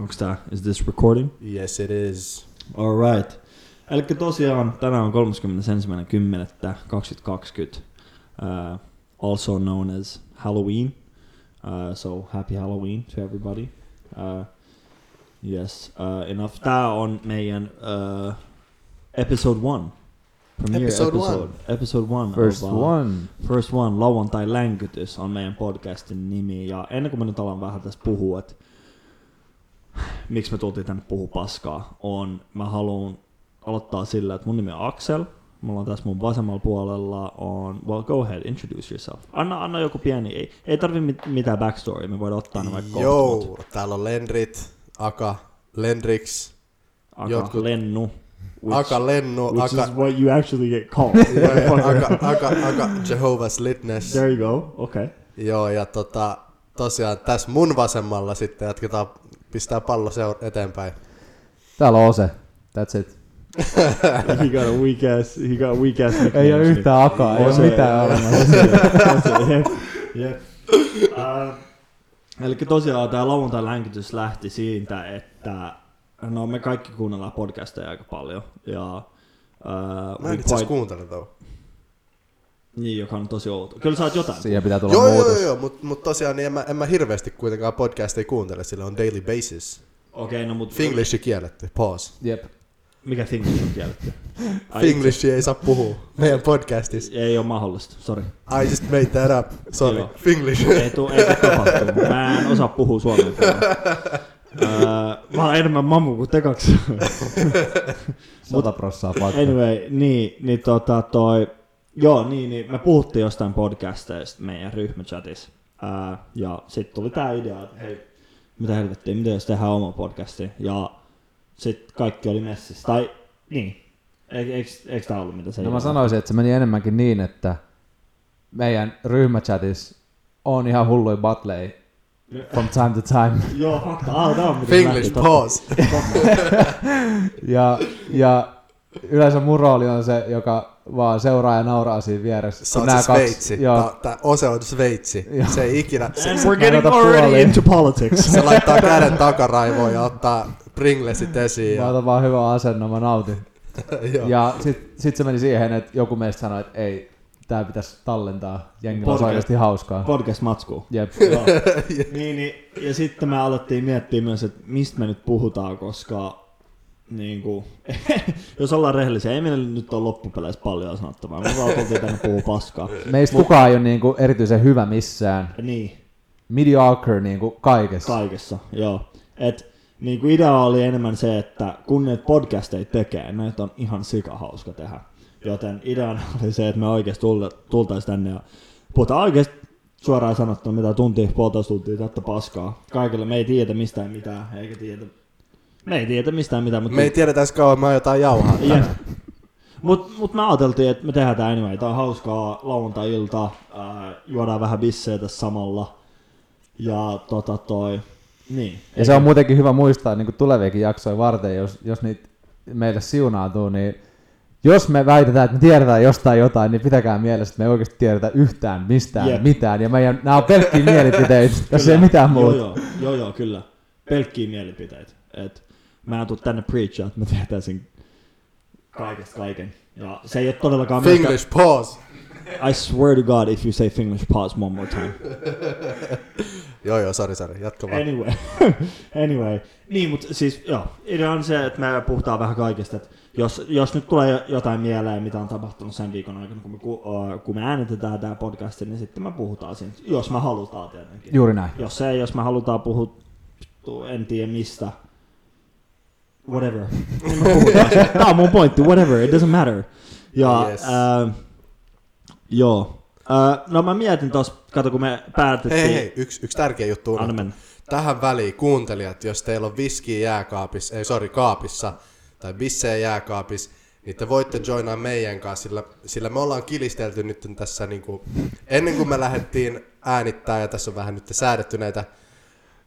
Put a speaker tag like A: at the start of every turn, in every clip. A: Onko is this recording?
B: Yes it is.
A: Alright. Eli tosiaan tänään on 31.10.2020. Uh, also known as Halloween. Uh, so happy Halloween to everybody. Uh, yes, uh, enough. Tää on meidän uh, episode one. Premiere
B: Episode
A: episode.
B: one.
A: Episode one.
C: First
A: of, uh,
C: one.
A: First One, lauantai länkytys on meidän podcastin nimi. Ja ennen kuin me nyt alan vähän tässä puhua, että miksi me tultiin tänne puhua paskaa, on mä haluan aloittaa sillä, että mun nimi on Axel. Mulla on tässä mun vasemmalla puolella on, well go ahead, introduce yourself. Anna, anna joku pieni, ei, ei tarvi mit, mitään backstory, me voidaan ottaa ne vaikka kohta,
B: Joo, täällä on Lenrit, Aka, Lenrix,
A: mut Aka,
B: jotkut-
A: Lennu, which,
B: Aka Lennu,
A: which
B: Aka,
A: is what you actually get called.
B: Joo, ja Aka, Aka, Aka Jehovah's Witness.
A: There you go, okay.
B: Joo, ja tota, tosiaan tässä mun vasemmalla sitten jatketaan, pistää pallo seur- eteenpäin.
C: Täällä on se. That's it.
A: He got a weak ass, he got a weak ass
C: Ei ole
A: nickname.
C: yhtään akaa, ei
A: Ose-
C: ole mitään olemassa.
A: Jep, jep. Äh, Eli tosiaan tämä lauantai länkytys lähti siitä, että no me kaikki kuunnellaan podcasteja aika paljon. Ja, uh,
B: Mä en itse asiassa kuuntele tuo.
A: niin, joka on tosi outo. Kyllä sä oot jotain.
C: Siihen pitää tulla
B: Joo, joo,
C: muutos.
B: joo, mutta mut tosiaan niin en, mä, en mä hirveästi kuitenkaan podcasteja kuuntele, sillä on daily basis.
A: Okei, okay, no mut
B: Finglishi kielletty, pause.
C: Jep.
A: mikä Finglish on kielletty? Ai,
B: Finglishi ei saa puhua meidän podcastissa.
A: Ei ole mahdollista, sori.
B: I just made that up, sorry.
A: Joo.
B: Finglish.
A: Ei tuu, ei tuu tapahtumaan. Mä en osaa puhua suomea. Öö, mä oon enemmän mamu kuin te kaksi.
C: Sata prossaa fakta.
A: Anyway, niin, niin tota toi, joo niin, niin me puhuttiin jostain podcasteista meidän ryhmächatissa. Ää, ja sitten tuli tää idea, että hei, mitä helvettiä, mitä jos tehdään oma podcasti. Ja sitten kaikki oli messissä. Tai niin, eikö tää ollut mitä se
C: No mä sanoisin, että se meni enemmänkin niin, että meidän ryhmächatissa on ihan hulluja battleja from time to time.
A: Joo, fakta. Ah, tää on miten
B: Finglish,
A: lähti, totta.
B: pause.
C: Ja, ja yleensä mun rooli on se, joka vaan seuraa ja nauraa siinä vieressä.
B: Sä oot
C: Kun
B: se
C: nää kaksi-
B: Sveitsi.
C: Joo,
B: Tää- Tää Ose on Sveitsi.
C: Joo.
B: Se ei ikinä... Se,
A: And
B: se,
A: we're getting
C: Mä en ota
A: already
C: puoleen.
A: into politics.
B: se laittaa käden takaraivoon ja ottaa Pringlesit esiin.
C: mä
B: Ja,
C: otan vaan hyvän asennon, mä nautin.
B: joo.
C: Ja sit, sit se meni siihen, että joku meistä sanoi, että ei, tää pitäisi tallentaa. Jengillä on
A: Podcast.
C: oikeasti hauskaa.
A: Podcast matskuu.
C: Jep.
A: niin, niin, ja sitten me alettiin miettiä myös, että mistä me nyt puhutaan, koska niin kuin, jos ollaan rehellisiä, ei meillä nyt ole loppupeleissä paljon sanottavaa. Me vaan tultiin tänne puhua paskaa.
C: Meistä kukaan ei ole niinku erityisen hyvä missään.
A: Niin,
C: Mediocre niinku kaikessa.
A: kaikessa, joo. Et, niin kuin idea oli enemmän se, että kun näitä podcasteja tekee, näitä on ihan sikahauska tehdä. Joten ideana oli se, että me oikeasti tultaisiin tänne ja puhutaan oikeasti suoraan sanottuna, mitä tunti, puolitoista tuntia täyttä paskaa. Kaikille me ei tiedä mistään mitään, eikä tiedä. Me ei tiedä mistään mitään, mutta...
B: Me ei tiedetä edes kauan, mä oon jotain jauhaa.
A: Jep. Mut, mut me ajateltiin, että me tehdään tää anyway. Tää on hauskaa lauantai-ilta. Äh, juodaan vähän bissejä tässä samalla. Ja tota toi... Niin.
C: Ja se on muutenkin hyvä muistaa niin kuin tuleviakin jaksoja varten, jos, jos niitä meille siunaantuu, niin jos me väitetään, että me tiedetään jostain jotain, niin pitäkää mielessä, että me ei oikeasti tiedetä yhtään mistään
A: Jep.
C: yep. mitään. Ja meidän, nämä on pelkkiä mielipiteitä, jos ei
A: Kyllä.
C: mitään muuta.
A: Joo, joo, joo, joo kyllä. Pelkkiä mielipiteitä. Et mä en tuu tänne preachaan, että me tehdään sen kaikesta kaiken. Ja se ei ole todellakaan myöskään-
B: Finglish, pause.
A: I swear to God if you say Finglish pause one more time.
B: Joo, joo, sori, sori, jatka vaan.
A: Anyway. anyway. Niin, mutta siis joo, idea on se, että me puhutaan vähän kaikesta. Että jos, jos nyt tulee jotain mieleen, mitä on tapahtunut sen viikon aikana, kun me, ku, uh, kun me äänitetään tämä podcast, niin sitten me puhutaan siitä, jos me halutaan tietenkin.
C: Juuri näin.
A: Jos ei, jos me halutaan puhua, tu- en tiedä mistä, whatever. Niin me puhutaan siitä. Tämä on mun pointti, whatever, it doesn't matter. Ja,
B: Yes.
A: äh, joo. Äh, no mä mietin tos, kato kun me päätettiin.
B: Hei, hei, yksi, yksi tärkeä juttu.
A: Anna
B: unohtu.
A: mennä.
B: Tähän väliin kuuntelijat, jos teillä on viskiä jääkaapissa, ei sori, kaapissa, tai bissejä jääkaapissa, niin te voitte joinaa meidän kanssa, sillä, sillä me ollaan kilistelty nyt tässä niinku, ennen kuin me lähdettiin äänittää, ja tässä on vähän nyt säädetty näitä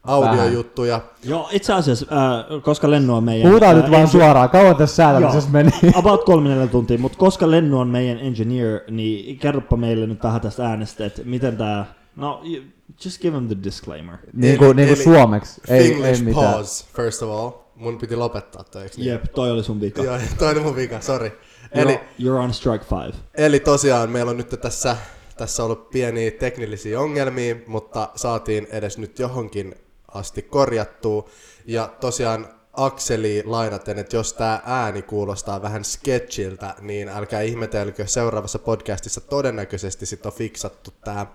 B: audiojuttuja.
A: Joo, itse asiassa, äh, koska Lennu on meidän...
C: Puhutaan
A: äh,
C: nyt vaan suoraan, kauan tässä
A: Joo.
C: säätämisessä meni.
A: About kolme neljä tuntia, mutta koska Lennu on meidän engineer, niin kerropa meille nyt vähän tästä äänestä, että miten tämä No, you, just give him the disclaimer.
C: Niin kuin, niin kuin
B: eli-
C: suomeksi. Ei, ei
B: English
C: mitään.
B: pause, first of all. Mun piti lopettaa toi, eikö niin?
A: Jep, toi oli sun vika.
B: Joo, toi oli mun vika, sori.
A: Eli,
B: Eli,
A: you're, you're on strike five.
B: eli tosiaan meillä on nyt tässä, tässä ollut pieniä teknillisiä ongelmia, mutta saatiin edes nyt johonkin asti korjattua. Ja tosiaan Akseli lainaten, että jos tämä ääni kuulostaa vähän sketchiltä, niin älkää ihmetelkö, seuraavassa podcastissa todennäköisesti sit on fiksattu tämä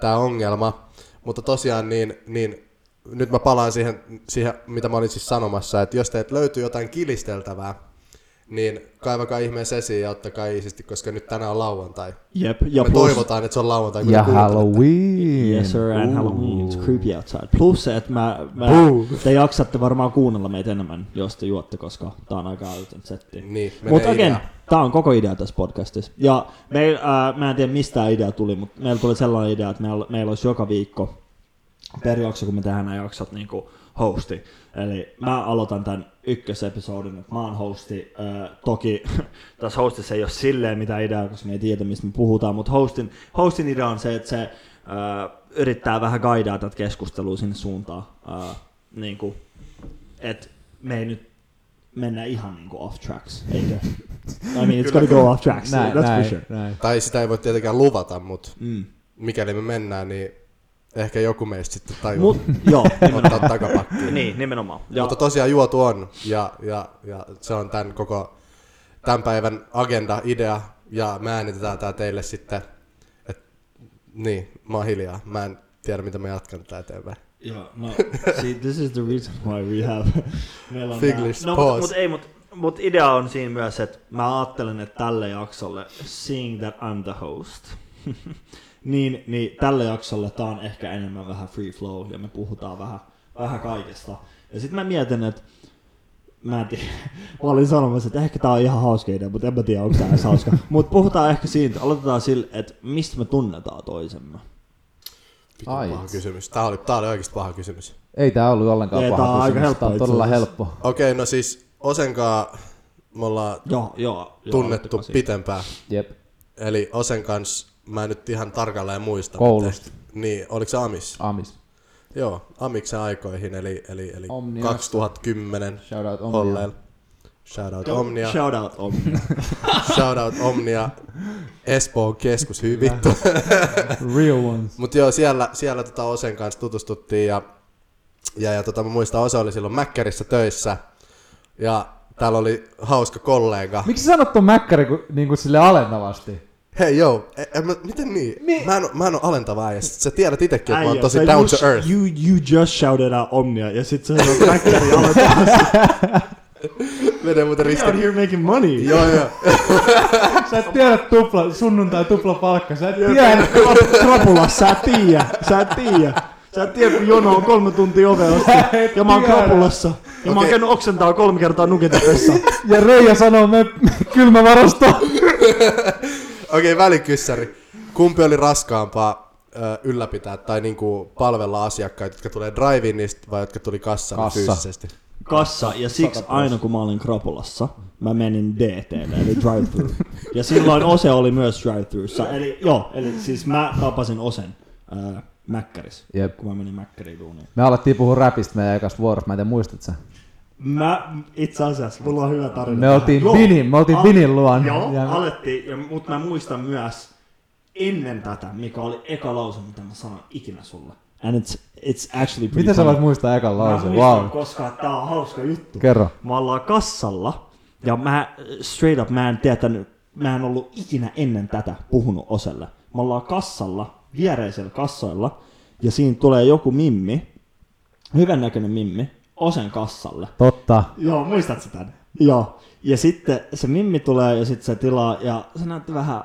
B: tää ongelma. Mutta tosiaan niin, niin nyt mä palaan siihen, siihen, mitä mä olin siis sanomassa, että jos teiltä löytyy jotain kilisteltävää, niin kaivakaa ihmeessä esiin ja ottakaa iisisti, koska nyt tänään on lauantai.
A: Jep, ja
B: Me
A: plus,
B: toivotaan, että se on lauantai, kun
C: Ja
B: te kuuntelette.
C: Halloween.
A: Yes sir, and
C: Ooh.
A: Halloween, it's creepy outside. Plus se, että mä, mä,
B: Boo.
A: te jaksatte varmaan kuunnella meitä enemmän, jos te juotte, koska tää on aika älytön setti.
B: Niin, menee
A: Mutta again,
B: ideaan.
A: tää on koko idea tässä podcastissa. Ja meil, äh, mä en tiedä mistä tää idea tuli, mutta meillä tuli sellainen idea, että meillä, meillä olisi joka viikko per jakso, kun me tehdään nämä jaksot niin kuin hosti. Eli mä aloitan tämän ykkösepisodin, että mä oon hosti. Ö, toki tässä hostissa ei ole silleen mitään ideaa, koska me ei tiedä, mistä me puhutaan, mutta hostin, hostin idea on se, että se ö, yrittää vähän gaidaa tätä keskustelua sinne suuntaan. Ö, niin kuin, että me ei nyt mennä ihan niin kuin off tracks, eikö? I mean, it's gonna go off tracks,
C: Näin,
A: that's
C: näin,
A: for sure.
C: näin.
B: Tai sitä ei voi tietenkään luvata, mutta
A: Mm.
B: mikäli me mennään, niin ehkä joku meistä sitten tajuu
A: Mut, joo,
B: ottaa
A: nimenomaan.
B: takapakkiin.
A: niin, nimenomaan.
B: Ja. Mutta tosiaan juotu on, ja, ja, ja se on tämän koko tämän päivän agenda, idea, ja mä äänitetään tää teille sitten, et, niin, mä oon hiljaa, mä en tiedä mitä mä jatkan tätä eteenpäin.
A: Joo, no, see, this is the reason why we have... Meillä on
B: Figlish
A: nää- No,
B: pause.
A: mutta mut, ei, mutta mut idea on siinä myös, että mä ajattelen, että tälle jaksolle, seeing that I'm the host, niin, niin tälle jaksolle tää on ehkä enemmän vähän free flow ja me puhutaan vähän, vähän kaikesta. Ja sitten mä mietin, että Mä en tiedä. Mä olin sanomassa, että ehkä tää on ihan hauska idea, mutta en mä tiedä, onko tää edes hauska. Mutta puhutaan ehkä siitä, aloitetaan sillä, että mistä me tunnetaan toisemme.
B: Vittu,
C: Ai.
B: Paha kysymys. Tää oli, tää oli oikeasti paha kysymys.
C: Ei tää ollut ollenkaan
A: Ei,
C: paha
A: tää on
C: kysymys.
A: aika
C: tää
A: helppo
C: on
A: itse
C: todella
A: asiassa.
C: helppo.
B: Okei, okay, no siis Osenkaa me ollaan
A: Joo, joo. joo,
B: tunnettu
A: ottakaa siitä.
B: pitempään.
C: Jep.
B: Eli Osen kanssa mä en nyt ihan tarkalleen muista.
C: Koulusta.
B: mutta- Niin, oliko se Amis?
C: Amis.
B: Joo, Amiksen aikoihin, eli, eli, eli
C: Omnia.
B: 2010
C: Shoutout Omnia.
B: Holleil. Shoutout Omnia.
A: Shout out Omnia.
B: Shoutout Omnia. Espoon keskus, hyvin vittu.
C: Real ones.
B: Mutta joo, siellä, siellä tota Osen kanssa tutustuttiin ja, ja, ja tota, mä muistan, Osa oli silloin Mäkkärissä töissä. Ja täällä oli hauska kollega.
C: Miksi sä sanot ton mäkkäri kun, niin kuin sille alentavasti?
B: Hei joo, e, e, mä- miten niin?
C: Mi-
B: Mä, en, oo- mä en ole alentava äijä. Sä tiedät itekin, että mä oon
A: Äijä,
B: tosi
A: sä
B: down
A: just-
B: to earth.
A: You, you just shouted out Omnia ja sit sä sanoit Mäkkäri aloittaa.
B: Menee muuten
A: He's out
B: ristiin.
A: here making money.
B: Joo, joo.
C: Sä et tiedä tupla, sunnuntai tupla palkka. Sä et tiedä.
A: Krapula, sä et tiiä. Sä et tiiä. Sä et tiedä, kun jono on kolme tuntia ovea asti.
C: Sä et
A: Ja mä oon
C: tiedä.
A: krapulassa. Ja mä oon
B: Okei.
A: käynyt oksentaa kolme kertaa nuketapessa.
C: Ja Reija sanoo, me kylmävarastoon.
B: Okei, välikyssäri. Kumpi oli raskaampaa ö, ylläpitää tai niinku palvella asiakkaita, jotka tulee drive-inistä vai jotka tuli kassana
C: Kassa.
B: Kassa. fyysisesti?
A: Kassa. Ja siksi aina kun mä olin krapulassa, mä menin DTlle, eli drive thru Ja silloin Ose oli myös drive thrussa Eli joo, eli siis mä tapasin Osen äh, Mäkkäris,
C: Jep.
A: kun mä menin Mäkkäriin duuniin.
C: Me alettiin puhua räpistä meidän ekassa vuorossa, mä en tiedä muistat sä.
A: Mä itse asiassa, mulla on hyvä tarina.
C: Me oltiin
A: Joo.
C: Binin, me oltiin
A: Al-
C: Binin luona.
A: Joo,
C: Ja-
A: ja... alettiin, ja, mutta mä muistan myös ennen tätä, mikä oli eka lause, mitä mä sanoin ikinä sulle. And it's, it's actually pretty
C: Miten sä
A: funny.
C: voit muistaa ekan
A: Mä
C: lauseen?
A: muistan,
C: Wow.
A: wow. koska tää on hauska juttu.
C: Kerro.
A: Mä ollaan kassalla, ja mä straight up mä en tietänyt, mä en ollut ikinä ennen tätä puhunut oselle. Mä ollaan kassalla, viereisellä kassoilla, ja siinä tulee joku mimmi, hyvännäköinen mimmi, osen kassalle.
C: Totta.
A: Joo, muistat sitä. Joo. Ja sitten se mimmi tulee ja sitten se tilaa ja se näytti vähän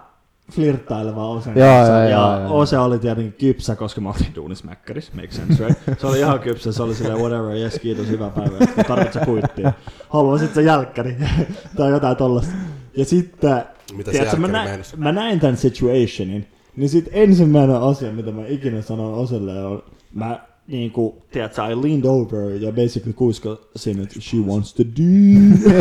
A: flirttailevaa Osen
C: Joo,
A: kanssa.
C: joo, joo,
A: ja
C: joo.
A: Ose oli tietenkin kypsä, koska mä olin duunismäkkärissä, make sense, right? Se oli ihan kypsä, se oli silleen whatever, yes, kiitos, hyvää päivää, että tarvitset sä kuittia. Haluaisit sä jälkkäri tai jotain tollasta. Ja sitten,
B: Mitä se
A: mä,
B: jälkkäri
A: näin,
B: meinasi?
A: mä näin tämän situationin, niin sitten ensimmäinen asia, mitä mä ikinä sanon Oselle on, mä niin kuin, tiedätkö, I leaned over ja basically kuiskasin, että she wants to do.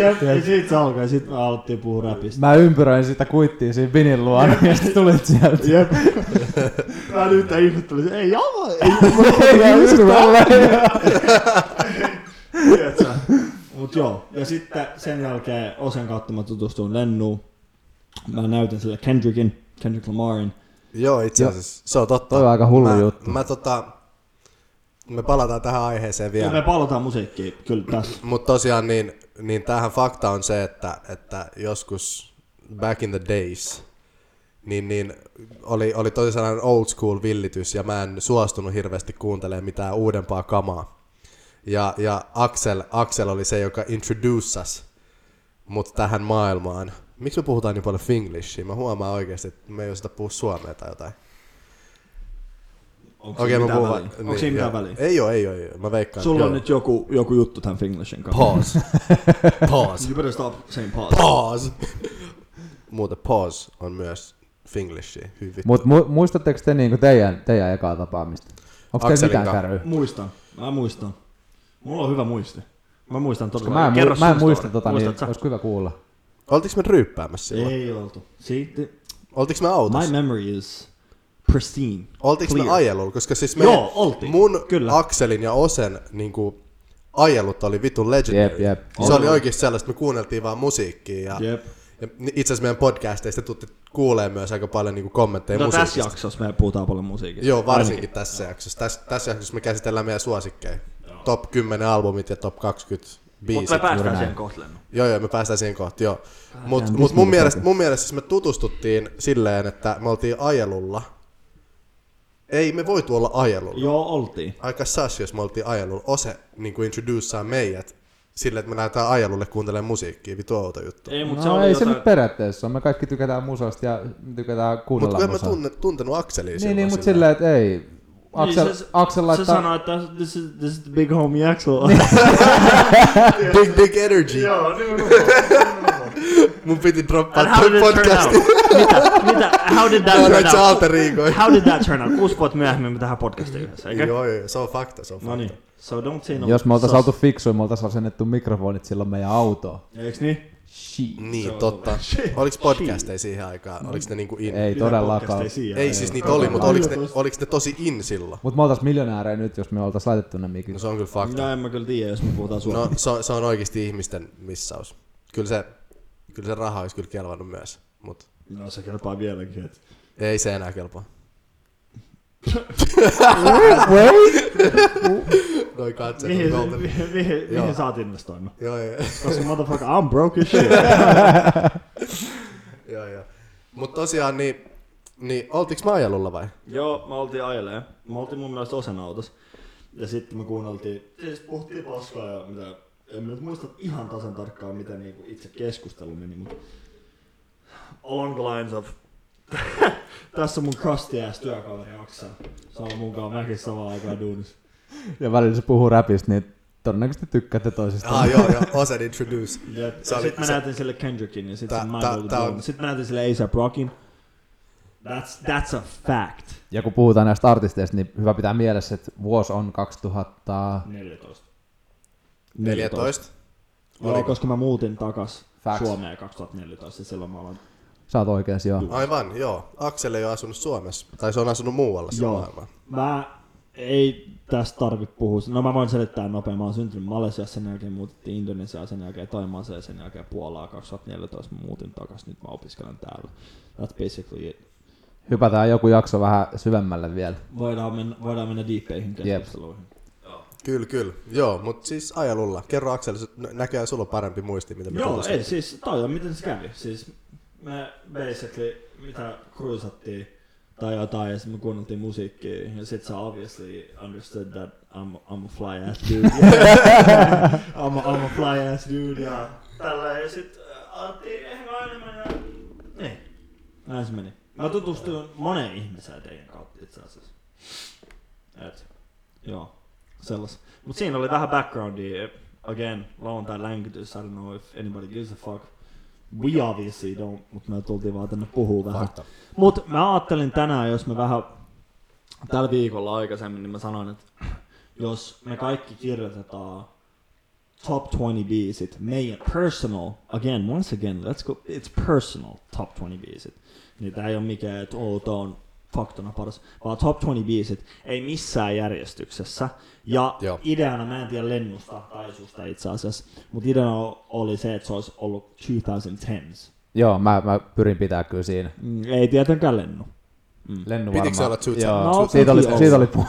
A: Jep, ja sit se alkoi, ja sit me alettiin puhua rapista.
C: Mä ympyröin sitä kuittia siinä Binin luona ja sitten tulit sieltä.
A: Jep. Mä nyt ihmettelin, ei jaa, ei
C: Ja ympyröin.
A: Tiedätkö? Mut joo, ja sitten sen jälkeen Osen kautta mä tutustuin Lennuun. Mä näytän sille Kendrickin, Kendrick Lamarin.
B: Joo, itse asiassa. Se on totta.
C: Toi on aika hullu
B: mä,
C: juttu.
B: Mä tota, me palataan tähän aiheeseen
A: Ja
B: vielä.
A: me palataan musiikkiin kyllä tässä.
B: Mutta tosiaan niin, niin tähän fakta on se, että, että joskus back in the days, niin, niin oli, oli tosi sellainen old school villitys ja mä en suostunut hirveästi kuuntelemaan mitään uudempaa kamaa. Ja, ja Axel, Axel oli se, joka introducesas mut tähän maailmaan. Miksi me puhutaan niin paljon finglishia? Mä huomaan oikeasti, että me ei osata puhua suomea tai jotain.
A: Onko
B: Okei, mä
A: mitään
B: puhun. niin,
A: väliä? Onko siinä mitään
B: joo.
A: väliä?
B: Ei oo, ei oo, ei oo. Mä veikkaan.
A: Sulla
B: joo.
A: on nyt joku, joku juttu tämän Finglishin kanssa.
B: Pause. pause.
A: You better stop saying pause.
B: Pause. Muuten pause on myös Finglishi. Hyvin.
C: Mut mu- muistatteko te niinku teidän, teidän ekaa tapaamista? Onko teillä
B: Akselin
C: mitään
B: kanssa.
C: kärryä?
A: Muistan, mä muistan. Mulla on hyvä muisti. Mä muistan todella.
C: Mä en,
A: Kerro
C: mu- mä en
A: sun
C: muista
A: story.
C: tota, niin
A: Muistat sä?
C: olisiko hyvä kuulla.
B: Oltiks me ryyppäämässä silloin?
A: Ei oltu. Siitä,
B: Oltiks me
A: my
B: autossa?
A: memory is pristine.
B: Oltiks me
A: clear.
B: ajelulla? Koska siis me,
A: Joo, oltiin.
B: mun,
A: Kyllä.
B: Akselin ja Osen niinku, ajelut oli vitun legendary.
C: Jep, jep.
B: Se oli oikeesti sellaista, me kuunneltiin vaan musiikkia. Ja,
A: Jep.
B: ja itse asiassa meidän podcasteista tuutte kuulee myös aika paljon niinku, kommentteja
A: No tässä
B: musiikista.
A: jaksossa me puhutaan paljon musiikista.
B: Joo, varsinkin tässä jaksossa. Tässä, tässä jaksossa me käsitellään meidän suosikkeja. Top 10 albumit ja top 20 biisit.
A: Mutta me päästään
C: näin.
A: siihen kohtelun.
B: Joo, joo, me päästään siihen kohti, joo. Mutta
C: Päästään
B: mut mun,
C: Disneyin
B: mielestä,
C: kohti.
B: mun mielestä siis me tutustuttiin silleen, että me oltiin ajelulla. Ei me voitu olla ajelulla. Joo.
A: Joo, oltiin.
B: Aika sas, jos me oltiin ajelulla. Ose niin kuin introduceaa meidät sille, että me lähdetään ajelulle kuuntelemaan musiikkiaa. Vitu outo juttu.
A: Ei, mutta se
C: No
A: oli
C: ei
A: jotain...
C: se nyt periaatteessa ole. Me kaikki tykätään musasta ja tykätään
B: Mutta
C: kuunnella
B: kyllä mä
C: musaa.
B: tunne, tuntenut Akselia
C: Niin,
B: silloin
C: niin, mutta silleen, että ei. Axel,
A: Niin, se-
C: Axel
A: Se
C: laittaa...
A: sanoi, että this is, this is the big homie Axel.
B: Big, big energy. Joo.
A: Joo, niin
B: Mun piti droppaa
A: And how did
B: tämän
A: it turn
B: podcastin.
A: out? Mitä? Mitä? How did that
B: Joo,
A: turn
B: näitä se
A: out?
B: alter ego.
A: How did that turn out? Kuusi vuotta myöhemmin me tähän podcastiin yhdessä, eikö?
B: Joo, joo, se on fakta, se on fakta.
A: No niin. So don't say no.
C: Jos me oltais
A: Sos-
C: oltu fiksuja, me oltais asennettu mikrofonit silloin meidän autoon.
A: Eiks niin?
C: Shit.
B: Niin, totta. Oliks podcasteja siihen aikaan? Oliks ne niinku in?
C: Ei
A: Mitä
C: todellakaan.
A: podcasteja siinä
B: Ei
A: on?
B: siis niitä oli, mutta oliks ne,
A: Toista.
B: oliks ne tosi in silloin?
C: Mut me oltais miljonäärejä nyt, jos me oltais laitettu ne
B: No
C: mikit.
B: se on kyllä fakta.
A: No en mä kyllä tiedä, jos me puhutaan
B: No
A: suomea.
B: se on, se on oikeasti ihmisten missaus. Kyllä se, kyllä se raha olisi kyllä kelvannut myös, mutta
A: No se kelpaa vieläkin. et-
B: ei se enää kelpaa.
C: Wait!
B: Noi katseet on
A: Mihin,
B: golden.
A: mihin, mihin, mihin sä oot investoinut?
B: Joo, joo,
A: Koska motherfucker, I'm broke as shit.
B: joo, joo. Mutta tosiaan, niin, niin oltiks mä ajelulla vai?
A: Joo, me oltiin ajelee. Me oltiin mun mielestä osan autossa. Ja sitten me kuunneltiin, siis puhuttiin paskaa ja mitä, en mä nyt muista ihan tasan tarkkaan mitä niinku itse keskustelu meni, mutta along the lines of tässä on mun crusty ass työkaveri Aksa. Se on mukaan mäkin samaan aikaan duunissa.
C: Ja välillä se puhuu räpistä, niin todennäköisesti tykkäätte toisistaan.
B: Ah, joo, joo, osen introduce.
A: Jep.
B: Se oli-
A: Sitten mä
B: se-
A: näytin sille Kendrickin ja sitten
B: Tää-
A: sen
B: tää-
A: Michael
B: tää on-
A: Jordan. Sitten mä näytin sille A$AP Rockin. That's, that's a fact.
C: Ja kun puhutaan näistä artisteista, niin hyvä pitää mielessä, että vuosi on 2000...
A: 14.
B: 14.
A: Joo,
B: Oliko?
A: koska mä muutin takas
C: Facts.
A: Suomeen 2014 ja silloin mä aloin.
C: Sä oot oikees, joo.
B: Aivan, joo. Aksel ei ole asunut Suomessa, tai se on asunut muualla se
A: Joo.
B: maailma.
A: Mä ei tästä tarvi puhua. No mä voin selittää nopea. Mä oon syntynyt Malesiassa, sen jälkeen muutettiin Indonesiaan, sen jälkeen Toimaaseen, sen jälkeen Puolaa 2014. Mä muutin takas, nyt mä opiskelen täällä. That's basically it.
C: Hypätään joku jakso vähän syvemmälle vielä.
A: Voidaan mennä, voidaan mennä deepeihin keskusteluihin.
B: Kyllä, kyllä. Joo, mutta siis ajelulla. Kerro Aksel, sä- nä- näköjään sulla on parempi muisti, mitä me
A: Joo,
B: tutustuin.
A: ei siis toi on miten se kävi. Siis me basically, mitä cruisattiin tai jotain ja sitten me kuunneltiin musiikkia ja sit sä obviously understood that I'm, I'm a fly ass dude. I'm, a, I'm a fly ass dude ja tällä ja sit äh, alettiin ehkä enemmän ja niin. Näin se meni. Mä tutustuin moneen ihmiseen teidän kautta itse asiassa. Et, joo, sellas. Mut siinä oli vähän backgroundia. Again, lauantai länkytys, I don't know if anybody gives a fuck. We obviously don't, mut me tultiin vaan tänne puhuu vähän.
B: Fakta.
A: Mut mä ajattelin tänään, jos me vähän tällä viikolla aikaisemmin, niin mä sanoin, että jos me kaikki kirjoitetaan top 20 biisit, meidän personal, again, once again, let's go, it's personal top 20 biisit. Niin tää ei ole mikään, että oh, tää on faktona paras, vaan top 20 biisit ei missään järjestyksessä. Ja
B: Joo.
A: ideana, mä en tiedä lennusta tai susta itse asiassa, mutta ideana o- oli se, että se olisi ollut 2010s.
C: Joo, mä, mä pyrin pitää kyllä siinä.
A: Mm, Ei tietenkään lennu.
C: Lennu
B: Pitikö se
C: varmaan.
B: olla Two
C: Joo,
A: No,
C: siitä oli,
A: joo.
C: siitä oli, puhe.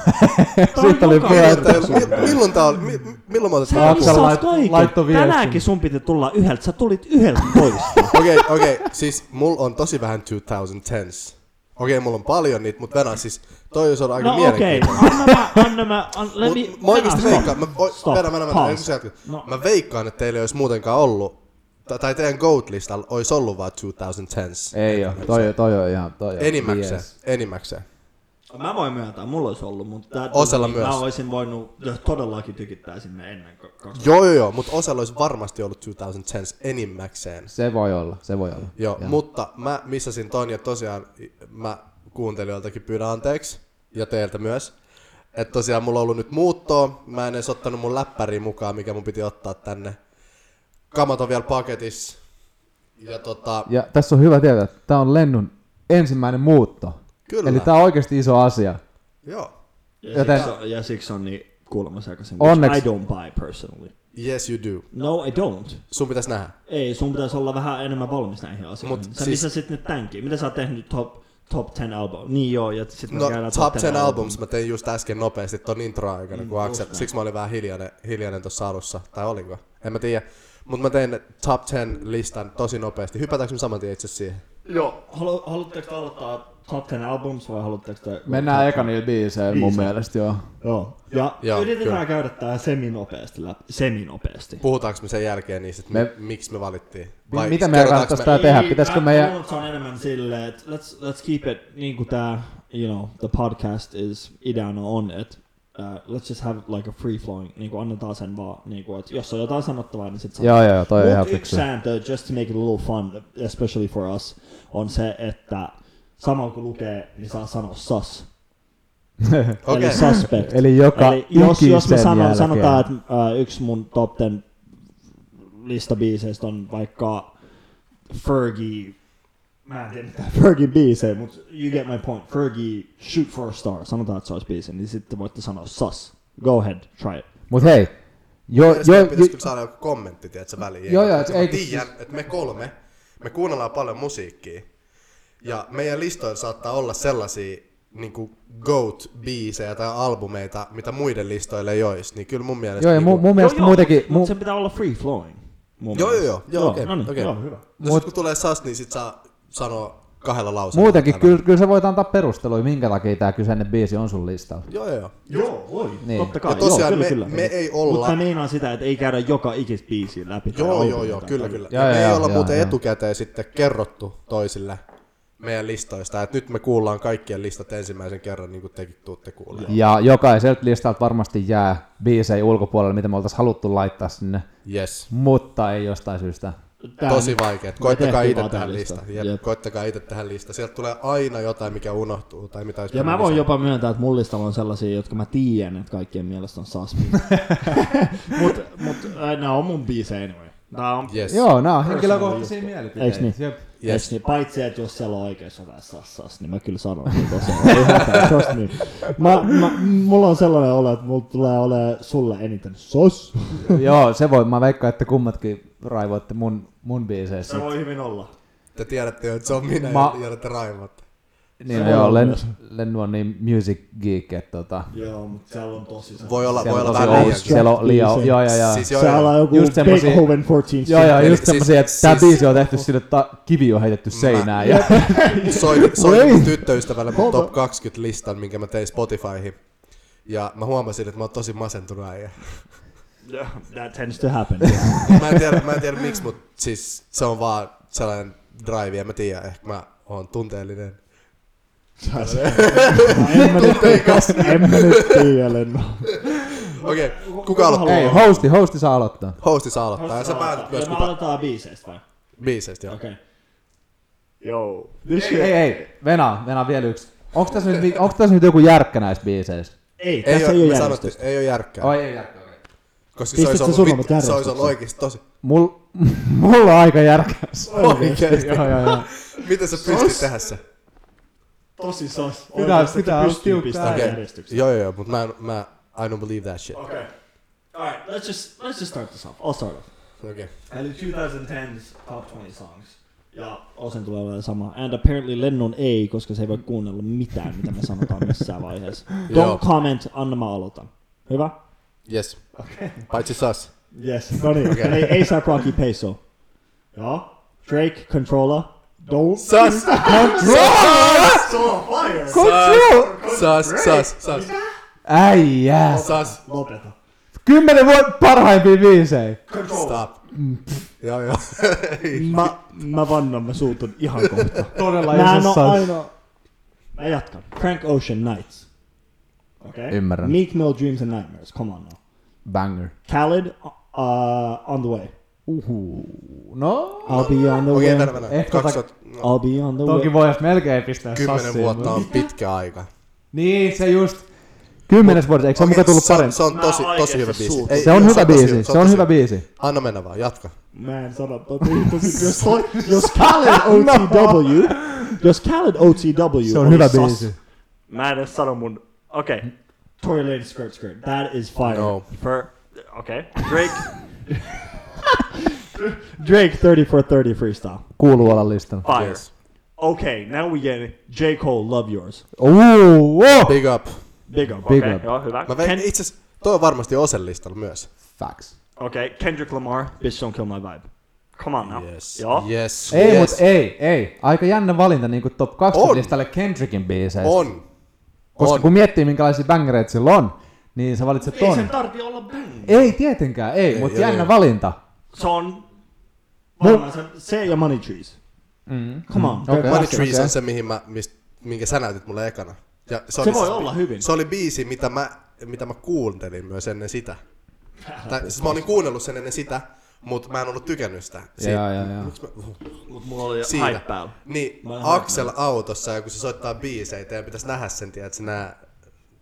C: siitä oli
A: joka
C: puhetta.
A: kerta.
B: Tää- mi- Milloin tää oli? Mi- mi- Milloin mä
A: Sä
C: Oksa
B: otin
C: Oksa
A: oksaat
B: tämän
C: lait-
A: kaiken.
C: laittoi viestin.
A: Tänäänkin sun piti tulla yhdeltä, sä tulit yhdeltä pois.
B: Okei, okei, siis mulla on tosi vähän 2010s. Okei, mulla on paljon niitä, mutta Venä siis, toi olisi ollut aika
A: No okei,
B: mielenkiintoinen.
A: anna mä, anna mä, an, let me,
B: Mut mä oikeesti
A: Venä,
B: veikkaan, mä, oi,
A: stop,
B: Venä, Venä, Venä,
A: pause.
B: ei, kun sä jatkat.
A: No.
B: mä veikkaan, että teillä ei olisi muutenkaan ollut, tai- tai teidän GOAT-listalla olisi ollut vaan 2010s.
C: Ei oo, toi, toi on ihan, toi on.
B: Enimmäkseen,
C: jees.
B: enimmäkseen.
A: Mä voin myöntää, mulla olisi ollut, mutta tää,
B: Osella
A: mä
B: myös.
A: olisin voinut todellakin tykittää sinne ennen kuin kaksi.
B: Joo, joo, joo, mutta osalla olisi varmasti ollut 2010s enimmäkseen.
C: Se voi olla, se voi olla.
B: Joo,
C: Joo.
B: mutta mä missasin ton ja tosiaan mä kuuntelijoiltakin pyydän anteeksi ja teiltä myös. Että tosiaan mulla on ollut nyt muuttoa, mä en edes ottanut mun läppäriä mukaan, mikä mun piti ottaa tänne. Kamat on vielä paketissa. Ja tota,
C: Ja tässä on hyvä tietää, että tämä on Lennun ensimmäinen muutto.
B: Kyllä.
C: Eli tämä on oikeasti iso asia.
B: joo.
A: Ja,
C: Joten-
A: siksi, on- ja siksi on niin kuulemma sekaisin,
C: Onneksi-
A: which I don't buy personally.
B: Yes you do.
A: No I don't.
B: Sun pitäisi nähdä.
A: Ei, sun pitäisi olla vähän enemmän valmis näihin asioihin.
B: Mut
A: Sä,
B: siis-
A: missä sit nyt tämänkin? Mitä sä oot tehnyt top, top 10 album? Niin joo, ja sit me
B: No
A: käydään
B: top 10
A: album.
B: albums mä tein just äsken nopeasti ton intro aikana, kun
A: Mm,
B: Axel,
A: just näin.
B: siksi mä olin vähän hiljainen, hiljainen tuossa alussa, tai olinko? En mä tiedä. Mut mä tein top 10 listan tosi nopeasti. Hypätäänkö me saman tien itse siihen?
A: Joo. Halu, haluatteko te aloittaa top 10 albums vai haluatteko te...
C: Mennään eka niillä biiseihin mun
A: Biiseihin.
C: mielestä, joo.
A: Joo. Ja
B: Joo,
A: Joo, yritetään
B: kyllä.
A: kyllä. käydä tää seminopeasti läpi. Seminopeasti.
B: Puhutaanko me sen jälkeen niistä, että
C: Me-
B: me... miksi me valittiin?
C: Mi- mitä meidän
B: kerrotaanko
C: kannattaisi tää tehdä? Pitäisikö
A: mä
C: meidän...
A: luulen, että se Niin, on enemmän silleen, että let's, let's keep it niin kuin tää, you know, the podcast is ideana on, että uh, let's just have like a free flowing, niin kuin annetaan sen vaan, niin kuin, että jos on jotain sanottavaa, niin sit sanotaan.
C: Joo, joo, toi on ihan
A: Mut yksi
C: fiksu.
A: sääntö, just to make it a little fun, especially for us, on se, että samalla kun lukee, niin saa sanoa sas.
B: Okei.
A: Eli suspect.
C: Eli joka
A: Eli jos, jos mä
C: ikisen
A: sanon,
C: jälkeen.
A: sanotaan, että äh, yksi mun top 10 listabiiseistä on vaikka Fergie, mä en tiedä mitä Fergie biisejä, mutta you get my point. Fergie, shoot for a star, sanotaan, että se olisi biisi, niin sitten voitte sanoa sus. Go ahead, try it.
C: Mut hei, jo, jo,
B: Mielestäni pitäisi
C: jo,
B: kyllä saada joku kommentti, tiedätkö, väliin.
C: Joo, joo,
B: Koska
C: et
B: mä
C: ei- siis-
B: tiedän, että me kolme, me kuunnellaan paljon musiikkia. Ja meidän listoilla saattaa olla sellaisia niin GOAT-biisejä tai albumeita, mitä muiden listoille ei olisi. Niin kyllä mun mielestä...
C: joo, ja
B: niin
C: mun, mun mielestä
A: joo,
C: muutenkin...
A: Mut,
C: Mu,
A: mut sen pitää olla free flowing. mun
B: Joo, joo,
A: mielestä.
B: joo, joo, okei,
A: no niin,
B: okei.
A: joo, hyvä.
B: No sit kun tulee SAS, niin sit saa sanoa kahdella lauseella.
C: muutenkin,
B: tämä.
C: kyllä, kyllä sä voit antaa perusteluja, minkä takia tämä kyseinen biisi on sun listalla.
B: Joo, joo, joo.
A: Joo, voi.
C: Niin.
A: Totta kai,
B: Ja tosiaan
A: joo,
B: me-
A: kyllä,
B: me
A: kyllä.
B: ei olla-
A: Mutta mä meinaan sitä, että ei käydä joka ikis biisiä läpi. tai
B: Joo, joo,
A: albumia
B: joo,
A: tai
B: kyllä,
A: tälleen.
B: kyllä.
C: Joo,
B: Ja, me
C: joo,
B: ei
C: joo,
B: olla
C: joo,
B: muuten
C: joo.
B: etukäteen sitten kerrottu toisille meidän listoista, että nyt me kuullaan kaikkien listat ensimmäisen kerran, niin kuin tekin tuutte kuulemaan.
C: Ja jokaiselta listalta varmasti jää biisejä ulkopuolelle, mitä me oltaisiin haluttu laittaa sinne,
B: Yes.
C: mutta ei jostain syystä.
A: Tää
B: Tosi
A: nyt-
B: vaikea.
A: me
B: Koittakaa
A: tehtiin
B: itse
A: vaan
B: tähän
A: tää lista.
B: listaan. Jep.
A: Jep.
B: Koittakaa itse tähän listaan. Sieltä tulee aina jotain, mikä unohtuu tai mitä olisi
A: Ja mä
B: pitänyt
A: voin
B: lisätä.
A: jopa myöntää, että mullistalla on sellaisia, jotka mä tiedän, että kaikkien mielestä on saspi. mut mut äh, nämä on mun biisejä anyway. Nää on,
B: Yes.
C: Joo, nämä on henkilökohtaisia mielipiteitä.
A: Eiks niin?
C: Jep.
A: yes. niin, paitsi, että jos siellä on oikeassa jotain sas, sas niin mä kyllä sanon, että tosiaan ei hätää, trust me. Mä, mä, mulla on sellainen olo, että mulla tulee olemaan sulle eniten sos.
C: niin? Joo, se voi. Mä veikkaan, että kummatkin raivoitte mun, mun biiseissä.
A: voi hyvin olla.
B: Te tiedätte jo, että se on minä
C: Mä-
B: mä... ja olette raivat.
C: Niin,
A: voi
C: joo,
A: olla
C: Len,
A: myös.
C: Lennu on niin music geek, että tota,
A: Joo, mutta siellä on tosi sas.
B: Voi olla,
C: siellä
B: voi
C: on
B: olla
C: tosi
B: vähän
C: outs-
B: liiankin.
C: Siellä on liian, joo, joo, joo.
B: Siis joo,
A: Siellä on
B: joo.
A: joku
C: Just semmosia-
A: Beethoven 14th.
C: Joo, joo,
A: Symphony.
C: just
B: Siis-
C: semmosia, että tää
B: siis-
C: biisi on tehty sille, että kivi on heitetty seinään. Ja,
B: soin, soin
C: Voi.
B: mun tyttöystävälle mun
A: Hold
B: top 20 listan, minkä mä tein Spotifyhin. Ja mä huomasin, että mä oon tosi masentunut äijä.
A: That tends to happen.
B: Mä en tiedä, mä en tiedä miksi, mutta siis se on vaan sellainen drive, ja mä tiedän, ehkä mä oon tunteellinen.
A: en mä nyt, en mä nyt tiedä, Lenno.
B: Okei, okay, kuka aloittaa?
C: ei, hosti, hosti saa aloittaa.
B: Hosti saa aloittaa, ja sä päätät myös
A: Ja me
B: kuka
A: aloitetaan biiseistä vai?
B: biiseistä. joo.
A: Okei. Okay. Yo.
C: Ei, ei, Venä, Venä vielä yksi. Onko tässä, nyt, vi- onks tässä nyt joku järkkä näistä biiseistä?
A: Ei,
B: Ei
A: tässä
B: oo-
A: ei ole
B: me
A: järjestystä.
B: sanottiin, ei ole järkkää.
C: Oi ei järkkä, okei.
B: Koska se
A: Pistätkö
B: olisi
A: sä
B: ollut,
A: surmat
B: vit- se olisi
A: järjestykseen?
B: ollut oikeasti tosi.
C: Mul, mulla on aika järkkä.
B: Oikeesti.
C: joo, joo, joo.
B: Miten sä pystyt tehdä se?
A: Tosi sos.
C: Pitää-
A: Oikeasti
C: pitää olla
A: pystyy
C: tiukka
A: pistämään
B: Okei.
A: järjestykseen.
B: Joo, joo, joo, mutta mä, en- mä, I don't believe that shit.
A: Okay. Alright, let's just, let's just start this off. I'll start off.
B: Okay.
A: Eli 2010's top 20 songs. Ja osin tulee olemaan sama. And apparently Lennon ei, koska se ei voi kuunnella mitään, mitä me sanotaan missään vaiheessa.
B: Joo.
A: Don't comment, anna mä aloitan. Hyvä?
B: Yes. Paitsi sas.
A: Yes, no niin.
B: Okei.
A: Eli ASAP Rocky Peso. Joo. Drake, Controller. Don't.
B: Sas! Sas!
A: So fire!
B: Sas! Sas! Sas!
C: Äijä.
B: Sas!
A: Lopeta.
C: Kymmenen vuotta parhaimpia biisejä.
B: Stop.
A: Mm.
B: Joo, joo.
A: Mä, mä vannon, mä suutun ihan kohta.
C: Todella
A: Mä en
C: iso
A: oo
C: sas.
A: ainoa. Mä jatkan. Frank Ocean Nights. Okay.
C: Ymmärrän.
A: Meek Mill Dreams and Nightmares. Come on now.
C: Banger.
A: Khaled, uh, On the Way.
C: Uhu. No.
A: I'll be on the way.
B: Okei, okay, verran, verran.
C: Ehkä tota-
B: 2000, no,
A: I'll be on the
C: Toki
A: way.
C: voisi melkein pistää
B: kymmenen
C: sassiin,
B: vuotta
C: mut-
B: on pitkä aika.
C: Niin, se just. Kymmenes vuodessa, eikö se ole muka tullut
B: se, on-
C: parempi?
B: se on tosi,
A: Mä oon
B: tosi
A: oikeesti
B: hyvä biisi.
A: suuttunut.
B: Ei,
C: Se
B: ei,
C: on
B: tosi
C: hyvä biisi,
B: se
C: se on
B: tosi
C: hyvä biisi.
B: Anna mennä vaan, jatka.
A: Mä en sano tota ihmisiä. Jos, toi- jos Khaled OTW, jos Khaled OTW
C: Se on
A: oli
C: hyvä
A: sos-
C: biisi.
A: Mä en edes sano mun... Okei. Okay. Tory Lane Skirt Skirt. That is fire.
B: No.
A: For... Okei. Okay. Drake... Drake 30 for 30 freestyle.
C: Kuuluu olla listalla.
A: Fire.
B: Yes.
A: Okay, now we get it. J. Cole, Love Yours.
C: Ooh, wow.
B: Big up.
A: Big up.
C: Big
A: okay.
C: up.
A: Joo, hyvä.
B: Mä vein
A: Ken-
B: itse asiassa, toi on varmasti Osen listalla myös.
C: Facts.
A: okay, Kendrick Lamar, Bitch Don't Kill My Vibe. Come on now.
B: Yes.
A: No. Joo.
B: Yes.
C: Ei,
B: yes.
C: yes. mut ei, ei. Aika jännä valinta niinku top 20
B: On.
C: listalle Kendrickin biiseistä.
B: On.
C: Koska
B: on.
C: kun miettii minkälaisia bangereita sillä on, niin sä valitset
A: Ei sen
C: ton.
A: tarvi olla bang.
C: Ei tietenkään, ei, ei mutta
B: ei,
C: jännä
B: ei.
C: valinta.
A: Se on... Varmaan se, se ja Money Trees.
C: Mm.
A: Come on.
C: Okei.
B: Money
C: Okei,
B: Trees
C: okei.
B: on se, mihin mä, mist, minkä sä näytit mulle ekana. Ja
A: Se voi olla hyvin.
B: Se oli biisi, mitä mä, mitä mä kuuntelin myös ennen sitä. Tai, siis mä olin kuunnellut sen ennen sitä, mutta mä en ollut tykännyt sitä. Siitä.
C: Jaa, jaa, jaa.
B: Miksi mä,
A: Mut mulla oli
B: siitä.
A: hype päällä.
B: Niin,
A: Mä en
B: Axel autossa ja kun se soittaa biiseitä ja pitäisi nähdä sen, tiedätkö, nää,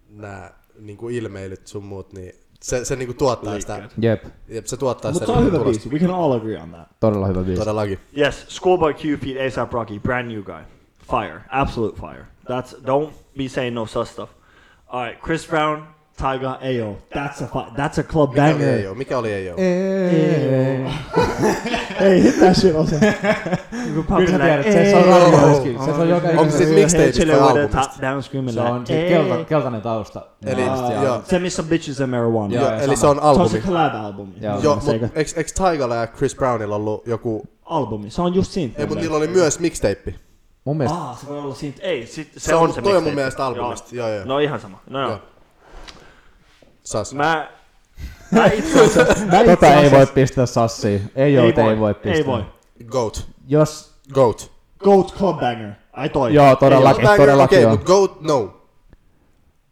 B: nää niinku ilmeilyt sun muut, niin se, se niinku tuottaa
A: Liikkeet.
B: sitä.
C: Jep,
B: Jep, se tuottaa
A: Mutta se
B: sitä.
A: on
B: niinku
A: hyvä
B: tulosta.
A: biisi. We can all agree on that.
C: todella hyvä biisi.
B: Todellakin.
A: Yes, Schoolboy Q feat ASAP Rocky, brand new guy. Fire, absolute fire. That's don't be saying no sus stuff. All right, Chris Brown, Tyga, Ayo. That's a fi- that's a club
B: Mikä oli
A: banger.
B: ei oo? Mikä oli ei oo?
C: Ei.
A: hey, hit that shit also. You're
C: Kyllä sä tiedät, se, se on
A: "Ayo."
B: Ayo.
C: radioiskin. Se on joka
B: Onko
C: ikinen
B: sit
A: Sit
C: biisi.
B: mixtapeista
A: mixtapeista
B: vai
A: vai
B: albumista?
A: Top down screaming
C: Se on se
A: like,
C: kelta,
A: "Hey."
C: keltainen tausta.
B: Eli,
C: Varmasti
B: joo.
C: on.
A: Send me some bitches and marijuana.
C: Joo,
B: Joo,
C: ja
B: eli
C: sama.
B: se on
A: Se on se
B: albumi.
A: collab-albumi.
C: Joo.
B: Joo,
A: Se
B: mutta eikö eikö Tigalla ja Chris Brownilla ollut joku...
A: albumi. Se on just siinä.
B: Ei, mutta niillä oli myös mixtape.
C: Mun mielestä
A: Ah, se voi olla siitä. Ei, sit, se,
B: Se on-
A: on, se
B: toi on mun
A: mixtape.
B: mielestä albumista. Joo, joo.
A: No ihan sama. No joo.
B: Joo. Sas.
A: Mä... Mä itse asiassa... mä itse
C: Tota ei
A: asiassa-
C: voi pistää sassiin. Ei, ei, ei voi pistää.
A: Ei voi.
B: Goat.
C: Jos,
B: Goat.
A: Goat Club Banger. Ai toi.
C: joo, todellakin,
B: Banger,
C: todellakin
B: okei,
C: on.
B: mut Goat, no.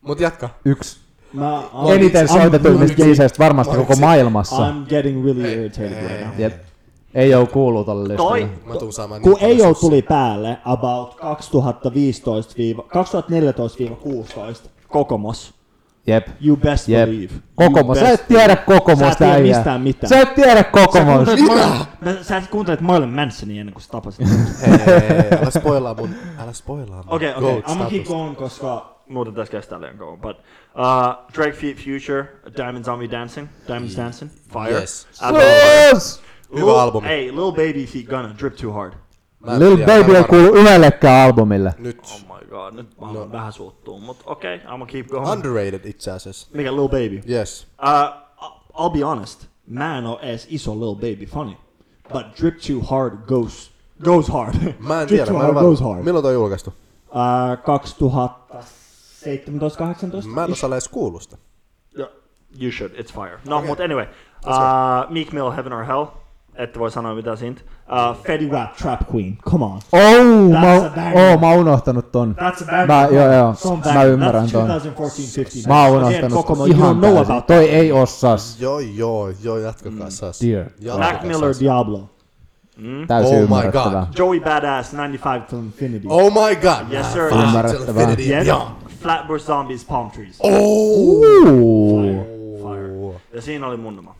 B: Mut jatka.
C: Yksi
A: Mä,
C: eniten soitetuimmista biiseistä varmasti koko maailmassa.
A: I'm getting really irritated right now.
C: Jep. Ei oo kuulu tolle listalle.
A: Toi,
B: Mä tuun saamaan
A: kun
B: niin
A: ei
B: paljon
A: ole
B: sassia.
A: tuli päälle about 2015-2014-16 Kokomos.
C: Jep.
A: You best
C: Jep.
A: believe.
C: Kokomo,
A: You
C: sä
A: best
C: et tiedä
A: believe.
C: kokomosta
A: Sä et tiedä
C: äijä.
A: mistään mitään.
C: Sä et tiedä
A: Sä
C: kokomosta.
A: kuuntelit Marlon- Sä kuuntelet Marlon Mansonia ennen kuin sä tapasit.
B: Hei, hei, älä spoilaa mun, älä spoilaa mun
A: Okei, okei. I'm gonna keep
B: Goat-statusta.
A: going, koska muuten tässä kestää liian kauan. But, uh, Drake Feet Future, Diamond Zombie Dancing, Diamonds Dancing, Fire.
B: Yes.
A: Absolute fire.
C: Yes!
B: Hyvä
A: Lil-
B: albumi.
A: Hey, Lil Baby Feet Gunna, Drip Too Hard.
B: Mä en
C: Lil
B: tiedä, mä en
C: Baby ei
B: varma-
C: kuulu yhdellekään albumille.
B: Nyt.
A: Oh my god, nyt mä no. vähän suuttuu, mut okei, okay, I'm gonna keep going.
B: Underrated itse asiassa.
A: Mikä Lil Baby?
B: Yes.
A: Uh, I'll be honest, mä en oo ees iso Lil Baby funny. But Drip Too Hard goes, goes hard.
B: Mä en
A: Drip
B: tiedä,
A: Too
B: mä en
A: Hard goes hard.
B: varma. Milloin toi julkaistu?
A: Uh, 2017, 18?
B: Mä en osaa edes kuulusta.
A: Yeah, you should. It's fire. No, okay.
B: Okay.
A: but anyway. Uh, Meek Mill, Heaven or Hell. Ette voi sanoa mitään siitä. Uh, Fetty Wap, Trap Queen. Come on.
C: Oh,
A: That's
C: mä,
A: a banger.
C: oh, mä oon unohtanut ton.
A: That's a banger.
C: Mä, joo, joo.
A: Se on
C: Mä
A: banger.
C: ymmärrän
A: That's
C: ton.
A: 2014-15.
C: Mä oon
A: Again,
C: unohtanut
A: Kokomo,
C: ton
A: you don't
C: ihan
A: know
C: täysin.
A: about
C: Toi ei oo sas.
B: Joo, joo, joo, jatkakaa sas.
C: Mm, Dear.
B: Jatkakaa
A: Mac Miller,
B: sas.
A: Diablo. Mm.
C: Täysin
B: Oh my
C: ymmärrettävää.
A: Joey Badass 95 from Infinity.
B: Oh my god!
A: Yes, sir.
B: Fast
C: Ymmärrettävää.
B: Infinity
A: Yes.
B: Beyond.
A: Flatbush Zombies Palm Trees.
B: Oh!
C: Uu,
A: Fire. Ja siinä oli mun oma.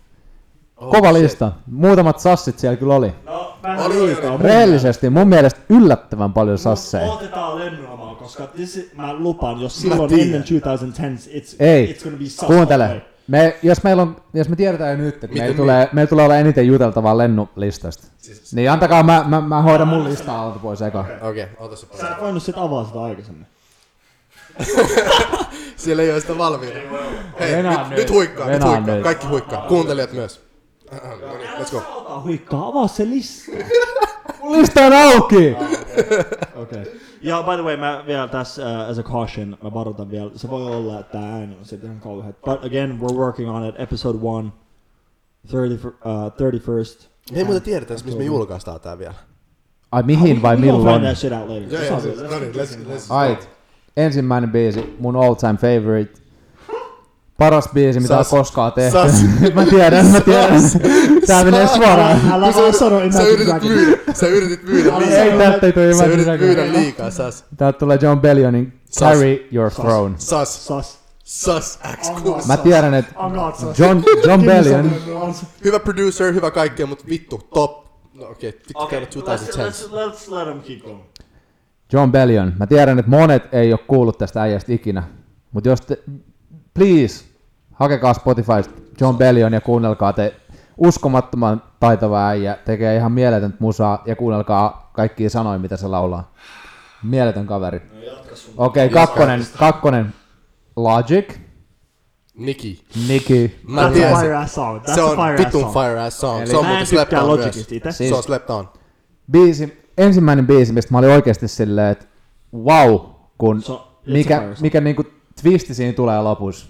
B: oh,
C: Kova lista. Muutamat sassit siellä kyllä oli.
A: No,
B: Oli liikaa.
C: Rehellisesti mun mielestä yllättävän paljon sasseja.
A: Otetaan lennonomaa, koska this, mä lupaan, jos silloin
B: tiedän.
A: ennen 2010 it's,
C: Ei,
A: it's gonna be sus.
C: kuuntele. Me, jos, meillä on, jos me tiedetään jo nyt, että meillä
B: niin?
C: tulee, meillä tulee olla eniten juteltavaa lennulistasta,
B: Siis-
C: niin antakaa, mä, mä, mä hoidan mun listaa alta pois eka.
B: Okei, okay, ota se pois.
A: Sä et voinut sit avaa sitä aikaisemmin.
B: Siellä ei ole sitä valmiina. Hei,
C: Venaa
B: nyt,
C: nyt.
B: nyt huikkaa, nyt
C: Venaa
B: huikkaa.
C: nyt.
B: Kaikki huikkaa. Kuuntelijat myös. No niin, let's go.
A: Ota huikkaa, avaa se lista.
C: Mun lista on auki!
A: Okei. Okay. Ja by the way, mä vielä tässä uh, as a caution, mä varoitan vielä. Se voi olla, että tää ääni on sitten ihan kauheat. But again, we're working on it. Episode 1, 30, uh, 31st.
B: Me ei muuten tiedetä, missä me julkaistaan tää vielä.
C: Ai mihin vai
A: We'll
C: milloin?
A: find that shit out later.
B: Joo,
A: It's all
B: joo, siis,
A: good.
B: no niin, let's, let's
C: Ait. Ensimmäinen biisi, mun all time favorite. Paras biisi, mitä
B: Sas.
C: on koskaan tehty.
B: Sas.
C: mä tiedän, mä tiedän. Tää menee suoraan.
A: Älä
B: Kun
A: vaan
B: sä-
A: sano
B: Sä
A: Imagine
B: yritit
A: Dragons.
B: myydä, sä yritit myydä
C: Ei,
B: liikaa.
C: täältä ei tule
B: Sä yritit myydä
C: Imagine
B: liikaa, sas.
C: Täältä tulee John Bellionin
B: Sas.
C: Carry Your Throne.
B: Sas,
A: Sus.
B: sas, X6.
C: Mä tiedän, että
A: I'm not sus.
C: John, John Bellion
B: Hyvä producer, hyvä kaikkea, mut vittu, top. No okei, okay, vittu
A: Okay,
B: okay,
A: let's,
B: 2010.
A: let's, let's let him keep going.
C: John Bellion. Mä tiedän, että monet ei ole kuullut tästä äijästä ikinä. Mutta jos te, please, hakekaa Spotifysta John Bellion ja kuunnelkaa te uskomattoman taitava äijä. Tekee ihan mieletöntä musaa ja kuunnelkaa kaikkia sanoja, mitä se laulaa. Mieletön kaveri.
A: No
C: Okei, okay, kakkonen, kakkonen. Logic,
B: Niki.
C: Nicki.
B: Mä
A: That's
B: tiedän
A: a
B: sen.
A: fire ass song. That's
B: Se
A: a
B: on
A: fire ass
B: vitun
A: song.
B: fire ass song.
C: Eli Siis
B: Se on
A: mä en
B: muuten slept
A: tykkää
B: on
A: Logicista itse.
B: myös. Se on slept on.
C: Biisi, ensimmäinen biisi, mistä mä olin oikeasti silleen, että wow, kun
A: Se on-
C: mikä,
A: it's a fire
C: mikä niinku twisti siinä tulee lopussa.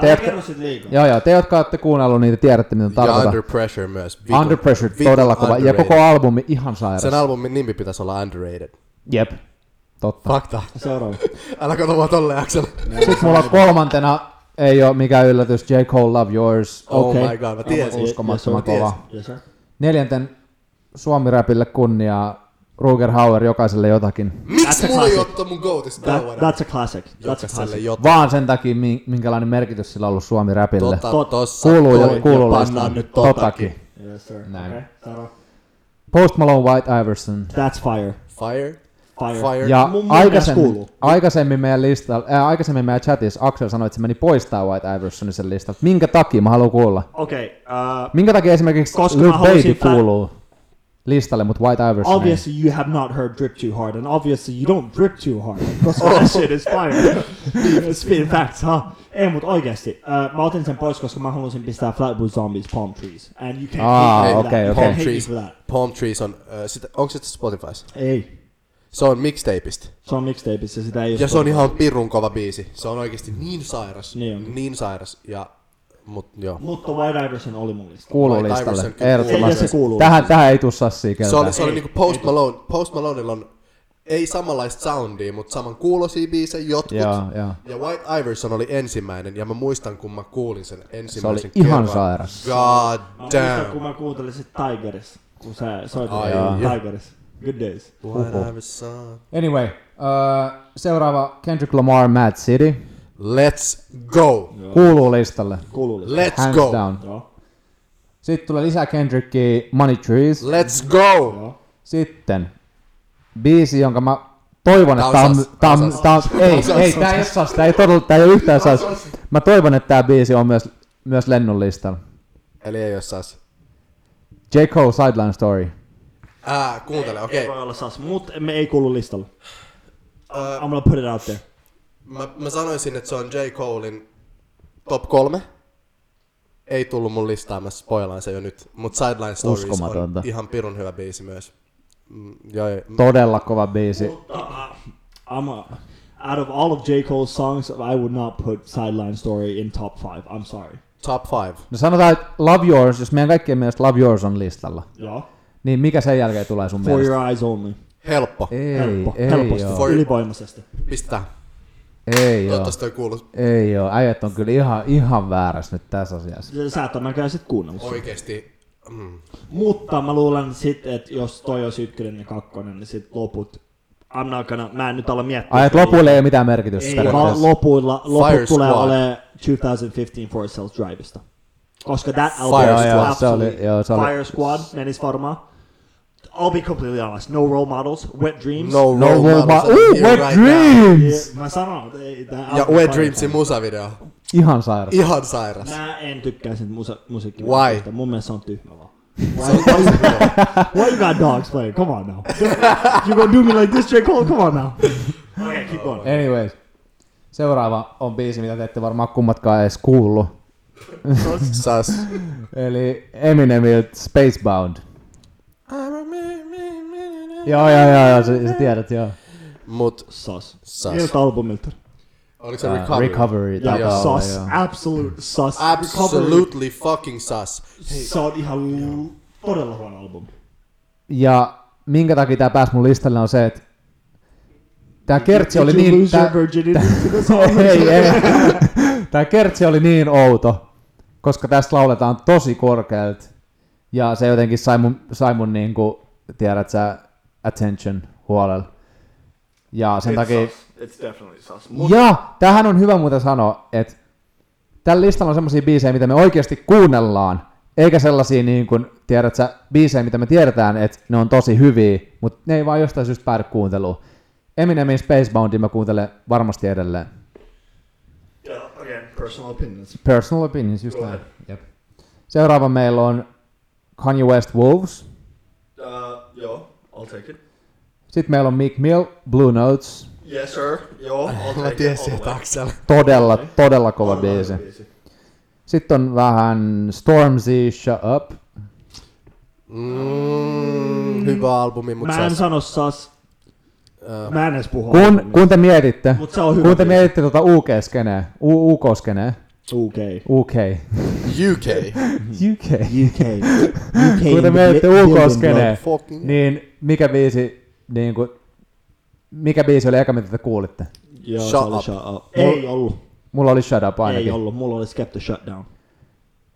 C: Te,
A: Älä
C: jotka,
A: kerro sit liikaa.
C: joo, joo, te, jotka olette kuunnellut, niin te tiedätte, mitä
B: Ja
C: tarkoitan.
B: Under Pressure myös. Vitun-
C: Under Pressure,
B: vitun
C: todella kova. Ja
B: underrated.
C: koko albumi ihan sairas.
B: Sen albumin nimi pitäisi olla Underrated.
C: Jep, totta.
B: Fakta.
A: Seuraava.
B: Älä kato vaan tolleen, Axel.
C: Sitten mulla on kolmantena, ei ole mikään yllätys, J. Cole, Love Yours.
B: Oh
A: Okei.
B: my god, mä tiesin.
C: Uskomattoman
B: Yes, yes,
C: kova.
A: Yes, sir.
C: Neljänten Suomi-räpille kunniaa. Ruger Hauer, jokaiselle jotakin.
A: That's a
B: Miksi mulla ei
A: classic.
B: ottaa mun goatista
A: That,
B: kauan?
A: that's a classic. That's a
B: Jokaiselle
A: classic.
B: jotain.
C: Vaan sen takia, mi- minkälainen merkitys sillä on ollut Suomi-räpille.
B: Tota,
A: Tot-
B: tossa.
C: Kuuluu
B: toi,
C: jo, kuuluu
B: ja
C: listaan.
B: pannaan nyt totakin.
A: Yes, sir.
C: Näin.
A: Okay. seuraava.
C: Post Malone, White Iverson.
A: That's fire.
B: Fire.
A: Fire.
B: Fire.
C: Ja
A: Mun- mun
C: aikaisemmin,
A: mielestä kuuluu.
C: aikaisemmin, meidän lista, ää, aikaisemmin meidän chatissa Axel sanoi, että se meni poistaa White Iversonin sen listalta. Minkä takia? Mä haluan kuulla.
A: Okei. Okay, uh,
C: Minkä takia esimerkiksi
A: Koska
C: Koska
A: mä
C: Lil
A: halusin
C: Baby
A: pla-
C: kuuluu listalle, mutta White Iverson
A: obviously you have not heard drip too hard, and obviously you don't drip too hard. Because that shit is fire. Spin facts, huh? Ei, mut oikeesti. Uh, mä otin sen pois, koska mä halusin pistää Flatbush Zombies Palm Trees. And you can't
C: Ah,
A: hate me for
C: okei,
A: that. You
C: okei.
A: can't
B: Palm
A: hate
B: Trees.
A: me for that.
B: Palm Trees on, ö, sitä- onks se Spotifys?
A: Ei.
B: Se on mixtapeista.
A: Se on mixtapeissa, sitä ei oo
B: Ja se on
A: Spotify.
B: ihan pirun kova biisi. Se on oikeesti niin sairas.
A: Niin on.
B: Niin sairas. Ja, mut joo.
A: Mutta White Iverson oli mun lista.
C: kuuluu
B: White
C: listalle?
B: Iverson kyllä
A: Ja, ja
C: Ehdottomasti.
A: se kuuluu.
C: Tähän, tähän ei tuu sassia
B: Se
C: keltään.
B: oli, se oli
A: Ei,
B: niinku Post Malone. Post Malonella on ei samanlaista soundia, mutta saman kuulosia biisejä jotkut.
C: Joo, joo.
B: Ja White Iverson oli ensimmäinen, ja mä muistan, kun mä kuulin sen ensimmäisen
C: Se oli ihan
B: kerran.
C: sairas.
B: God
A: Mä muistan, kun
B: damn.
A: mä kuuntelin sit Tigeris, kun sä soitit
B: Ai,
A: Joo.
B: joo.
A: Tigeris. Good days.
C: Uhuh.
B: White Iverson.
C: Anyway, uh, seuraava Kendrick Lamar, Mad City.
B: Let's go.
C: Kuuluu listalle.
A: Kuuluu lisää.
B: Let's
C: Hands
B: go.
C: down.
A: Joo.
C: Sitten tulee lisää Kendrickia, Money Trees.
B: Let's go.
A: Joo.
C: Sitten biisi, jonka mä toivon,
B: Tää
C: että tää
B: on
C: on...
B: sas.
C: Tää
B: Tää on
C: on,
B: sas.
C: tää on, ei,
B: Tää on
C: ei,
B: sas.
C: tää ei ole sas, tää ei todella, tää ei ole yhtään sas. Mä toivon, että tää biisi on myös, myös lennon listalla.
B: Eli ei oo sas.
C: J. Cole, Sideline Story.
B: Ää, kuuntele, okei.
A: Ei voi olla sas, mut me ei kuulu listalle.
B: Ää,
A: I'm gonna put it out there.
B: Mä, mä sanoisin, että se on J. Colein top kolme. Ei tullut mun listaa, mä spoilaan se jo nyt. Mut Sideline Stories on
C: Uskomatonta.
B: ihan pirun hyvä biisi myös. Mm, joo, joo.
C: Todella kova biisi.
A: I'm a, out of all of J. Cole's songs, I would not put Sideline Story in top five. I'm sorry.
B: Top five.
C: No sanotaan, että Love Yours, jos meidän kaikkien mielestä Love Yours on listalla,
A: Joo.
C: niin mikä sen jälkeen tulee sun
A: For
C: mielestä?
A: your eyes only.
B: Helppo.
C: Ei,
A: Helppo.
C: ei
A: Helposti.
C: oo.
B: For-
A: Ylivoimaisesti.
B: Pistää.
C: Ei oo.
B: Toivottavasti toi kuuluu
C: Ei oo. Äijät on kyllä ihan, ihan väärässä nyt tässä asiassa.
A: Sä et ole näköjään sit kuunnellut. sitä.
B: oikeesti. mm,
A: Mutta mä luulen sitten, että jos toi olisi ykkönen ja kakkonen, niin sit loput... I'm not gonna, mä en nyt ala miettiä.
C: Ai, et lopuille ei ole mitään merkitystä.
A: Ei,
C: tässä
A: vaan
C: tilanteessa.
A: lopuilla, loput
B: Fire
A: tulee
B: Squad.
A: olemaan 2015 Force Sales Driveista. Koska that
B: Fire
A: album is
B: Squad.
C: Se oli-
A: absolute-
C: joo, se oli-
A: Fire Squad menis varmaan. I'll be completely honest. No role models, wet dreams.
B: No,
C: No,
B: role
C: well,
B: models
C: ma-
B: are
C: Ooh,
B: here
C: Wet
B: right now.
C: Dreams!
A: Mä sanon, ei, tää
B: Ja
A: album
B: Wet
A: Fire
B: Dreamsin
A: Squad.
B: musavideo.
C: Ihan sairas.
B: Ihan sairas.
A: Mä en tykkää sen musa-
B: Why?
A: musiikkivideosta. Mun mielestä se on tyhmä vaan.
B: Se on tosi hyvä.
A: Why you got dogs playing? Come on now. you gonna do me like this, Drake Cole? Come on now. Okay, keep going.
C: Anyways. Seuraava on biisi, mitä te ette varmaan kummatkaan edes kuullut.
B: Sas.
C: Eli Eminemilt Spacebound. Joo, joo, joo, joo, sä, sä tiedät, joo.
B: Mut
A: Sus.
B: Sus.
A: Miltä albumilta?
B: oliko se
C: Uh,
B: recovery?
C: recovery
A: Ja,
C: taitaa olla,
A: sus.
C: joo.
A: Absolute sus.
B: Absolutely fucking sus.
A: Se on ihan l- todella huono albumi.
C: Ja minkä takia tää pääsi mun listalle on se, että tää kertsi
A: Did
C: oli
A: you
C: niin...
A: lose
C: Tää,
A: your virginity to this album?
C: ei, ei. tää kertsi oli niin outo, koska tässä lauletaan tosi korkealt. Ja se jotenkin sai mun, sai mun niinku, tiedät sä, attention huolella. Ja sen takia...
D: It's definitely sus.
C: Ja tähän on hyvä muuten sanoa, että tällä listalla on semmoisia biisejä, mitä me oikeasti kuunnellaan, eikä sellaisia niin kuin, tiedät sä, biisejä, mitä me tiedetään, että ne on tosi hyviä, mutta ne ei vaan jostain syystä päädy kuunteluun. Eminemin Spaceboundin mä kuuntelen varmasti edelleen.
D: Yeah, again, personal.
A: Personal opinions.
C: Personal opinions, just näin. Jep. Seuraava meillä on Kanye West Wolves.
D: Uh, yo, I'll take it.
C: Sitten meillä on Meek Mill, Blue Notes.
D: Yes, sir. Yo, I'll
B: Mä
D: take it.
B: tiesin,
D: all
B: että
D: the way.
B: Axel.
C: Todella, todella kova
D: Todella
C: biisi.
D: biisi.
C: Sitten on vähän Stormzy, Shut Up.
B: Mm, hyvä albumi, mut
A: Mä en
B: sas.
A: sano sus. Mä en edes puhu
C: Kun,
A: albumista.
C: kun te mietitte,
A: Mut se on hyvä
C: kun te
A: biisi.
C: mietitte tuota UK-skeneä, U- UK-skeneä,
A: UK.
C: UK,
B: UK.
A: Mhm.
C: UK,
A: UK. UK.
C: kun te mietitte UK-skeneä,
B: Fucking
C: niin mikä biisi, niin kuin, mikä biisi oli eka, mitä te kuulitte?
A: Joo,
B: Shut
A: se oli
B: up.
A: shut up.
C: Ei
A: Ei ollut.
C: Mulla oli Shut Up ainakin.
A: Ei ollut. Mulla oli Skepta Shutdown.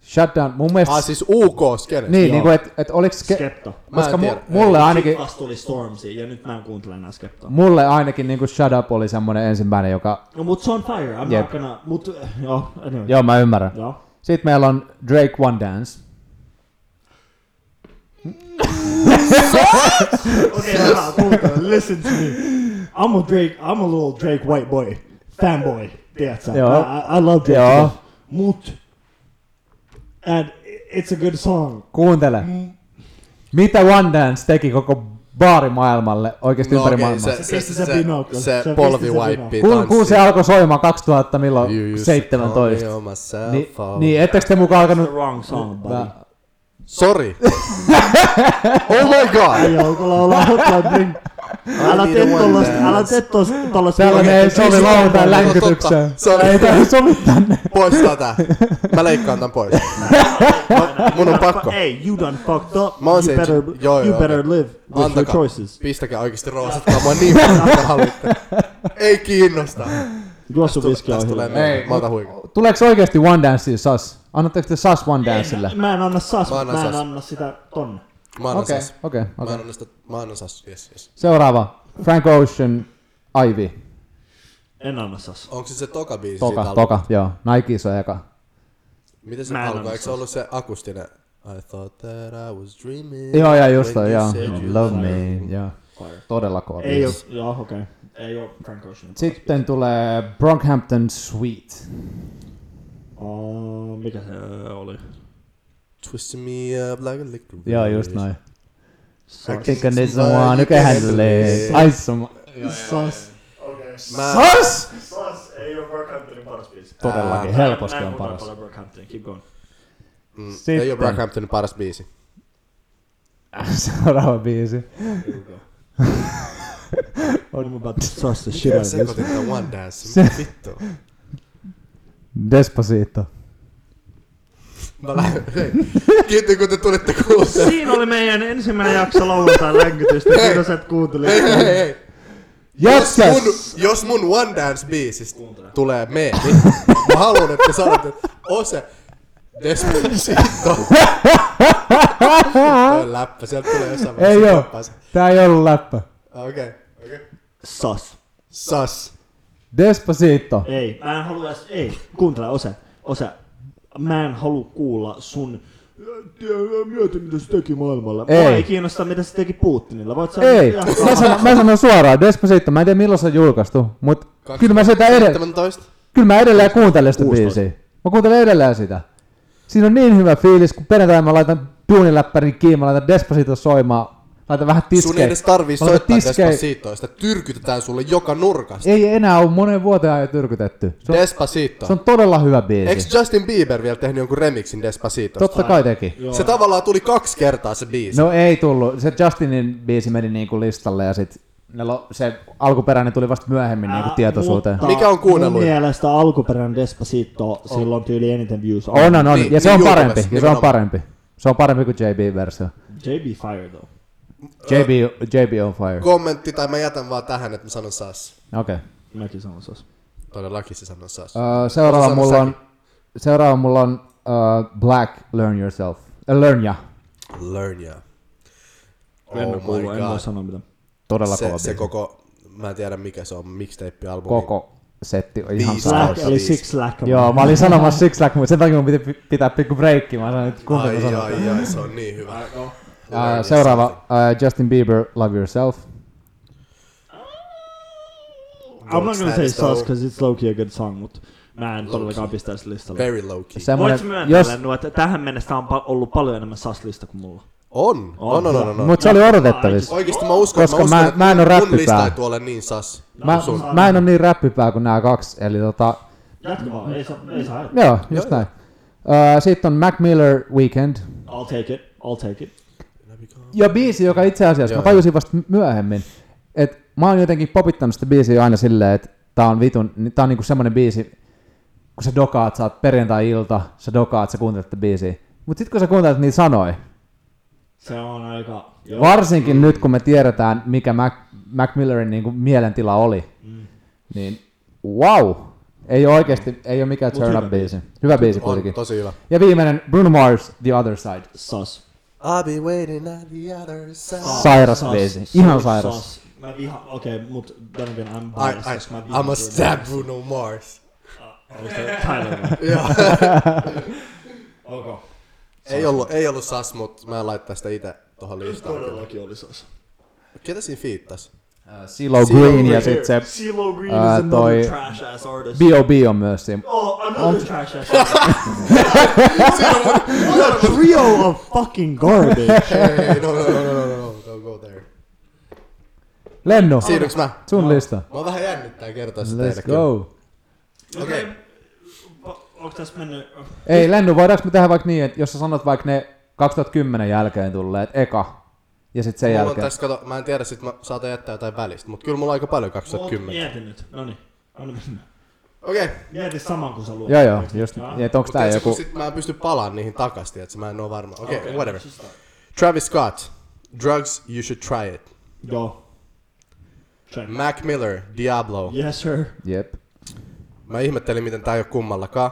C: Shut Down, mun mielestä,
B: Ah, siis UK skene.
C: niin, niin
A: joo.
C: kuin, että et oliks, ke,
A: Skepta.
C: koska
B: Mä en tiedä.
C: mu, mulle ainakin,
A: Sitten vasta tuli Stormzy ja nyt mä en kuuntele enää Skeptaa.
C: mulle ainakin niin kuin Shut Up oli semmonen ensimmäinen, joka,
A: No mut se on fire, I'm
C: Jep.
A: not gonna, mut äh, joo, anyway.
C: joo mä ymmärrän.
A: Joo.
C: Sitten meillä on Drake One Dance.
A: Okei, okay, kuuntele, listen to me. I'm a Drake, I'm a little Drake white boy, fanboy, tiedätkö?
C: Joo.
A: I, I- I love Drake.
C: Joo.
A: stuff. Mut, and it's a good song.
C: Kuuntele.
B: Mm.
C: Mitä One Dance teki koko baarimaailmalle oikeasti ympäri
B: No okei,
C: maailmaa?
B: se,
A: Se
B: se,
A: pisti
B: se,
A: sen
B: se,
A: pinnauksen.
B: se,
A: Se
B: polvi
A: pisti sen
B: wipe
C: kun, kun se alkoi soimaan 2000 milloin 17. Niin, niin ettekö te mukaan alkanut...
A: The wrong song, buddy.
C: Mä-
B: Sorry. oh my god.
A: Ei olko laulaa Hotline Bling. Älä
B: need
A: tee
B: a one
A: tollasta,
B: dance.
A: älä tee tollasta, tollasta.
C: Tällainen ei
B: Okei, ei
C: sovi
B: se-
C: lauantain
B: no,
C: länkytykseen.
B: totta. Sorry.
C: Ei tämä sovi tänne.
B: Pois tätä. Mä leikkaan tän pois. Mä- Mun on pakko.
A: Hey, you done fucked up.
B: Mä oon
A: You
B: sen-
A: better,
B: joo, joo,
A: you better
B: okei.
A: live with your
B: Antakaa.
A: choices.
B: Pistäkää oikeesti roosatkaa mua niin paljon kuin haluatte. Ei kiinnosta.
A: Juossu viski on
B: Tästä tulee
A: hyvä.
B: meille. Mä otan huikaa.
C: Tuleeko oikeasti One Danceen sas? Annatteko te sas One Dancelle?
A: En- Mä en anna sas,
B: Mä
A: mä
B: annan
A: en
B: sas.
A: anna sitä tonne.
B: Mä annan
C: Okei,
B: sas.
C: okei.
B: Mä
C: okei.
B: annan sitä. Mä annan sas. Yes, yes.
C: Seuraava. Frank Ocean, Ivy.
A: En anna sas.
B: Onko se se toka biisi siitä
C: Toka,
B: alkuun?
C: toka, joo. Nike iso eka.
B: Miten se
A: Mä en
B: alkoi?
A: anna
B: Eikö se
A: sas.
B: ollut se akustinen? I thought that I was dreaming.
C: Joo, ja just toi,
B: when you
C: joo.
B: said you
C: Love
B: were
C: me,
B: mine.
C: joo. Todella kova.
A: Ei oo,
C: biisi.
A: joo okei. Ei oo Frank Ocean.
C: Sitten tulee Brockhampton Sweet.
A: Oh, mikä se öö, oli?
B: Twist me up like a liquid.
C: Joo, just noin.
A: Sas.
C: Thinking this one, you can handle it. Ai some...
A: Sas.
D: Okay.
B: Mä,
C: Sas!
D: Sus ei oo Brockhamptonin paras biisi.
A: Ah,
C: Todellakin,
B: Ää,
C: helposti
A: Mä en
C: on
A: kuuntele
C: paras.
A: paljon Brockhamptonia, keep going.
B: mm,
C: Sitten.
B: ei ole Brockhamptonin paras biisi.
C: Seuraava biisi.
A: I'm about to sus the shit out of this.
B: Sekoitin tämän One Dance. Mitä vittu?
C: Despacito.
B: Mä lähden. Hei. Kiitos kun te tulitte kuuntelemaan.
A: Siinä oli meidän ensimmäinen jakso lauantain länkytystä. Kiitos, että kuuntelit.
B: Hei, hei, hei. Jos mun,
C: Jätkäs!
B: jos mun One Dance biisistä tulee meemi, mä haluan, että te sanotte, että Ose, Despacito. Toi läppä, sieltä tulee jossain
C: Ei oo.
B: läppää.
C: Tää ei ollut läppä.
B: Okei. Okay. Okay.
A: Sas.
B: Sas.
C: Despacito.
A: Ei, mä en halua edes, ei, kuuntele Ose, Ose, mä en halua kuulla sun "Tiedä, Mieti, mitä se teki maailmalla. Ei. Mua
C: Ei.
A: ei kiinnosta, mitä se teki Putinilla. Voit sä Äh,
C: Ei,
A: Ja-
C: mä sanon, mä sanon suoraan, Despacito, mä en tiedä milloin se on julkaistu, mut kyllä mä, sitä edelleen,
B: 17.
C: kyllä mä edelleen kuuntelen sitä
A: 16.
C: biisiä. Mä kuuntelen edelleen sitä. Siinä on niin hyvä fiilis, kun perjantaina mä laitan duuniläppärin kiinni, mä laitan Despacito soimaan, laitan vähän tiskejä.
B: Sun ei edes tarvii
C: Mä laitan
B: soittaa
C: tiskejä.
B: Despacitoa. Sitä tyrkytetään sulle joka nurkasta.
C: Ei enää ole monen vuoteen ajan tyrkytetty. Se on,
B: Despacito.
C: se on todella hyvä biisi.
B: Eikö Justin Bieber vielä tehnyt jonkun remixin Despacitosta?
C: Totta kai teki.
B: Se tavallaan tuli kaksi kertaa se biisi.
C: No ei tullut. Se Justinin biisi meni niinku listalle ja sit ne lo, se alkuperäinen tuli vasta myöhemmin niinku
A: Ää,
C: tietoisuuteen.
A: mutta
B: Mikä on
A: Mun
B: kuunnelluin?
A: mielestä alkuperäinen Despacito, sillä on tyyli eniten views.
C: On, on, on.
B: Niin,
C: ja se
B: niin
C: on parempi.
B: julkaisi,
C: ja se on
B: nimenomaan.
C: parempi. Se on parempi kuin JB-versio.
A: JB Fire though.
C: JB, JB on fire. Okei.
B: Kommentti, tai mä jätän vaan tähän, että mä sanon sas.
C: Okay.
A: Mäkin sanon
B: Oh
A: sas.
B: Todellakin se sanoo sas.
C: Uh, seuraava
B: Sano
C: mulla on,
B: säkin.
C: seuraava mulla on uh, Black Learn Yourself. Uh, learn ya.
B: Learn ya.
A: en oo
B: Oh my
A: kuullut, en voi
B: god.
A: sanoa mitään.
C: Todella
B: Se,
C: kova
B: se
C: biisi.
B: koko, mä en tiedä mikä se on, mixtape-albumi.
C: koko setti on ihan
B: Biisi.
C: sairaus.
A: Slack,
B: Sas.
A: eli Six Slack.
C: Joo, mä olin sanomassa Six Lack, mutta sen takia mun piti pi- pitää pikku breikki. Mä sanoin, että kumpi mä
B: Ai,
C: sanon.
B: ai, ai, se on niin hyvä. Learn
C: Uh,
B: ya
C: seuraava,
B: something.
C: uh, Justin Bieber, Love Yourself.
A: I'm not gonna
B: Sas
A: say sas,
B: though.
A: cause it's low key a good song, mut mä en todellakaan pistäisi listalle.
B: Very low key.
C: Semmonen,
A: Voit myöntää,
C: jos,
A: jos... että tähän mennessä on pa- ollut paljon enemmän saslista kuin mulla.
B: On, on, on, on, on. on.
C: mutta se oli odotettavissa.
B: Oikeesti mä uskon,
C: Koska
B: mä uskon,
C: mä-
B: että
C: mä en oo
B: mun- Mun
C: räppipää.
B: lista ei tuolle niin sas.
C: Mä, mä en ole niin räppipää kuin nämä kaksi, eli tota,
A: Jatka vaan, ei saa, ei saa.
C: joo, just näin. Uh, Sitten on Mac Miller Weekend.
A: I'll take it, I'll take it.
C: Ja biisi, joka itse asiassa,
B: Joo,
C: mä tajusin vasta myöhemmin, että mä oon jotenkin popittanut sitä biisiä aina silleen, että tää on vitun, niin tää on niinku semmonen biisi, kun sä dokaat, sä oot perjantai-ilta, sä dokaat, sä kuuntelet sitä biisiä. Mut sit kun sä kuuntelet niin niitä sanoja,
A: Se on aika... Joo.
C: varsinkin nyt kun me tiedetään, mikä Mac, Mac Millerin niinku mielentila oli,
B: Mm.
C: niin wow! Ei ole oikeasti, ei ole mikään
A: Mut
C: turn
A: hyvä
C: up biisi. Hyvä biisi kuitenkin.
B: On, tosi hyvä.
C: Ja viimeinen Bruno Mars, The Other Side.
A: Sas.
B: I'll be waiting at the other side.
C: Sairas biisi. Ihan sairas.
A: Sas. Mä viha, okei, okay, mut then again, I'm
B: I,
A: biased.
B: I,
A: koska siis mä
B: I'm
A: vihaan
B: a
A: Bruno
B: stab
A: Marsia.
B: Bruno Mars.
A: Oliko se Tyler? Okei.
B: Ei ollut, ei ollut sas, mut mä en laittaa sitä itse tohon listaan. kyllä.
A: Siis Todellakin oli sas.
B: Ketä siinä fiittas?
C: Silo
B: CeeLo
C: Äh, Green ja
B: Green.
C: sitten se
A: CeeLo Green
C: Ää,
A: is another
C: toi-
A: trash ass artist.
C: B.O.B. on myös siinä.
A: Oh, another trash ass artist. A trio of fucking garbage.
B: Ei, no, no, no, no, no, no, no, don't go there.
C: Lennu,
B: Siirryks mä?
C: sun lista.
B: Mä vähän jännittää kertoa sitä teille
C: Let's
B: kyllä.
C: go.
B: Okei.
A: Onko tässä mennyt...
C: Ei, Lennu, voidaanko me tehdä vaikka niin, että jos sä sanot vaikka ne 2010 jälkeen tulleet eka ja sitten sen
B: Mulla on
C: jälkeen.
B: tässä, kato, mä en tiedä, sit mä saatan jättää jotain välistä, mut kyllä mulla on aika paljon 2010.
A: Mieti nyt. Noniin. Anna mennä.
B: Okei. Okay.
A: Mieti saman kuin sä luot.
C: Joo, joo, just,
A: Jaa.
C: että onks tää joku...
B: Sit mä en pysty palaan niihin takas, tiiätkö? Mä en oo varma. Okei, okay, whatever. Travis Scott. Drugs, you should try it.
A: Joo. Check.
B: Mac Miller, Diablo.
A: Yes, sir.
C: Jep.
B: Mä ihmettelin, miten tää ei oo kummallakaan.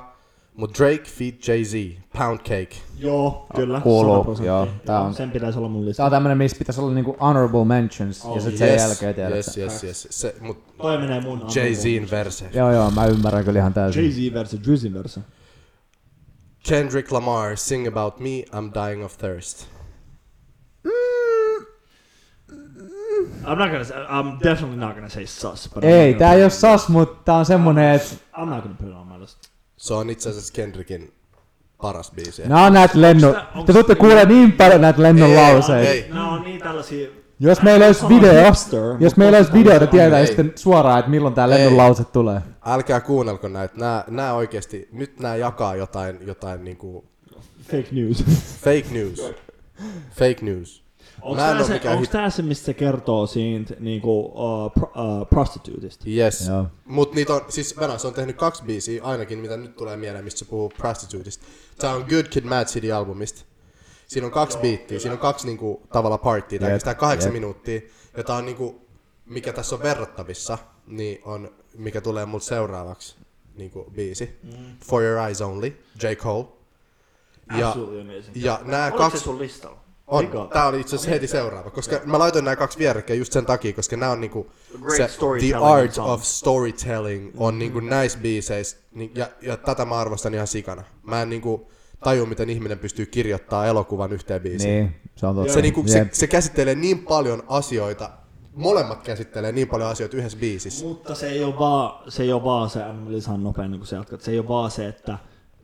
B: Mut Drake, feat Jay-Z, Pound Cake.
A: Joo, kyllä.
C: kuuluu,
A: 100%.
C: joo, tää on-
A: Sen pitäisi olla mun
C: Tää on
A: lista.
C: tämmönen, missä pitäisi olla niinku honorable mentions
A: Oh,
C: ja sitten sen jälkeen tiedät.
B: yes,
C: sä.
B: yes, yes. Se, mut
A: Toi menee mun
B: Jay-Zin verse.
C: Joo, joo, mä ymmärrän kyllä ihan täysin.
A: Jay-Z versus Drizzy versus.
B: Kendrick Lamar, Sing About Me, I'm Dying of Thirst.
A: I'm not gonna say, I'm definitely not gonna say sus, but I'm
C: Ei,
A: not gonna put
C: tää ei
A: it
C: oo
A: on-
C: sas, mutta tää on semmonen, että
A: I'm not gonna put it on my list.
B: Se on itse asiassa Kendrickin paras biisi.
C: nää on näitä lennon...
A: tää- onks
C: Te tuutte
A: tää-
C: kuulee niin paljon näitä lennon
B: Ei, ei,
C: lauseita.
B: ei.
A: Nää on niin tällaisia...
C: Jos meillä olisi
A: Sama
C: video,
A: hipster,
C: jos
A: mutta
C: meillä olisi
A: totta kai
C: video,
A: se on-
C: niin tietää
B: Ei.
C: sitten suoraan, että milloin tämä
B: Ei.
C: lennon lause tulee.
B: Älkää kuunnelko näitä. Nää, nää oikeesti, nyt nää jakaa jotain, jotain niinku
A: Fake news.
B: fake news. Fake news.
A: Onks
B: Mä en
A: tää,
B: oo
A: se,
B: mikään
A: onks
B: hit-
A: tää se, mistä se kertoo siitä niinku, uh, pro, uh, prostituutista?
B: Yes.
C: Joo.
B: Mut niitä on, siis Venäjä on tehnyt kaksi biisiä ainakin, mitä nyt tulee mieleen, mistä se puhuu prostituutista. Tää on Good Kid Mad City albumista. Siinä on kaksi biittiä, siinä on kaksi niinku tavalla parttia, tää
C: Jep,
B: kestää kahdeksan
C: jep.
B: minuuttia. Ja tää on niinku, mikä tässä on verrattavissa, niin on, mikä
D: Mm.
B: tulee mulle seuraavaksi niinku biisi. For Your Eyes Only, J. Cole. Ja,
A: Absolutely amazing.
B: ja nämä
D: Oliko se
B: kaksi...
D: sun listalla?
B: On.
A: Vika.
B: Tämä oli itse asiassa heti seuraava, koska mä laitoin nämä kaksi vierekkäin just sen takia, koska nämä on niinku se,
D: Great
B: The
D: storytelling
B: Art
D: song.
B: of Storytelling on niinku näissä biiseissä, ni- ja, ja tätä mä arvostan ihan sikana. Mä en niinku taju, miten ihminen pystyy kirjoittaa elokuvan yhteen biisiin.
C: Niin, se on totta.
B: Se, niinku, se,
C: Jep.
B: se käsittelee niin paljon asioita, molemmat käsittelee niin paljon asioita yhdessä biisissä.
A: Mutta se ei ole vaan se, ei ole vaan se mä lisään nopein, niin kun sä jatkat. Se ei ole vaan se, että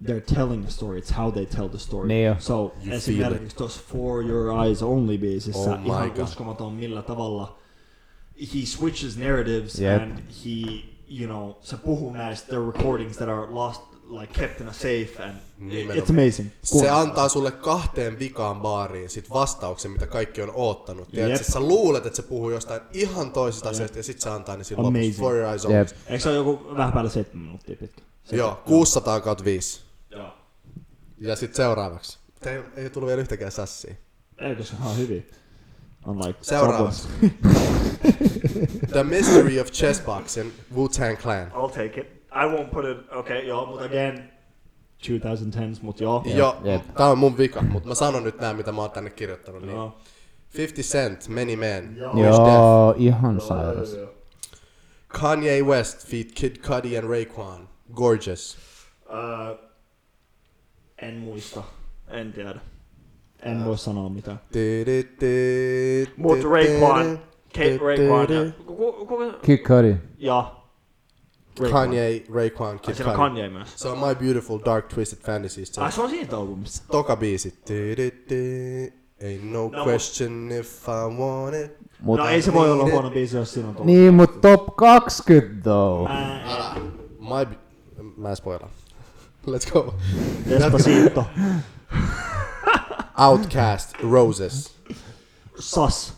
A: they're telling a story, it's how they tell the story.
C: Niin jo.
A: So esimerkiksi tuossa For Your Eyes Only biisissä
B: Oh my
A: ihan
B: God.
A: uskomaton millä tavalla he switches narratives
C: Jep.
A: and he, you know, se puhuu näistä the recordings that are lost, like kept in a safe and
B: Nimenomaan.
A: it's amazing.
B: Se
A: Kuunnelkaa.
B: antaa sulle kahteen vikaan baariin sit vastauksen, mitä kaikki on oottanut. Tiedätkö,
A: Jep.
B: sä luulet, että se puhuu jostain ihan toisesta asiasta ja sit se antaa ne silloin
A: Amazing.
B: lopussa. For your eyes
C: Jep.
B: only.
A: Eikö se ole joku vähän päälle 7 minuuttia pitkä? Se-
B: Joo, 600 kautta 5.
A: Joo.
B: Ja sitten seuraavaksi. Ei, ei tullut vielä yhtäkään sassia.
A: Eikö se on hyvin? Unlike
B: Seuraavaksi. The Mystery of Chessbox and Wu-Tang Clan.
D: I'll take it. I won't put it. Okay, joo, mutta again,
A: 2010s, mut joo.
B: Joo,
C: jep.
B: tää on mun vika, mutta mä sanon nyt nää, mitä mä oon tänne kirjoittanut. Niin.
A: Joo.
B: 50 Cent, Many Men, Wish Death,
C: Joo, ihan sairas.
B: Kanye West feat Kid Cudi and Raekwon, Gorgeous.
D: uh,
A: En muista. En tiedä. En voi sanoa mitään.
D: Mut Raekwon, Kate Raekwon, ja- ku- ku-
C: Kid Cudi.
D: ja Raekwon.
B: Kanye, Raekwon, Kid
D: Siinä on
B: Cudi.
D: Kanye myös.
B: Se on My Beautiful Dark Twisted Fantasies. Se on
A: Ai se on siitä albumista.
B: Toka biisi. Tydydy. Ain't no,
D: No,
B: question if I want it.
C: Mut,
A: No ei se voi olla huono biisi, jos siinä on tuolla.
C: niin, mut top 20 though.
A: Uh,
B: My... bi- Mä en spoilaa. Let's go.
A: Despacito.
B: Outcast, Roses.
A: Sas.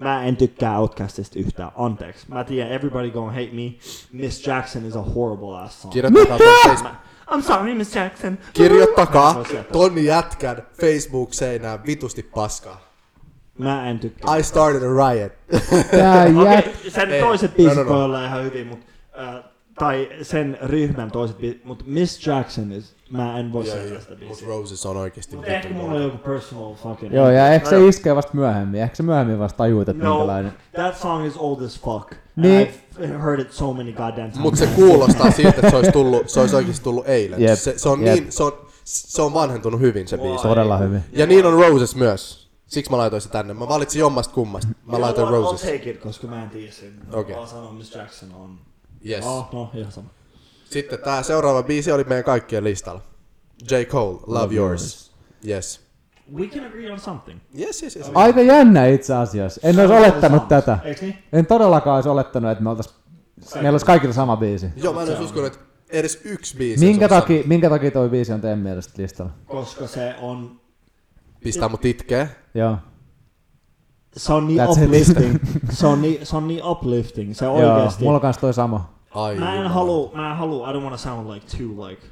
A: Mä en tykkää Outcastista yhtään. Anteeksi. Mä tiedän, everybody gonna hate me. Miss Jackson is a horrible ass song.
B: Kirjoittakaa, ton face-
D: I'm sorry, Miss Jackson.
B: Kirjoittakaa ton jätkän Facebook-seinään vitusti paskaa.
A: Mä en tykkää.
B: I started a riot.
C: Tää
D: Okei,
C: jät...
D: okay, sen
B: Ei.
A: Toiset
D: toiset
A: biisit
B: No,
A: no,
B: no,
A: no,
B: no.
A: voi olla ihan hyvin, mut, äh, tai sen ryhmän toiset biisit, mutta Miss Jackson is, mä en voi
B: Ja,
A: sanoa
B: ja,
A: sitä
B: Mut
A: biisiä.
B: Roses on oikeesti
A: Mut ehkä
B: vitun
A: mulla on joku personal fucking...
C: Joo, ja ehkä
D: No
C: se iskee vasta myöhemmin. Ehkä se myöhemmin vasta tajuit, että
A: No,
C: minkälainen.
A: that song is old as fuck. And
C: Niin.
A: I've heard it so many goddamn times.
B: Mutta se kuulostaa siltä, että se olisi, tullut, se olisi oikeasti tullut eilen.
C: Jep,
B: Se, se, on
C: jep.
B: niin, se, on, se on vanhentunut hyvin se biisi.
C: Todella hyvin.
B: Ja niin on Roses myös. Siksi mä laitoin se tänne. Mä valitsin jommasta kummasta. Mä
A: You know
B: laitoin
A: what, I'll
B: Roses.
A: take it, koska mä en tiedä sen.
B: Okei.
A: Mä sanon Miss Jackson on...
B: Yes.
A: Oh, no, ihan sama.
B: Sitten tää seuraava biisi oli meidän kaikkien listalla. J. Cole, Love, yours. Yes.
A: We can agree on something.
B: Yes, yes, yes.
C: Aika jännä itse asiassa. En olisi olettanut tätä.
A: Eiks niin?
C: En todellakaan olisi olettanut, että me oltais... Meillä olisi kaikilla sama biisi.
B: Joo, mä en olisi uskonut, että edes yksi biisi
C: Minkä
B: olisi ollut
C: takia, minkä takia toi biisi on teidän mielestä listalla?
A: Koska se on...
B: sama. Pistää mut itkee.
C: Joo.
A: Se on niin
C: That's it.
A: uplifting. se, on niin, se on niin uplifting. Se
C: Joo,
A: oikeesti...
C: mulla on kans toi sama.
B: Ai
A: Mä en
B: jumala.
A: halua, mä en halua, I don't want to sound like too like,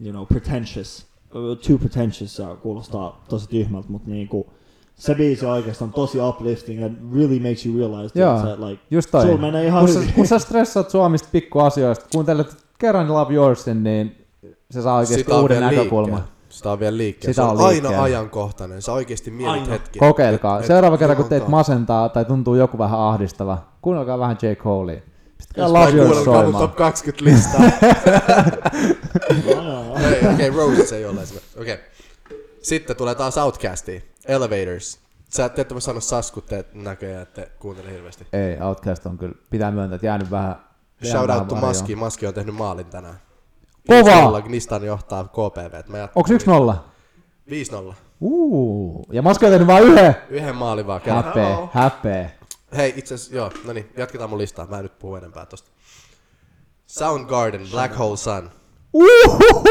A: you know, pretentious. Uh, Too pretentious uh, kuulostaa tosi tyhmältä, mutta niinku, se biisi oikeastaan on tosi uplifting and really makes you realize
C: Joo,
A: that, uh, like,
C: just toi.
A: sulla menee ihan
C: kun, sä,
A: hyvin.
C: kun sä stressaat Suomista pikkuasioista, kuuntelet kerran Love Yoursin, niin se saa oikeasti
B: Sitä on
C: uuden
B: vielä
C: näkökulman.
B: liikkeellä. Sitä on vielä liikkeellä.
C: Sitä
B: se
C: on
B: on,
C: liikkeellä.
B: aina ajankohtainen. Sä oikeesti mietit
A: Aina.
B: hetki.
C: Kokeilkaa.
B: Et- et-
C: Seuraava kerran, kun
B: joo,
C: teitä
B: joo.
C: masentaa tai tuntuu joku vähän ahdistava, kuunnelkaa vähän J. Colea. Pistäkää
B: Jos
C: Love
B: mä
C: Yours
B: kuulen mun
C: soimaan.
B: top 20 listaa.
A: Joo, joo.
B: Ei, Okei, okay, Roses ei ole esimerkiksi. Okei. Okay. Sitten tulee taas Outcastiin. Elevators. Sä te ette mä sano saskutte näköjään, että kuuntele hirveästi.
C: Ei, Outcast on kyllä, pitää myöntää, että jäänyt vähän.
B: Shout
C: jäänyt
B: out to
C: vähän
B: Maski. Maski on tehnyt maalin tänään.
C: varjoon. Kova!
B: Gnistan johtaa KPV. Mä jatkan.
C: Onks 1-0?
B: 5-0.
C: Uuu. Ja Maski on tehnyt vain yhden.
B: Yhden maalin vaan kerran.
C: Häpeä, häpeä.
B: Hei, itse asiassa, joo, no niin, jatketaan mun listaa. Mä en nyt puhu enempää tosta. Soundgarden, Black Hole Sun.
C: Uhuhu!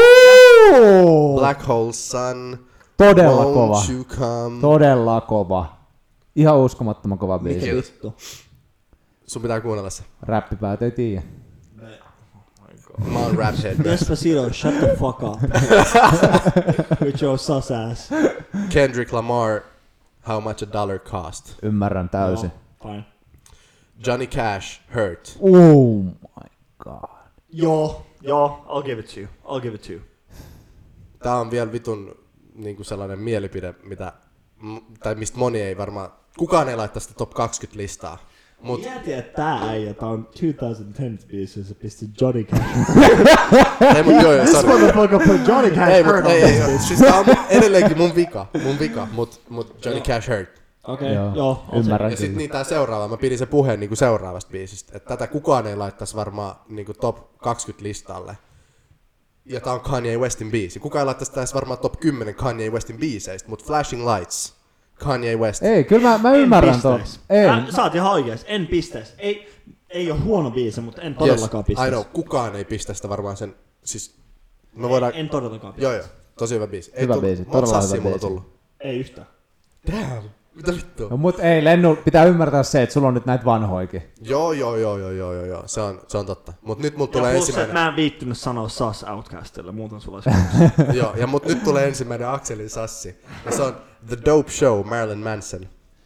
B: Black Hole Sun,
C: Todella kova.
B: Won't You Come.
C: Todella kova. Ihan uskomattoman kova biisi.
B: Mikä-
A: Vittu.
B: Sun pitää kuunnella se.
C: Räppipäät ei tiedä.
B: Mä oon rap head.
A: Despacito, shut the fuck up. With your sus ass.
B: Kendrick Lamar, How Much a Dollar Cost.
C: Ymmärrän täysin.
A: Oh, Fine.
B: Johnny Cash, Hurt.
C: Oh my god.
D: Joo, joo, I'll give it to you. I'll give it to you.
B: Tämä on vielä vitun niin kuin sellainen mielipide, mitä, m- tai mistä moni ei varmaan, kukaan ei laittaa sitä top 20 listaa. Mut,
A: Mieti, että tää äijä, tää on 2010 biisi, jossa pisti Johnny Cash.
B: ei, mut joo, joo, sorry.
A: Motherfucker put Johnny Cash
B: Ei,
A: ei,
B: mut,
A: hurt
B: ei,
A: ei,
B: ei, ei, siis tää on mun- edelleenkin mun vika, mun vika, mut, mut Johnny Cash Hurt.
A: Okei, okay, Eh, joo, on se.
C: ymmärrän
B: Ja
C: kyllä.
B: sitten niin tää seuraava, mä pidin sen puheen niin kuin seuraavasta biisistä, että tätä kukaan ei laittaisi varmaan niin kuin top 20 listalle. Ja tää on Kanye Westin biisi. Kukaan ei laittaisi tässä varmaan top 10 Kanye Westin biiseistä, mut Flashing Lights, Kanye West.
C: Ei, kyllä mä, mä ymmärrän tuon.
A: niin- pistäis.
C: Ei,
A: Äh, sä oot ihan oikees, en pistäis. Ei, ei ole huono biisi, mutta en todellakaan
B: I
A: pistäis.
B: know, kukaan ei pistä sitä varmaan sen, siis me voidaan,
A: En todellakaan pistäis.
B: joo joo, tosi hyvä biisi. Ei
C: Hyvä
B: tullut-
C: biisi,
B: mut
C: todella
B: sassia
C: hyvä
B: mulla
C: biisi.
B: tullut.
A: Ei yhtään.
B: Damn, mitä vittua?
C: no, mut ei, Lennu, pitää ymmärtää se, että sulla on nyt näitä vanhoikin.
B: Joo, joo, joo, joo, joo, joo, joo. Se, on, se on totta. Mut nyt mulla
A: Ja
B: tulee
A: plus, että
B: ensimmäinen,
A: mä en viittynyt sanoa Sas Outcastille, muuten sulla olisi...
B: joo, ja mut nyt tulee ensimmäinen Akselin sassi. Ja se on The Dope Show, Marilyn Manson.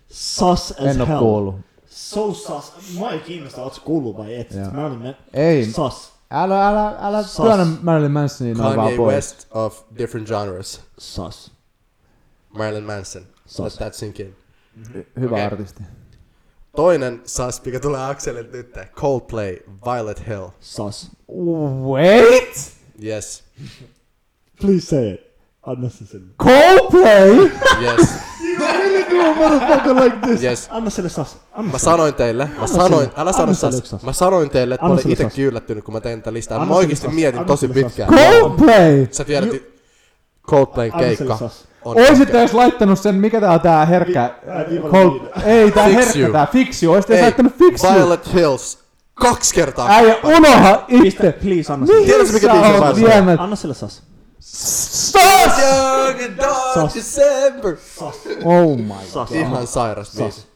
A: Sas as
C: En oo
A: hell.
C: kuullut.
A: So sas. Mua ei kiinnosta, ootko kuullut vai et.
C: Joo.
A: Mä olin ne...
C: Ei.
A: Sas.
C: Älä, älä, älä
A: Sos.
C: työnnä Marilyn Mansonin
A: No
C: noin vaan
B: Kanye
C: pois.
B: West of different genres.
A: Sas.
B: Marilyn Manson. Let
A: Sas.
B: that sink in.
C: Hyvä
B: Okei.
C: artisti.
B: Toinen sas, mikä tulee Akselilta nyt, Coldplay, Violet Hill.
A: Sas.
C: Wait!
B: Yes,
A: Please say it. Anna se sille.
C: Coldplay?
B: yes,
A: Motherfucker like this.
B: yes.
A: Anna sille sas. Anna sille.
B: Mä sanoin teille, mä sanoin, älä sano
A: Anna sille yksi
B: sas.
A: sas.
B: Mä sanoin teille, että mä
A: Anna
B: olin
A: sille sas.
B: itekin yllättynyt, kun mä tein tätä listaa.
A: Anna
B: Mä
A: sille
B: oikeesti
A: sas.
B: mietin
A: Anna
B: tosi
A: sille sas.
B: pitkään.
C: Coldplay!
B: Sä tiedät, Coldplayn
A: Anna sille
B: keikka
A: sas.
B: on...
C: Oisit edes laittanut sen, mikä tää on tää herkkä...
A: Vi- ää, viiva
C: Cold...
A: viiden.
C: Ei, tää
B: Fix
C: herkkä
B: you.
C: tää, fix you. Oisit edes laittanut fix you.
B: Violet Hills. Kaksi kertaa.
C: Äijä, unoha
A: Pistä,
C: itse.
A: please anna sille.
C: Mihin
B: Tiedätkö, mikä
C: sä
B: biisi on
C: oot
B: Violet?
C: viemät?
A: Anna sille sas.
C: Stas!
B: Young and dark
A: Sas.
B: December.
C: Oh my siis.
A: Sas.
B: Ihan sairas biisi.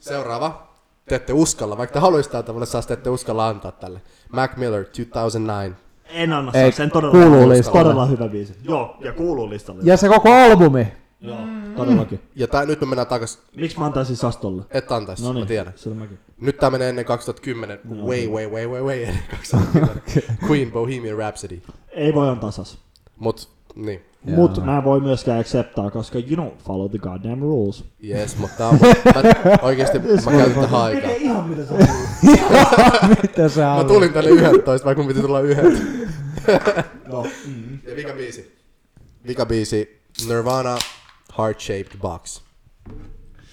B: Seuraava. Te ette uskalla, vaikka te haluaisitte antaa mulle saas, te ette uskalla antaa tälle. Mac Miller, 2009.
A: En anna
C: Ei,
A: sas. En todella.
C: kuuluu
A: Todella
C: listalle.
A: hyvä biisi. Joo, ja kuuluu listalle.
C: Ja se koko albumi.
A: Joo,
B: Mm.
A: todellakin.
B: Ja tää, nyt me mennään takas,
A: Miksi mä antaisin sas tolle?
B: et antaisi,
A: No
B: mä tiedän.
A: niin, No sillä mäkin.
B: Nyt tää menee ennen 2010, way, way, way, way, way, ennen 2010. Queen Bohemian Rhapsody.
A: Ei voi antaa sas.
B: Mut, niin.
A: Mut mä en voi myöskään acceptaa, koska you don't follow the goddamn rules.
B: Yes, mutta tää on, mä, oikeesti mä käytän tähän aikaa.
A: ihan mitä sä
C: Mitä sä
B: Mä
C: haluat?
B: tulin tänne 11, vaikka mun piti tulla 11.
A: no.
B: Ja vika biisi. Vika biisi. Nirvana Heart Shaped Box.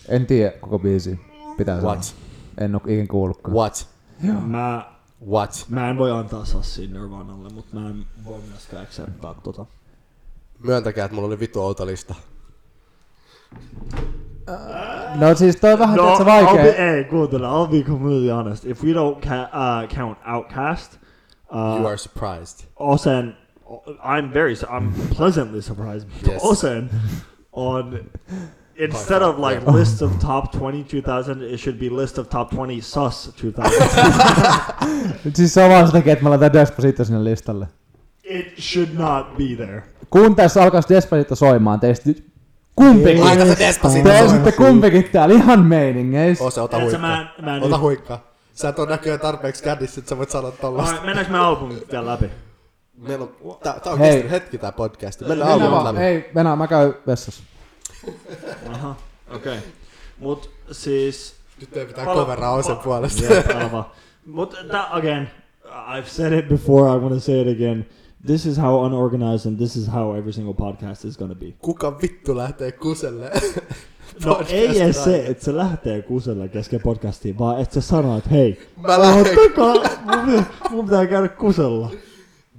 C: En tiedä koko biisi. Pitää sanoa.
B: What?
C: En oo ikin kuullutkaan.
B: What?
A: Mä,
B: What?
A: mä en voi antaa sassia Nirvanalle, mut mä en voi myöskään acceptaa tota.
B: Myöntäkää, että mulla oli vitu outo lista.
C: No siis toi on vähän no,
A: I'll
C: vaikea.
A: be, ei, kuuntele, I'll be completely honest. If we don't ca- uh, count Outcast,
B: You
A: uh,
B: are surprised.
A: Osen, I'm very, su- I'm pleasantly surprised.
B: Yes.
A: Osen on, instead of like
B: Yeah.
A: list of top 20 2000, it should be list of top 20 sus 2000.
C: Nyt siis se on vaan sen takia, että mä laitan Despacito sinne listalle.
A: it should not be there.
C: Kun tässä alkaisi Despacito soimaan, teistä nyt kumpikin.
B: Laita se Despacito
C: Te
B: soimaan.
C: sitten kumpikin täällä ihan meiningeissä.
B: Ose, ota
A: Et sä,
B: huikkaa.
A: mä, mä en
B: Ota
A: yht-
B: huikkaa. Sä et oo näköjään tarpeeksi kädissä, että sä voit sanoa tollasta.
A: Alright, mennäänkö me albumit vielä läpi?
B: Meillä on, tää, tää on
C: Hei.
B: kestänyt hetki tää podcast. Mennään
C: Mennään
B: albumit
C: vaan.
B: läpi.
C: Ei, mennään, mä käyn vessassa.
A: Aha, okei. Okay. Mut siis...
B: Nyt ei pitää
A: Pala-
B: coveraa Osen
A: pa-
B: puolesta.
A: Yeah, aivan. Mut tha- again, I've said it before, I want to say it again. This is how unorganized and this is how every single podcast is gonna be.
B: Kuka vittu lähtee kuselle?
A: No
B: Podcast
A: ei edes se,
B: aihe.
A: että se lähtee kusella kesken podcastiin, vaan että se sanoo, että hei,
B: Mä lähden.
A: ottakaa, mun, pitää- mun pitää käydä kusella.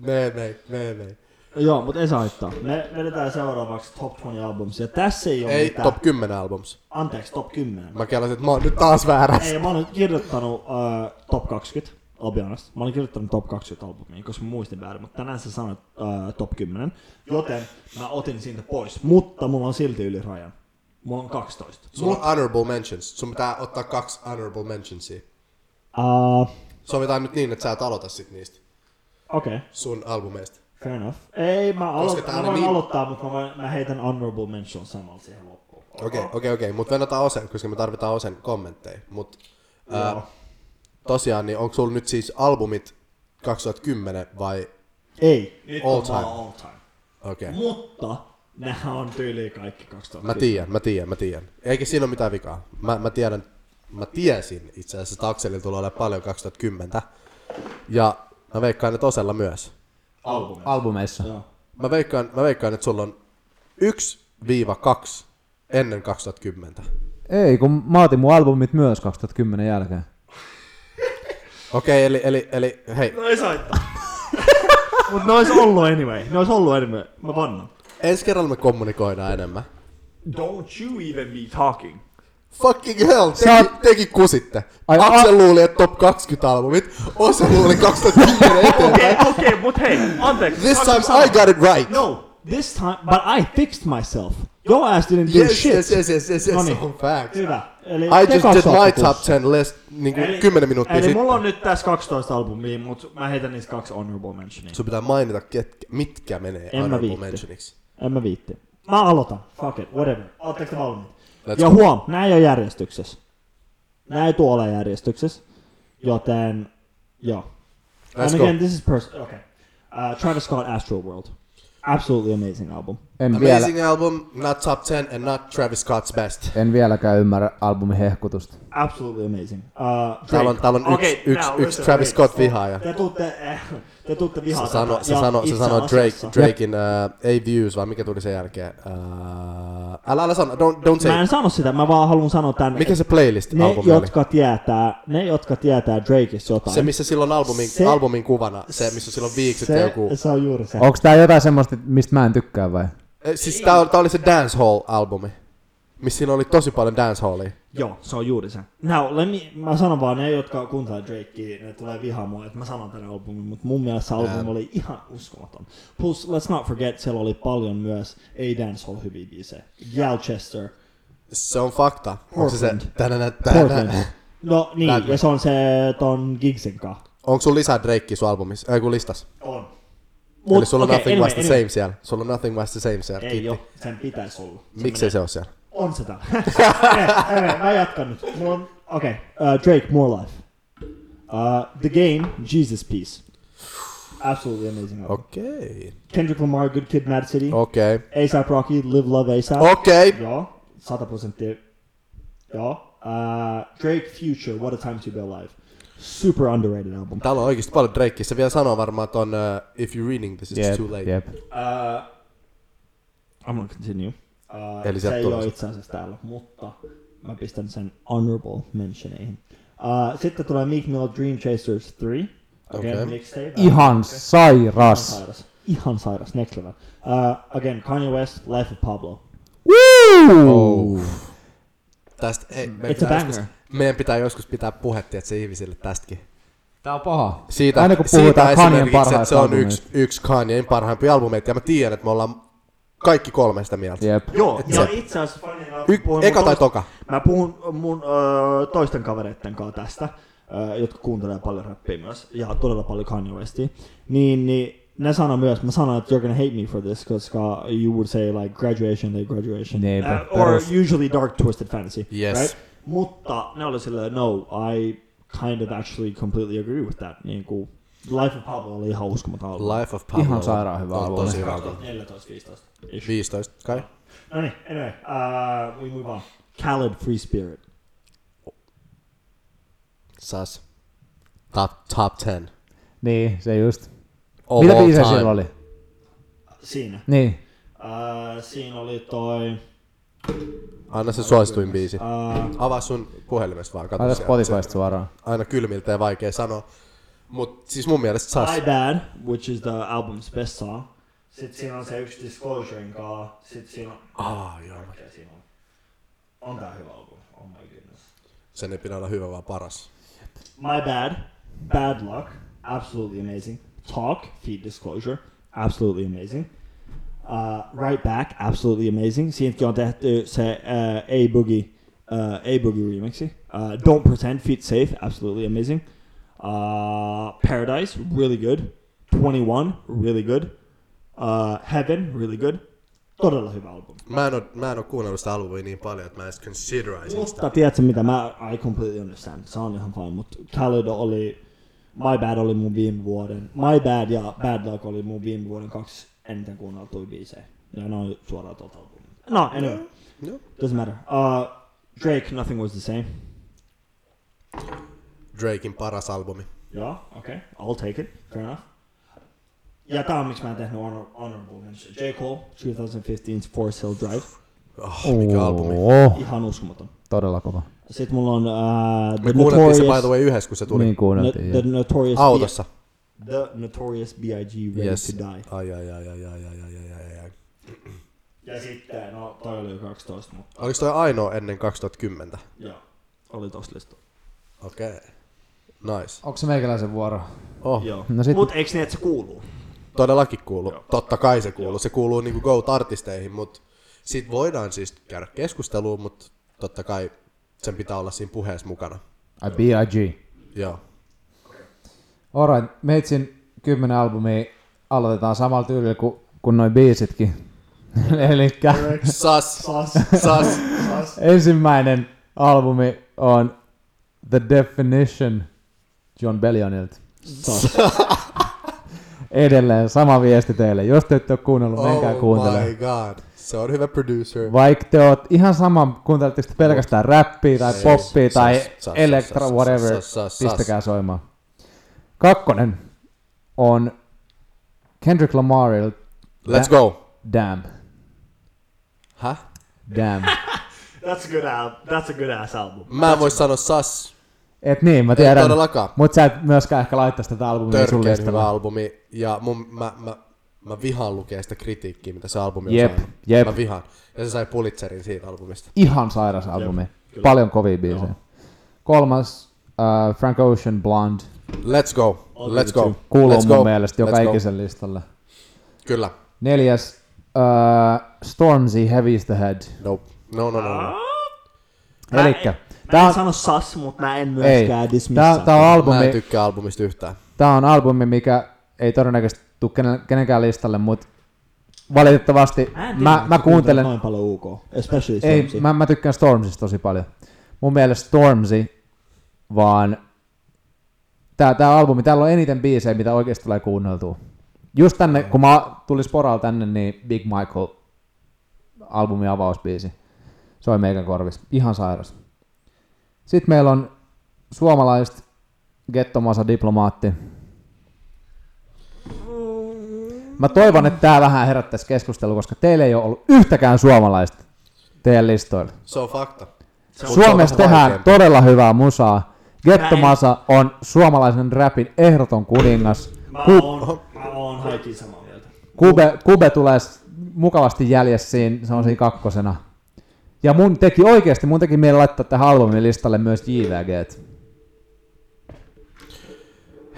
B: Nee, nee, nee, nee.
A: Joo, mut ei saa haittaa. Me vedetään seuraavaksi Top 20 Albums, ja tässä ei ole
B: Ei,
A: mitään.
B: top 10 albums.
A: Anteeksi, Top 10.
B: Mä kelasin, että mä oon nyt taas väärässä.
A: Ei, mä oon kirjoittanut uh, top 20, I'll be honest. Mä olin kirjoittanut top 20 albumia, koska mä muistin väärin, mutta tänään sä sanoit uh, top 10, joten mä otin siitä pois. Mutta mulla on silti yli rajan. Mulla on 12.
B: Sulla on honorable mentions. Sun pitää ottaa kaksi honorable mentionsia.
A: Uh,
B: Sovitaan nyt niin, että sä et aloita sit niistä
A: Okei, okay,
B: sun albumeista.
A: fair enough. Ei, mä,
B: Koska
A: alo-
B: tää
A: mä
B: oli
A: voin
B: niin-
A: aloittaa, mutta mä, voin- mä heitän honorable mention samalla siihen loppuun.
B: Okei, okay, okei, okay, okei. Okay. Mut vennataan Osen, koska me tarvitaan Osen kommentteja. Mut
A: Joo.
B: ää, tosiaan, niin onko sulla nyt siis albumit 2010 vai...
A: Ei, nyt
B: All
A: on vaan
B: time.
A: all time.
B: Okei. Okay.
A: Mutta nämä on tyyliin kaikki 2000.
B: Mä tiedän, mä tiedän, mä tiedän. Eikä siinä ole mitään vikaa. Mä, mä tiedän, mä tiesin itse asiassa, että Akselilla tulee olemaan paljon 2010. Ja mä veikkaan, että osella myös.
A: albumia.
C: albumeissa.
A: Joo.
B: Mä veikkaan, mä veikkaan että sulla on 1-2 ennen 2010.
C: Ei, kun mä otin mun albumit myös 2010 jälkeen.
B: Okei, eli, eli, eli hei,
D: No ei saittaa.
A: Mut ne ois ollut anyway. Ne ois ollut anyway. Mä vannan.
B: ensi kerralla me kommunikoidaan enemmän.
D: Don't you even be talking.
B: Fucking hell,
C: Sä
B: teki,
C: oot-
B: teki kusitte.
C: Ai,
B: Ai,
C: a-
B: Aksel luuli, että top 20 albumit, Osa luuli 2010
D: Okei,
B: eteenpäin.
D: okei, mut hei, anteeksi.
B: This
D: Saanko
B: time I
D: sanoa?
B: got it right.
A: No, this time, but I fixed myself. Your ass didn't do
B: Yes,
A: shit.
B: yes, yes, yes, yes, yes,
A: Noniin.
B: on facts.
A: Hyvä. Eli
B: I
A: te
B: just
A: kaksi
B: did my
A: saatte
B: top
A: kuusi.
B: 10 list niinku 10 minuuttia
A: eli
B: sitten.
A: mulla on nyt tässä 12 albumia, mutta mä heitän niistä kaksi honorable mentionia.
B: Sun pitää mainita, ketkä, mitkä menee
A: En mä
B: honorable
A: viitti.
B: mentioniksi.
A: En mä viitti. Mä aloitan. Fuck it, whatever. Ootteko te valmiit?
B: Let's
A: ja
B: go.
A: huom, nää ei ole järjestyksessä. Nää ei tule ole järjestyksessä. Joten, joo.
B: Let's
A: And
B: go.
A: again, this is personal. Okay. Uh, Travis Scott, Astro World. Absolutely amazing album.
C: En
B: No,
C: vielä,
B: Amazing album, not top 10 and not Travis Scott's best.
C: en vieläkään ymmärrä albumin hehkutusta.
A: Absolutely amazing. Uh,
B: Täällä on, täällä on
D: Okei,
B: yksi, yksi,
D: now
B: yksi
D: listen,
B: Travis
D: wait.
B: Scott vihaaja.
A: Te tuutte, eh, te tuutte
B: Se
A: vihaa
B: sanoi
A: tätä.
B: se
A: Ja
B: sano, se
A: itse
B: sano
A: asiassa-
B: Drake, Drakein uh, Ei Views, vai mikä tuli sen jälkeen? Uh, älä, älä sano, don't, don't
A: Mä
B: say.
A: en sano sitä, mä vaan haluan sanoa tän.
B: Mikä se playlist
A: ne,
B: albumi oli?
A: jotka tietää, ne, jotka tietää Drakeista jotain.
B: Se, missä silloin albumin,
A: Se-
B: albumin kuvana, se, missä silloin viikset ja
A: se,
B: joku...
A: se on juuri se.
C: Onks tää jotain semmoista, mistä mä en tykkää vai?
B: Eh, Siis tää, oli- tää oli se dancehall-albumi, missä silloin oli tosi paljon dancehallia.
A: Joo, se on juuri se. Now, let me, mä sanon vaan ne, jotka kuuntelee Drakea, ne tulee vihaa mua, että mä sanon tänne albumin, mutta mun mielestä se albumi oli ihan uskomaton. Plus, let's not forget, siellä oli paljon myös ei dancehall hyviä biisejä. Galchester,
B: Se on fakta. Onko se se...
A: Portland.
B: tänä- tänä-
A: Portland. No niin,
B: Badman.
A: ja se on se ton Gigsin kanssa.
B: Onko sun lisää Drakea sun albumissa? Ei kun listas.
A: On.
B: Mut, Eli sulla on
A: okei,
B: Nothing
A: anyway,
B: Was The
A: anyway.
B: Same siellä. Sulla on Nothing Was The Same siellä.
A: Ei
B: Kiitti.
A: oo, sen pitäisi olla.
B: Miksei se ole siellä?
A: On se täällä. Ei, ei, mä jatkan nyt. Mulla on, okei. Okay. Uh, Drake, More Life. Uh, the Game, Jesus Peace. Absolutely amazing album.
B: Okei.
A: Kendrick Lamar, Good Kid, Mad City.
B: Okei.
A: ASAP Rocky, Live Love ASAP.
B: Okei.
A: Joo, 100 prosenttia. Joo. Uh, Drake, Future, What a Time to Be Alive. Super underrated album.
B: Täällä on oikeesti paljon Drakea. Se vielä sanoo varmaan ton uh, If You're Reading This It's Too Late.
C: jep.
A: Uh, I'm gonna continue. Uh,
B: Eli
A: Eli
B: sieltä
A: se ei
B: tulee
A: ole
B: se.
A: itse asiassa täällä, mutta mä pistän sen honorable mentioneihin. Uh, sitten tulee Meek Mill Dream Chasers 3. Again,
B: Okei.
A: okay. mixtape.
C: Ihan
A: Ihan
C: sairas.
A: sairas. Ihan sairas, next level. Uh, again, Kanye West, Life of Pablo.
C: Woo!
B: Tästä, hei, meidän
A: It's a
B: pitää,
A: banger.
B: joskus, meidän pitää joskus pitää puhetta, että se ihmisille tästäkin.
C: Tää on paha.
B: Siitä,
C: Aina kun
B: siitä
C: puhutaan Kanyen
B: esimerkiksi, että
C: parhaista
B: se on
C: albumeista.
B: yksi, yksi Kanyein parhaimpia albumeita, ja mä tiedän, että me ollaan kaikki kolmesta mieltä.
C: Jep.
A: Joo,
B: Et
A: ja
B: se-
A: itse asiassa funny enough,
B: Y-
A: puhuin
B: eka
A: mun
B: tai
A: toista-
B: toka?
A: Mä puhun äh, mun öö, toisten kavereitten kanssa tästä, öö, jotka kuuntelee paljon rappia myös, ja todella paljon Kanye Westia. Niin, niin ne sanoi myös, mä sanoin, että you're gonna hate me for this, koska you would say like graduation, they graduation.
C: Niinpä,
A: Uh, or
C: perus.
A: usually dark twisted fantasy.
B: Niin, Yes.
A: Right? Mutta ne oli silleen, no, I kind of actually completely agree with that. Niin kuin, Life of Pablo oli ihan uskomaton albumi.
B: Life of Pablo.
C: Ihan sairaan hyvä
B: on
C: albumi.
B: Tosi hyvä albumi.
A: 2014-15. ish.
B: 15 kai.
A: No niin, anyway, uh, we move on. Khaled Free Spirit.
B: Sas. Top, top 10.
C: Niin, se just.
B: Of
C: Mitä
B: all
C: biisejä
B: time.
C: sillä oli?
A: Siinä.
C: Niin.
A: Uh, siinä oli toi...
B: Anna se suosituin biisi.
A: Uh,
B: Avaa sun puhelimesta vaan. Katso
C: Aita
B: sieltä.
C: Spotifysta suoraan.
B: Se- Aina kylmiltä ja vaikea sanoa. Mut siis mun mielestä Sas.
A: My Bad, which is the album's best song. Sitten siinä on se yksi Disclosurein kaa. Sitten siinä on...
B: Ah, joo.
A: Mikä siinä on? On tää hyvä album. Oh my goodness.
B: Sen ei pidä olla hyvä vaan paras.
A: My Bad, Bad Luck, absolutely amazing. Talk, Feed Disclosure, absolutely amazing. Uh, right Back, absolutely amazing. Siinäkin on tehty se uh, A-Boogie, uh, A-Boogie remixi. Uh, Don't Pretend, Feed Safe, absolutely amazing. Uh, Paradise, really good. 21, really good. Uh, Heaven, really good. Todella hyvä album.
B: Mä en, oo, mä en oo kuunnellut sitä albumia niin paljon, että mä edes consideraisin sitä.
A: Mutta tiedätkö mitä, mä I completely understand, se on ihan fine, mutta Khaled oli, My Bad oli mun viime vuoden, My Bad ja Bad Luck oli mun viime vuoden kaksi eniten kuunneltuja biisejä. Ja ne on suoraan tuolta albumilta. No, anyway.
B: Joo.
A: Doesn't matter. Uh, Drake, Nothing Was The Same.
B: Drakein paras albumi.
A: Joo, okei. Okay. I'll take it. Fair enough. Ja tää on miksi mä en tehnyt honor- honorable mention. J. Cole, 2015's Forest Hill Drive.
B: Oh, mikä albumi.
C: Oo,
A: Ihan uskomaton.
C: todella kova.
A: Sitten mulla on uh,
B: Me
A: The
B: kuunneltiin
A: Notorious...
B: se by the way yhdessä, kun se tuli.
C: Niin
A: No,
C: kuunneltiin.
A: the
C: joo.
A: Notorious...
B: Autossa.
A: B- the Notorious B.I.G. Ready
B: Yes.
A: to Die.
B: Ai, ai, ai, ai, ai, ai, ai, ai, ai.
A: Ja sitten, no toi oli jo 12, mutta
B: Oliko toi ainoa ennen 2010?
A: joo. Oli tossa listalla.
B: Okei. Okay. Nice.
C: Onko se meikäläisen vuoro?
B: Oh,
A: Joo.
C: No sit-
A: Mut eiks ne, että se kuuluu?
B: todellakin kuuluu. Totta kai se kuuluu. Se kuuluu niinku GOAT-artisteihin, mutta sit voidaan siis käydä keskustelua, mutta totta kai sen pitää olla siinä puheessa mukana.
C: Ai B.I.G.
B: Joo.
C: Alright, Meitsin kymmenen albumia aloitetaan samalla tyylillä kuin, kuin noin biisitkin. Elikkä
B: Sas!
A: Sas.
B: Sas!
C: ensimmäinen albumi on The Definition John Bellionilta.
A: Sas.
C: Edelleen sama viesti teille. Jos te ette ole kuunnellut,
B: Oh
C: No, menkää
B: my
C: kuuntelemaan.
B: god. Se on hyvä producer.
C: Vaikka te oot ihan sama, kuuntelette sitten pelkästään räppiä tai
B: Sas,
C: poppia
B: sas,
C: tai
B: sas, sas,
C: elektra,
B: sas,
C: whatever,
B: sas, sas, sas.
C: pistäkää soimaan. Kakkonen on Kendrick Lamarilta
B: Let's go!
C: Damn.
B: Häh?
C: Damn.
A: That's a good al- That's a good ass album.
B: Mä en voi sanoa sas.
C: Et niin, mä tiedän.
B: todellakaan.
C: Mut sä et myöskään ehkä laittaisi tätä albumia sun
B: Törkeen hyvä
C: listalle.
B: albumi. Ja mun, mä, mä, mä vihaan lukea sitä kritiikkiä, mitä se albumi on
C: Jep,
B: saanut.
C: jep.
B: Mä vihaan. Ja se sai Pulitzerin siitä albumista.
C: Ihan sairas albumi. Paljon kovia biisejä. Kolmas, uh, Frank Ocean Blonde,
B: Let's go. Let's go.
C: kuuluu
B: Let's
C: mun
B: go.
C: mielestä joka
B: Let's go.
C: ikisen listalle.
B: Kyllä.
C: Neljäs, uh, Stormzy Heavy is the Head.
B: Nope. No, no,
C: Ah.
B: no. no.
A: Mä en-
C: Elikkä,
A: Mä
C: tää
A: en
C: on,
A: sano sas, mutta mä en
C: ei,
A: myöskään
C: tää,
A: dismissaa.
C: tää on
B: Mä en
C: albumi,
B: tykkää albumista yhtään.
C: tää on albumi, mikä ei todennäköisesti tule kenenkään listalle, mut valitettavasti
A: Mä en tiedä,
C: mä,
A: että
C: mä
A: sä kuuntelet
C: kuuntelen,
A: Noin paljon UK, especially
C: Ei,
A: Stormzy.
C: mä, mä tykkään Stormsista tosi paljon. Mun mielestä Stormzy, vaan tää, tää albumi, täällä on eniten biisejä, mitä oikeasti tulee kuunneltua. Just tänne, kun mä tulin Sporalla tänne, niin Big Michael albumi avausbiisi. Soi meikän korvis. Ihan sairas. Sitten meillä on suomalaiset Gettomasa diplomaatti. Mä toivon, että tää vähän herättäisi keskustelua, koska teillä ei ole ollut yhtäkään suomalaista teidän listoilla.
B: Se on fakta.
A: Se on-
C: Suomessa
B: se on vähän
C: tehdään
B: vaikeampaa.
C: todella hyvää musaa.
A: Mä
C: Getto
A: en-
C: Masa on suomalaisen rapin ehdoton kuningas.
A: Mä
C: Ku,
A: oon, mä oon haikin samaa mieltä.
C: Kube, Kube tulee s- mukavasti jäljessä siinä, se on siinä kakkosena. Ja mun teki oikeasti, mun teki mieli laittaa tähän albumin listalle myös JVG.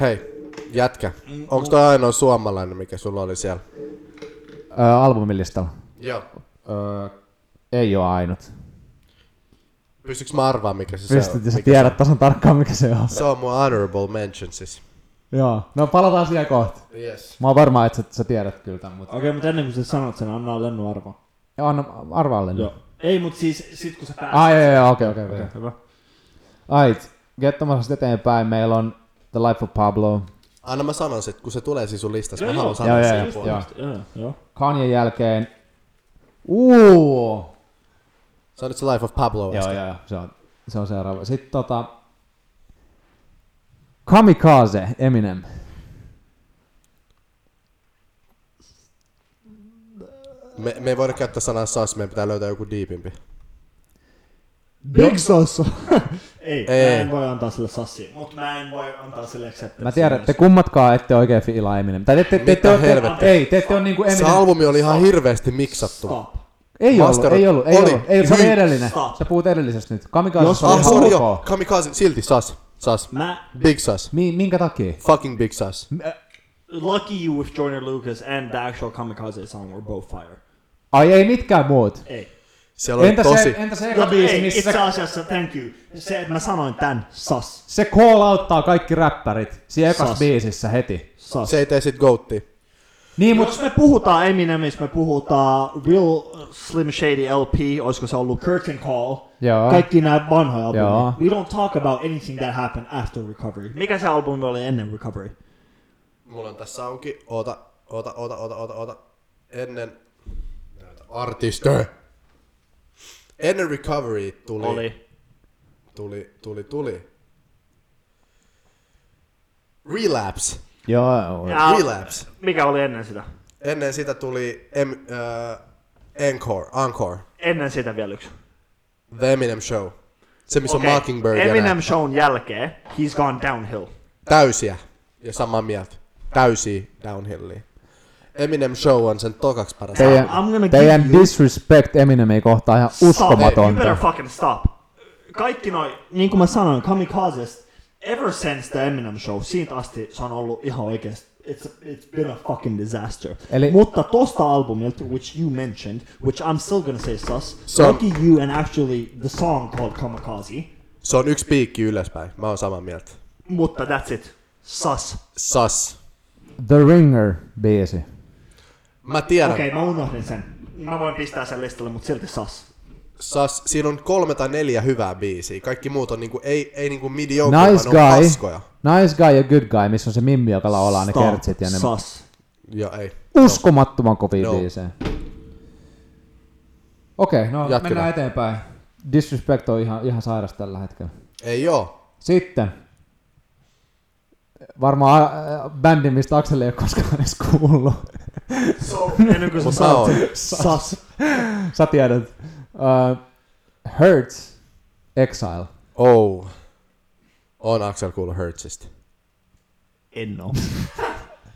B: Hei, jätkä. Onko toi ainoa suomalainen, mikä sulla oli siellä?
C: Öö, albumin listalla.
B: Joo.
C: Öö, ei ole ainut.
B: Pystytkö mä arvaa, mikä se,
C: Pystyt,
B: se on?
C: sä
B: Mikä
C: tiedät tasan tarkkaan, mikä se on.
B: se, se on mun honorable mention siis.
C: Joo. No palataan siihen kohta.
B: Yes.
C: Mä oon varma, että sä, sä tiedät kyllä tämän, mutta...
A: Okei, okay, mutta ennen kuin sä sanot sen, anna Lennu arvo.
C: Joo, anna arvaalle. nyt.
A: Joo. Ei, mutta siis sit kun sä pääset.
C: Ai, joo, joo, okei, okei, okei.
A: Hyvä.
C: Ait, kettomassa eteenpäin. Meillä on The Life of Pablo.
B: Anna mä sanon sit, kun se tulee siis sun listassa. Mä
A: Joo,
B: haluan
A: joo.
B: sanoa
C: Joo,
B: sen
C: joo,
B: just-
A: Joo, joo, joo.
C: Kanyen jälkeen. Uuu!
B: Sanoit se Life of Pablo
C: Joo,
B: äsken.
C: joo, joo. Se on, se on seuraava. Sitten tota... Kamikaze, Eminem.
B: Me, me ei voida käyttää sanaa sas, meidän pitää löytää joku diipimpi.
A: Big Sos. Ei,
B: Ei.
A: mä en voi antaa sille sassia. Mut mä en voi antaa sille acceptance.
C: Mä tiedän, te kummatkaan ette oikein fiilaa Eminem. Tai te, te, te, te,
B: Mitä
C: te,
B: helvettiä?
C: ei, te ette ole niinku
B: Se
C: Eminem.
B: albumi oli ihan hirveästi miksattu.
A: Stop.
C: ei ollut,
B: Master-
C: ei ollut, ei
B: oli.
C: ollut. Ei, se oli
B: Hyi.
C: edellinen.
A: Stop.
C: Sä puhut edellisestä nyt. Kamikaze
A: Jos-
C: oli
B: Ah,
C: ihan
B: sorry joo.
C: ok.
B: Kamikaze, silti sas. Sas.
A: Mä,
B: Big sas.
C: Mi- minkä takia?
B: Fucking big sas.
A: Lucky You with Joyner Lucas and the actual Kamikaze song were both fire.
C: Ai ei mitkään muut.
A: Ei.
B: Siellä oli
C: Entä se,
B: tosi...
C: entä se eka
A: No,
C: biisi,
A: ei,
C: missä
A: itse asiassa, thank you. Se, että mä sanoin tän, sas.
C: Se call outtaa kaikki räppärit siinä ekassa
A: Sas.
C: biisissä heti.
A: Sas.
B: Se ei tee sit goattia.
C: Niin, mut
A: Jos me puhutaan Eminemistä, me puhutaan Real Slim Shady LP, olisiko se ollut Curtain Call,
C: Joo.
A: kaikki nämä vanhoja albumia.
C: Joo.
A: We don't talk about anything that happened after Recovery. Mikä se albumi oli ennen Recovery?
B: Mulla on tässä auki. Oota, oota, oota, oota, oota, oota. ennen näitä artisteja. Ennen recovery tuli,
A: Oli.
B: tuli, tuli, tuli. Relapse.
C: Joo,
A: Ja-
B: Relapse.
A: Mikä oli ennen sitä?
B: Ennen sitä tuli em, äh, Encore, Encore,
A: Ennen sitä vielä yksi.
B: The Eminem Show. Se, missä okay.
A: Okei.
B: on Mockingbird ja
A: Eminem
B: nää.
A: shown jälkeen, he's gone downhill.
B: Täysiä. Ja samaa mieltä. Täysiä downhillia. Eminem Show on sen tokaksi paras.
C: Teidän,
A: I'm gonna
C: teidän
A: give you-
C: disrespect Eminemiä kohtaan ihan
A: Stop. You better
C: uskomatonta.
A: fucking stop. Kaikki noi, niin kuin mä sanoin, kamikazes, ever since the Eminem show, siitä asti se on ollut ihan oikeesti. It's, it's been a fucking disaster.
C: Eli-
A: Mutta tosta albumilta, which you mentioned, which I'm still gonna say sus,
B: Se on-
A: Lucky You and actually the song called Kamikaze,
B: Se on yksi piikki ylöspäin. Mä oon samaa mieltä.
A: mutta that's it. Sus.
B: Sas.
C: The Ringer-biisi.
B: Mä tiedän.
A: Okei,
B: Okay.
A: okay, mä unohdin sen. Mä voin pistää sen listalle, mutta silti sus.
B: Sas, siinä on kolme tai neljä hyvää biisiä. Kaikki muut on niinku, ei, ei niinku mediocre,
C: Nice
B: vaan ne on
C: guy.
B: paskoja.
C: Nice guy ja good guy, missä on se mimmi, joka laulaa ne
A: Stop.
C: kertsit ja ne
A: Sus.
B: Joo, ei.
C: uskomattoman kovia
B: No.
C: no. biisejä. Okei, okay, no
B: Jatketa.
C: mennään eteenpäin. Disrespect on ihan, ihan sairas tällä hetkellä.
B: Ei joo.
C: Sitten. Varmaan äh, bändi, mistä Akseli ei ole koskaan edes kuullut.
A: So, ennen kuin sä
B: Mut mä
A: sanot
B: oon.
A: sen, sus.
C: Sä tiedät. Uh, Hurts Exile.
B: Oh. On Axel kuullut Hurtsista.
A: En oo.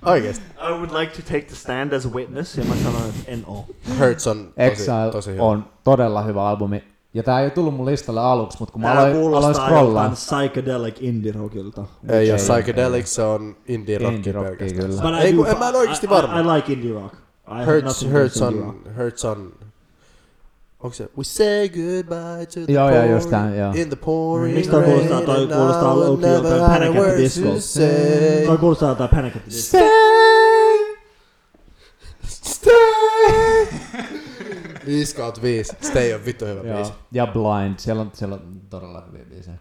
B: Oikeesti.
D: I would like to take the stand as a witness.
A: Ja mä sanoin, että en oo.
B: Hurts on tosi,
C: Exile
B: tosi hyvä.
C: on todella hyvä albumi. Ja tää ei ole tullut mun listalle aluksi, mutta kun mä
A: Täällä
C: aloin,
A: kuulostaa
C: aloin scrollaa.
A: joltain psychedelic indie rockilta.
B: Ei oo
C: Ei,
B: Psychedelic, se on indie rocki
C: Indie rockia
B: pelkästään.
C: kyllä.
A: But I
B: Ei,
A: do-
B: kun en mä en oikeesti
A: I-
B: varma.
A: I, I, like indie rock. I have
B: Hurts,
A: nothing
B: Hurts
A: against indie rock.
B: on, Hurts on, onko se We say goodbye to the
C: Joo, joo,
B: pouring,
C: just tää, joo.
B: in the pouring
A: Miksi tää
B: rain
A: kuulostaa- toi
B: and
A: kuulostaa
B: I will
A: low-key
B: never
A: joltain
B: have
A: Panic at the
B: words to
A: Disco.
B: say.
A: Toi kuulostaa jotain Panic at the Disco.
B: Stay, stay. 5 kautta 5. Stay on vittu hyvä
C: Joo.
B: biisi.
C: Ja Blind, siellä on, siellä on todella hyviä biisejä.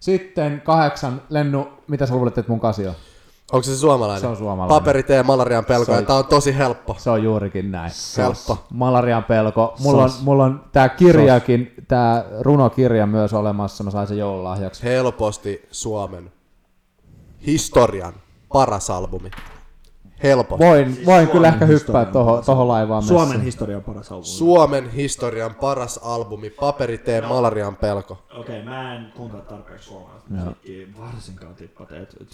C: Sitten kahdeksan, Lennu, mitä sä luulet, että mun kasi on?
B: Onko se suomalainen?
C: Se on suomalainen.
B: Paperi tee malarian pelko,
C: Se
B: ja
C: on-
B: tää on tosi helppo.
C: Se on juurikin näin.
B: Helppo.
C: Malarian pelko. Mulla on,
A: Sos.
C: mulla on tää kirjakin, tää runokirja myös olemassa, mä sain sen joululahjaksi.
B: Helposti Suomen historian paras albumi. Helposti.
C: Voin,
A: Siis
C: voin kyllä
A: Suomen
C: ehkä hyppää
A: historian
C: toho,
A: paras.
C: toho laivaan
A: Suomen
C: messi.
A: historian paras albumi.
B: Suomen historian paras albumi, Paperi tee malarian pelko.
A: Okei, mä en kuuntele tarpeeksi suomalaista musiikkia, varsinkaan tippateet. To...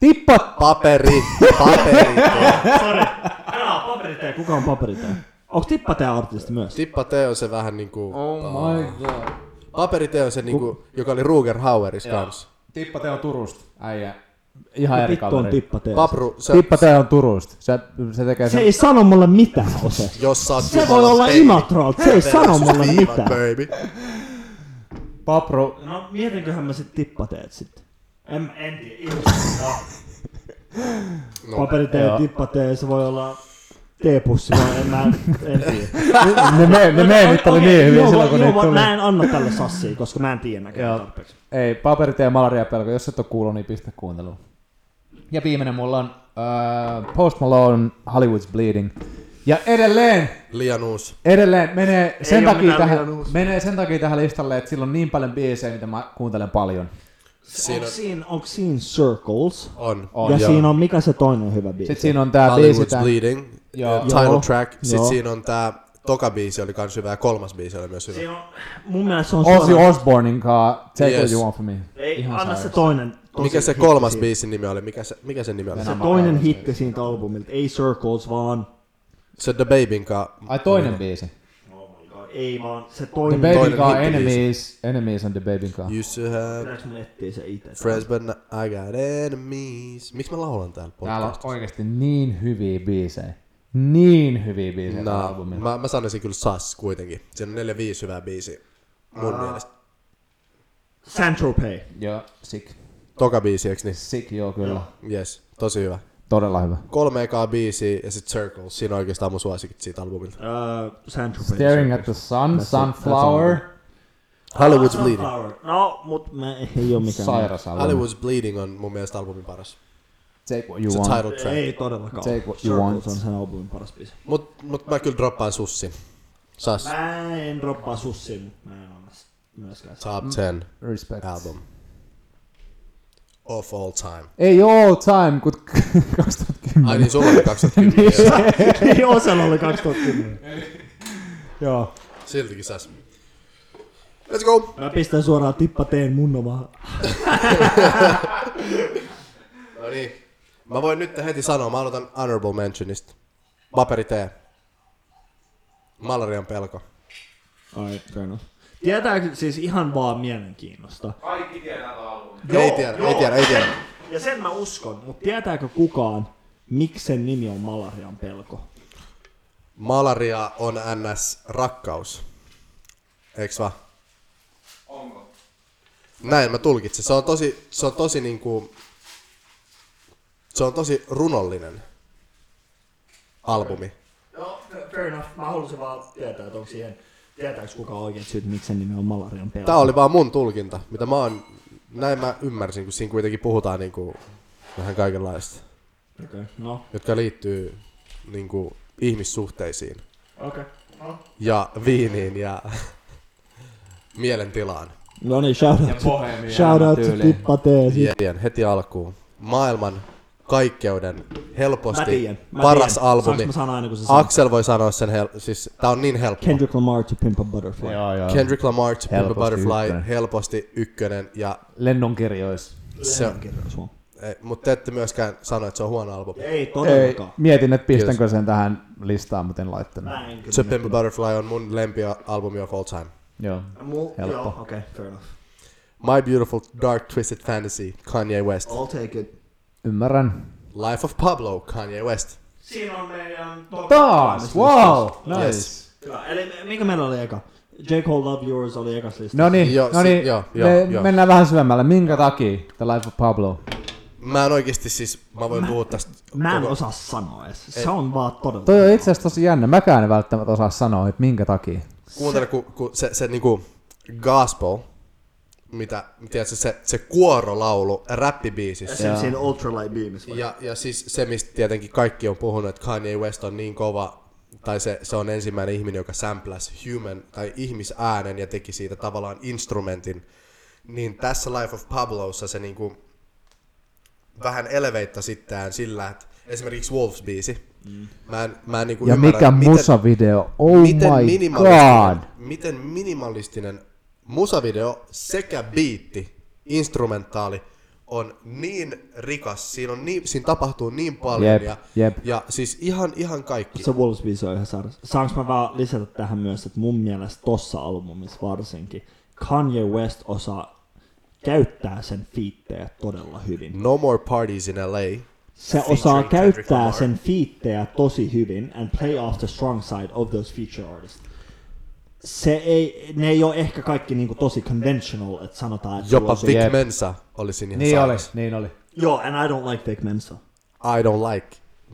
C: Tippa!
B: Paperi, paperi tee.
A: Sorry, älä oo paperitee. Kuka on paperitee? Onko tippatee artisti myös?
B: Tippa tee on se vähän niinku...
C: Oh my god.
B: Paperi tee on se niinku, joka oli Ruger Haueris kanssa.
C: Tippa Teo Turusta. Äijä. Ihan eri
A: Vittu on
C: kaveri.
A: tippatee.
B: Papru, sä,
C: Tippa Teo on Turusta. Se, se tekee
A: Se
C: sen.
A: ei sano mulle mitään, Ose.
B: jos sä oot
A: Se voi
B: Jumalan
A: olla
B: peili.
A: Imatralt, se ei sano
B: Versus
A: mulle
B: viivat,
A: mitään.
B: Baby.
C: Papru.
A: No mietinköhän mä sit tippateet sitten. En, en tiedä.
B: No.
A: no. Paperitee,
C: Joo.
A: tippatee, se voi olla teepussi, mä en, mä en, en tiedä.
C: Ne, me, ne meenit oli niin hyviä
A: joo,
C: silloin, kun
A: joo,
C: niitä
A: joo,
C: tuli.
A: Mä en anna tälle sassia, koska mä en tiedä näkään
C: Joo.
A: tarpeeksi.
C: Ei, paperit ja malaria pelko. Jos et ole kuullut, niin pistä kuunteluun. Ja viimeinen mulla on uh, Post Malone, Hollywood's Bleeding. Ja edelleen,
B: Liian uusi.
C: edelleen menee sen,
D: oo
C: takia
D: mitään
C: tähän,
D: liian uusi.
C: menee sen takia tähän listalle, että sillä on niin paljon biisejä, mitä mä kuuntelen paljon.
B: Siinä
A: Onko siinä, onko siinä Circles?
B: on.
C: On,
A: ja
B: joo.
A: siinä on, mikä se toinen hyvä biisi?
C: Sitten siinä on tää biisi,
B: Hollywood's
C: tää,
B: Bleeding,
C: Joo.
B: joo. title
A: Joo.
B: track. Sitten
A: Joo.
B: siinä on tää toka biisi oli kans hyvä ja kolmas biisi oli myös hyvä.
A: Siinä on, mun mielestä se on
C: Ozzy
A: suoraan-
C: Osbournein kanssa, Take What
B: Yes.
C: You Want From Me.
A: Ei,
C: Ihan
A: anna se
C: sairas.
A: toinen. tosi
B: Mikä se
A: hitti
B: kolmas
A: siitä.
B: biisin nimi oli? Mikä se, mikä sen nimi oli?
A: Se
C: Venämä.
A: toinen hitti siitä albumilta, ei Circles, vaan...
B: Se The Babyn kanssa.
C: Ai toinen biisi.
A: Oh my god, ei vaan se
C: The
A: toinen.
C: Babyn
B: Toinen
C: kanssa
B: hittibiisi.
C: Enemies, Enemies on The Babyn kanssa.
B: Used to have
A: Pitääks mun etsiä se itse?
B: friends but now I got enemies. Miksi mä laulan täällä
C: Täällä on
B: podcastissa?
C: oikeasti niin hyviä biisejä. Niin hyviä biisejä tällä
B: No,
C: albumilla.
B: mä, mä sanoisin kyllä Sas kuitenkin. Siinä on neljä viisi hyvää biisiä. Mun mielestä.
A: Saint Tropez.
C: Joo, sick.
B: Toka biisi, eiks niin?
C: Sick, joo kyllä. Joo.
B: Yes, tosi hyvä.
C: Todella hyvä.
B: Kolme ekaa biisiä ja sit Circles. Siinä on oikeastaan mun suosikit siitä albumilta.
A: Uh, Saint Tropez.
C: Staring at the sun,
A: That's it.
C: sunflower,
B: Hollywood's Bleeding.
A: No, mut mä ei oo mikään.
C: sairas albumi.
B: Hollywood's Bleeding on mun mielestä albumin paras.
C: Take what you
B: Se
C: want.
B: title track.
A: Ei todellakaan.
C: Take what you
A: Circles
C: want.
A: on sen albumin paras biisi.
B: Mut, mut mä kyllä droppaan sussin. Sas.
A: Mä en droppaa sussia, mutta mä en anna sitä myöskään. sitä.
C: Mm.
B: Top 10
C: Respect.
B: album. Of all time.
C: Ei all time, kun 2010.
B: Ai niin, sulla oli 2010.
A: Ei Osella oli 2010.
C: Joo.
B: Siltikin sas. Let's go!
A: Mä pistän suoraan tippa teen mun omaa.
B: No niin. Mä voin nyt heti sanoa, mä aloitan honorable mentionista. Paperi tee. Malarian pelko.
A: Ai, fair enough. Tietääkö siis ihan vaan mielenkiinnosta?
E: Kaikki tietää tämän albumin.
B: ei tiedä, ei tiedä, ei tiedä.
A: Ja sen mä uskon, mutta tietääkö kukaan, miksi sen nimi on Malarian pelko?
B: Malaria on ns. rakkaus. Eiks vaan?
E: Onko?
B: Näin mä tulkitsen. Se on tosi, se on tosi niinku, se on tosi runollinen albumi.
A: No, fair enough. Mä halusin vaan tietää, että onko siihen, tietääkö kukaan oikein syyt, miksi sen nimi on Malarian pelko?
B: Tää oli vaan mun tulkinta, mitä mä oon, näin mä ymmärsin, kun siinä kuitenkin puhutaan niinku vähän kaikenlaista,
A: Okay. No,
B: jotka liittyy niinku ihmissuhteisiin
A: okei. Okay. No.
B: ja viiniin ja mielentilaan.
A: No niin, shout
E: Ja
A: out.
E: Bohemia.
A: Shout out
C: tyyliin.
A: tippa teen.
B: Jien, heti alkuun. Maailman kaikkeuden helposti
A: Mä tiedän. Mä
B: paras
A: tiedän.
B: albumi.
A: Saanko mä sanoa aina, kun sä sanot?
B: Axel voi sanoa sen, hel- siis tää on niin helppo.
A: Kendrick Lamar to Pimp a Butterfly.
C: Joo, joo.
B: Kendrick Lamar, To Pimp a
C: Helposti
B: Butterfly,
C: ykkönen.
B: helposti ykkönen. Ja
C: Lennon kirjois.
B: se,
A: Joo.
B: mutta te ette myöskään sano, että se on huono albumi.
A: Ei
C: Ei,
A: todellakaan.
C: mietin, että pistänkö sen tähän listaan, mutta en laittanut.
A: Mä en kyllä.
B: To Pimp a Butterfly on mun lempialbumi of all time.
C: Joo.
A: Mu-
C: Helppo.
A: Joo, okei, okay, fair enough.
B: My Beautiful Dark Twisted Fantasy, Kanye West.
A: I'll take it.
C: Ymmärrän.
B: Life of Pablo, Kanye West.
A: Siinä on meidän top
C: Taas! Wow! Nice.
B: Yes.
A: Hyvä. Eli mikä meillä oli eka? J. Cole Love Yours oli ekas listassa.
C: No niin,
B: Joo,
C: no
B: si-
C: niin.
B: joo,
C: me
B: joo, joo.
C: mennään vähän syvemmälle. Minkä takia The Life of Pablo?
B: Mä en oikeesti siis, mä voin puhua tästä.
A: Mä en
B: koko-
A: osaa sanoa edes. Se on vaan todella.
C: Toi on itse asiassa tosi jännä. Mäkään en välttämättä osaa sanoa, että minkä takia.
B: Kuuntele, kun, kun se, se niinku gospel, mitä, tiedätkö, se, se kuorolaulu
A: Ja
B: räppibiisissä.
A: sen siinä ultralight beamissa. vai?
B: Ja, ja siis se, mistä tietenkin kaikki on puhunut, että Kanye West on niin kova, tai se, se on ensimmäinen ihminen, joka sampläsi human, tai ihmisäänen ja teki siitä tavallaan instrumentin, niin tässä Life of Pablossa se niinku vähän eleveittä sitten sillä, että esimerkiksi Wolves-biisi, mä en, mä en niinku
C: Mm. Ja
B: ymmärrä,
C: mikä
B: miten-
C: musavideo? Oh
B: miten
C: my god!
B: minimalistinen, miten minimalistinen musavideo sekä biitti, instrumentaali on niin rikas, siinä, on niin, siinä tapahtuu niin paljon
C: Jep,
B: ja,
C: jep.
B: ja siis ihan, ihan kaikki.
A: Se Wolves biisi on ihan sairas. Saanko mä vaan lisätä tähän myös, että mun mielestä tossa albumissa varsinkin Kanye West osaa käyttää sen fiittejä todella hyvin.
B: No More Parties in LA,
A: Se
B: Featuring
A: osaa
B: Kendrick
A: käyttää
B: Lamar.
A: sen fiittejä tosi hyvin and play off the strong side of those feature artists. Se ei, ne ei ole ehkä kaikki niinku tosi conventional, että sanotaan, että sulla
B: jopa
A: on se-
B: Vic
C: jep.
B: Mensa oli siinä ihan
C: Niin oli,
B: sairas.
C: niin oli.
A: Joo, and I don't like Vic Mensa.
B: I don't like.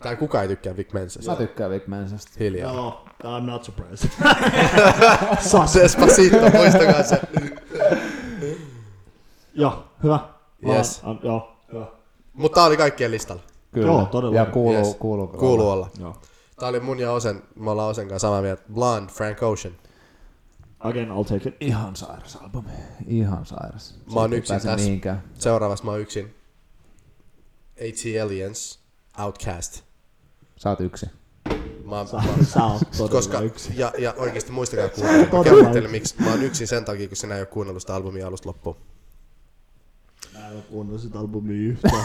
B: Tai kuka ei tykkää Vic Mensasta.
C: Mä tykkään Big Mansasta.
B: Hiljaa. No.
A: No, I'm not surprised.
B: Se Espacito, muistakaa se.
A: joo, hyvä. Mä-
B: Yes.
A: äh, joo, hyvä.
B: Mutta tää oli kaikkien listalla.
C: Kyllä.
A: Joo, todella.
C: Ja kuuluu,
B: Yes.
C: kuuluu.
B: Kuuluu olla.
A: Joo.
B: Tää oli mun ja Osen, me ollaan Osen kanssa samaa mieltä. Blonde, Frank Ocean.
A: Again, I'll take it.
C: Ihan sairas albumi. Ihan sairas. Siitä
B: oon
C: ei
B: yksin
C: pääse
B: tässä.
C: Mihinkään.
B: Seuraavassa mä oon yksin. AT Aliens, Outcast.
C: Sä oot yksi.
B: Mä oon,
A: Sä, sä oot todella
B: koska,
A: yksi.
B: ja, ja oikeesti muistakaa kuunnella. Mä
A: Todella
B: kerrottelen
A: yksi.
B: miksi. Mä oon yksin sen takia, kun sinä ei oo kuunnellut sitä albumia alusta loppuun.
A: Mä en oo kuunnellut sitä albumia yhtään.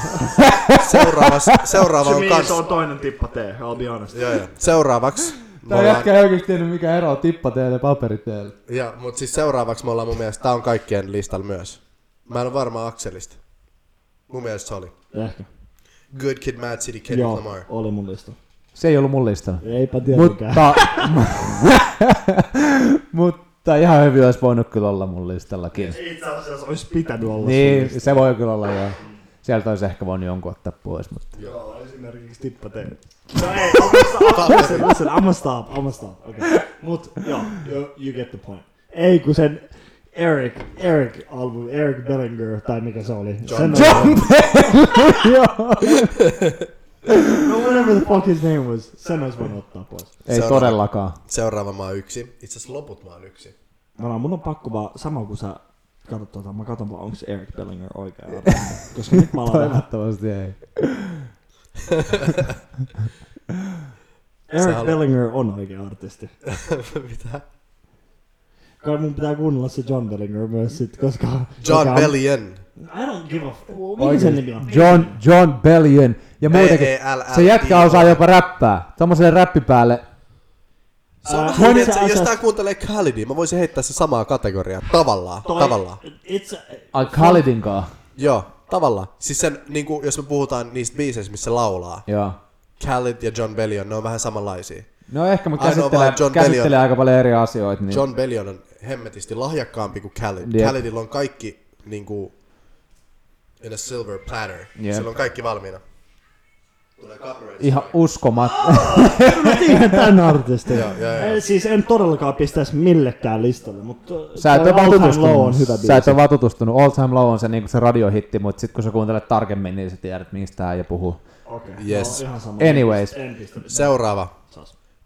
B: Seuraavassa, seuraava
A: Se
B: on
A: mies
B: kans...
A: on toinen tippa tee, I'll be honest.
B: Joo, joo. Seuraavaksi... Me
C: Tää
B: ollaan,
C: jätkä ei oikeesti tiennyt mikä ero on tippa teille ja paperi teille.
B: ja, mut siis seuraavaksi me ollaan mun mielestä, tää on kaikkien listalla myös. Mä en ole varma Akselista. Mun mielestä se oli.
A: Ehkä.
B: Good Kid, Mad City, Kendrick
A: Joo,
B: Lamar.
A: oli mun lista.
C: Se ei ollut mun listalla.
A: Eipä tietenkään.
C: Mutta, mutta ihan hyvin olisi voinut kyllä olla mun listallakin.
A: Itse asiassa olisi pitänyt olla sun
C: Niin,
A: lista.
C: se voi kyllä olla joo. Sieltä olisi ehkä voinut jonkun ottaa pois, mutta
A: Joo, esimerkiksi tippa tee. No ei, I'm a- listen, listen, I'm a stop, I'm a stop. Okay. Mut joo, you, you get the point. Ei kun sen
F: Eric, Eric album, Eric Bellinger, tai mikä se oli.
B: John-
F: John No whatever the fuck his name was, sen olisi voinut ottaa pois.
C: Ei
B: Se on-
C: todellakaan.
B: Seuraava mä oon yksi. Itse asiassa loput mä oon yksi.
A: Mä oon- mun on pakko vaan, sama kuin sä katsot tuota, mä katson vaan, onko Eric Bellinger oikea arvo. Koska nyt mä alan vähän,
C: Toivottavasti ei.
A: Eric
B: haluat-
A: Bellinger on oikea artisti.
B: Mitä?
F: Kai mun pitää kuunnella se John Bellinger myös sit, koska...
B: John
F: joka-
B: Bellion.
F: I don't give a f... Mikä sen nimi on?
C: John, John Bellion. Ja muutenkin,
B: B-E-L-L-I-O-N.
C: se jätkä osaa jopa räppää. Tommoselle räppipäälle.
B: Se on
F: Ää,
B: hyvin,
F: itse
B: että jos
F: asiassa-
B: tää kuuntelee Khalidia, mä voisin heittää se samaa kategoriaa. Tavallaan,
F: Toi-
B: tavallaan.
F: It's...
C: Ai Khalidinkaan.
B: Joo, tavallaan. Siis sen, niin kuin, jos me puhutaan niistä biiseistä, missä se laulaa,
C: Joo.
B: Khalid ja John Bellion, ne on vähän samanlaisia.
C: No ehkä mä
B: Ainoa
C: käsittelen,
B: vaan John
C: käsittelen
B: Bellion.
C: aika paljon eri asioita. Niin.
B: John Bellion on hemmetisti lahjakkaampi kuin Khalid.
C: Jep.
B: Khalidilla on kaikki niin kuin, in a silver platter.
C: Jep.
B: Sillä on kaikki valmiina. Tulee copyright.
C: Ihan uskomatta.
F: Mä tiedän tän artistin.
B: Joo, joo, joo.
F: Eh, Siis en todellakaan pistäisi millekään listalle, mutta...
C: Sä et
F: toi
C: ole vaan
F: All Time Low on
C: tutustunut.
F: hyvä biisi.
C: Sä et ole vaan tutustunut. All Time Low on se, niinku se radiohitti, mutta sit kun sä kuuntelet tarkemmin, niin sä tiedät, mistä tää ja puhuu.
F: Okei.
B: Yes.
F: No, ihan sama.
C: Anyways.
F: En pistä.
B: Seuraava.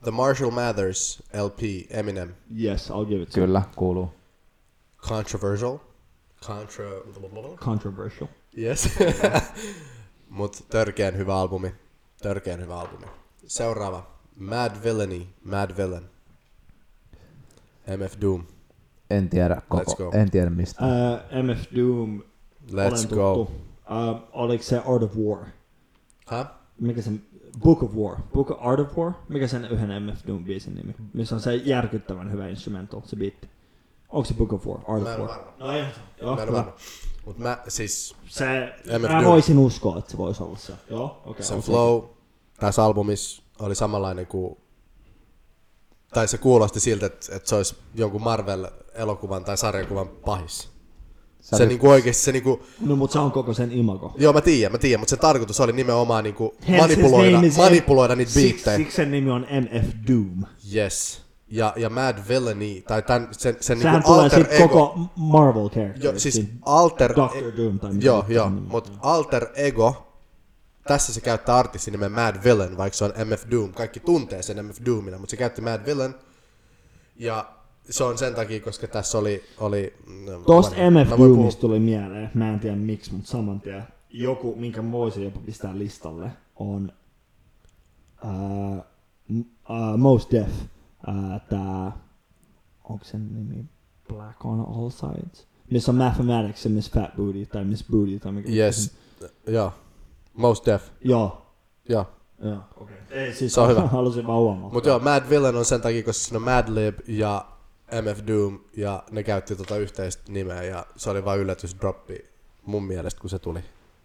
B: The Marshall Mathers LP, Eminem.
A: Yes, I'll give it to you.
C: Kyllä, kuuluu.
B: Controversial. Contra...
A: Controversial.
B: Yes. Mut törkeen hyvä albumi. Törkeen hyvä albumi. Seuraava. Mad Villainy, Mad Villain. MF Doom.
C: En tiedä
B: Let's go.
C: koko. En tiedä mistä.
F: Eh,
A: Uh, MF Doom,
B: Let's
A: olen
B: go.
A: tuttu. Uh, oliko se Art of War?
B: Häh?
A: Mikä sen Book of War? Book of Art of War? Mikä sen yhden MF Doom biisin nimi? Missä on se järkyttävän hyvä instrumental, se biitti. Onko se Book of War? Art
B: Mä
A: of
B: en oo
A: War?
B: varma.
A: No ihan.
B: Mä
A: Joo,
B: en oo
A: hyvä.
B: varma. Mut mä siis
A: Se,
B: MF
A: mä
B: Doom.
A: voisin uskoa, että se voisi olla se. Joo, okei.
B: sen
A: okei.
B: flow tässä albumissa oli samanlainen kuin tai se kuulosti siltä, että, että se olisi jonkun Marvel-elokuvan tai sarjakuvan pahis.
C: Sä
B: se
C: nyt-
B: niinku oikeesti, se niinku,
A: No mut se on koko sen imago.
B: joo mä tiedän, mä tiedän, mutta sen tarkoitus oli nimenomaan niinku
A: his
B: manipuloida,
A: name is-
B: manipuloida niitä biittejä. Niin
A: Siksi sen nimi on MF Doom.
B: Yes. Ja, ja Mad Villainy, tai tämän, sen, sen
A: Sehän
B: niinku
A: tulee
B: alter
A: sit
B: ego.
A: koko marvel character
B: jo, siis alter... e-
A: Doctor Doom tai
B: Joo, joo, mutta alter ego, tässä se käyttää artistin nimen Mad Villain, vaikka se on MF Doom. Kaikki tuntee sen MF Doomina, mutta se käytti Mad Villain. Ja se on sen takia, koska tässä oli... oli mm,
A: Tuosta
B: vanha-
A: MF
B: Mä voin
A: Doomista tuli mieleen, mä en tiedä miksi, mutta saman tien joku, minkä mä voisin jopa pistää listalle, on uh, uh, Most Def, uh, tää, onko sen nimi Black on All Sides? Missä on Mathematics ja Miss Fat Booty tai Miss Booty tai mikä
B: puhua. Yes, joo. Most Def,
A: Joo,
B: joo.
A: joo, okei. Ei siis,
B: Se on hyvä.
A: halusin vaan huomaa.
B: Mutta joo, Mad Villain on sen takia, koska siinä on Madlib ja MF Doom, ja ne käytti tota yhteistä nimeä, ja se oli vain yllätysdroppi mun mielestä, kun se tuli.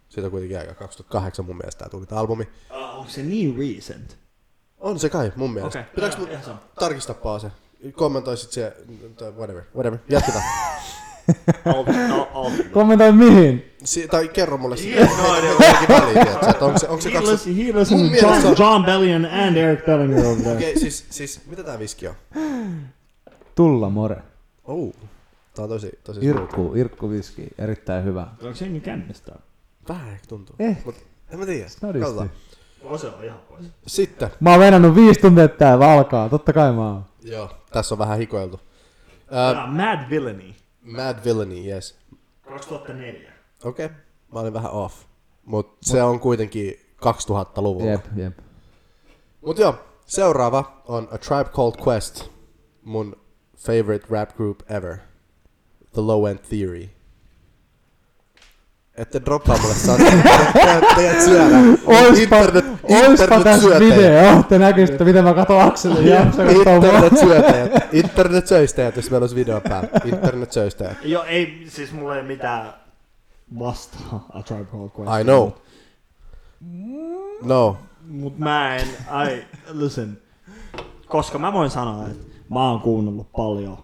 B: Siitä on kuitenkin aika 2008 mun mielestä tää tuli tää albumi.
A: Uh, onko se niin recent?
B: On se kai, mun mielestä.
A: Okei.
B: Okay. Pitääks mun tarkistapaa se? Kommentoi sit se, tai whatever, whatever. Jatketaan. niinku-
C: Kommentoi mihin?
B: si- tai kerro mulle sit. Yeah, no, väliin, tiedätkö, että onko se, onko se
A: Niin,
F: He
B: 20...
A: siis-
F: listened, he listened
B: Mun
F: to
B: mielestä
F: John,
B: on-
F: John Bellion and Eric Bellinger over there.
B: Okei, okay, siis, siis, mitä tää viski on?
C: Tulla more.
B: Oh, tää on tosi, tosi smooth.
C: Irkku, Irkku viski. Erittäin hyvä.
A: Onko se niin kännistä?
B: Vähän ehkä tuntuu.
C: Eh.
B: Mut en mä tiedä.
C: Stadisti.
B: Katsotaan.
A: Osa on ihan
B: Äh.
A: pois.
B: Sitten.
C: Mä oon venannut viisi tuntia, että tää valkaa. Totta kai mä oon.
B: Joo, tässä on vähän hikoiltu.
A: Uh, Mad Villainy,
B: Mad Villainy, yes.
A: 2004.
B: Okei, okay. mä olin vähän off. Mut se on kuitenkin 2000-luvulla.
C: Jep, jep.
B: Mut joo, seuraava on A Tribe Called Quest. Mun favorite rap group ever. The Low End Theory. Ette droppaa mulle sanoa. Teidät syödä.
C: Oispa,
B: Internet,
C: oispa
B: internet
C: tässä
B: syö teidät.
C: video. Te näkyisitte, miten mä katon Akselin jakson, kun tää on mua.
B: Internet syö teidät. Internet söisi teidät, jos meillä olisi video päällä. Internet söisi teidät.
D: Joo, ei, siis mulla ei ole mitään
F: Vastaa A Tribe Called Quest.
B: I know. No.
F: Mut
A: Mä en, ai, listen. Koska mä voin sanoa, että mä oon kuunnellut paljon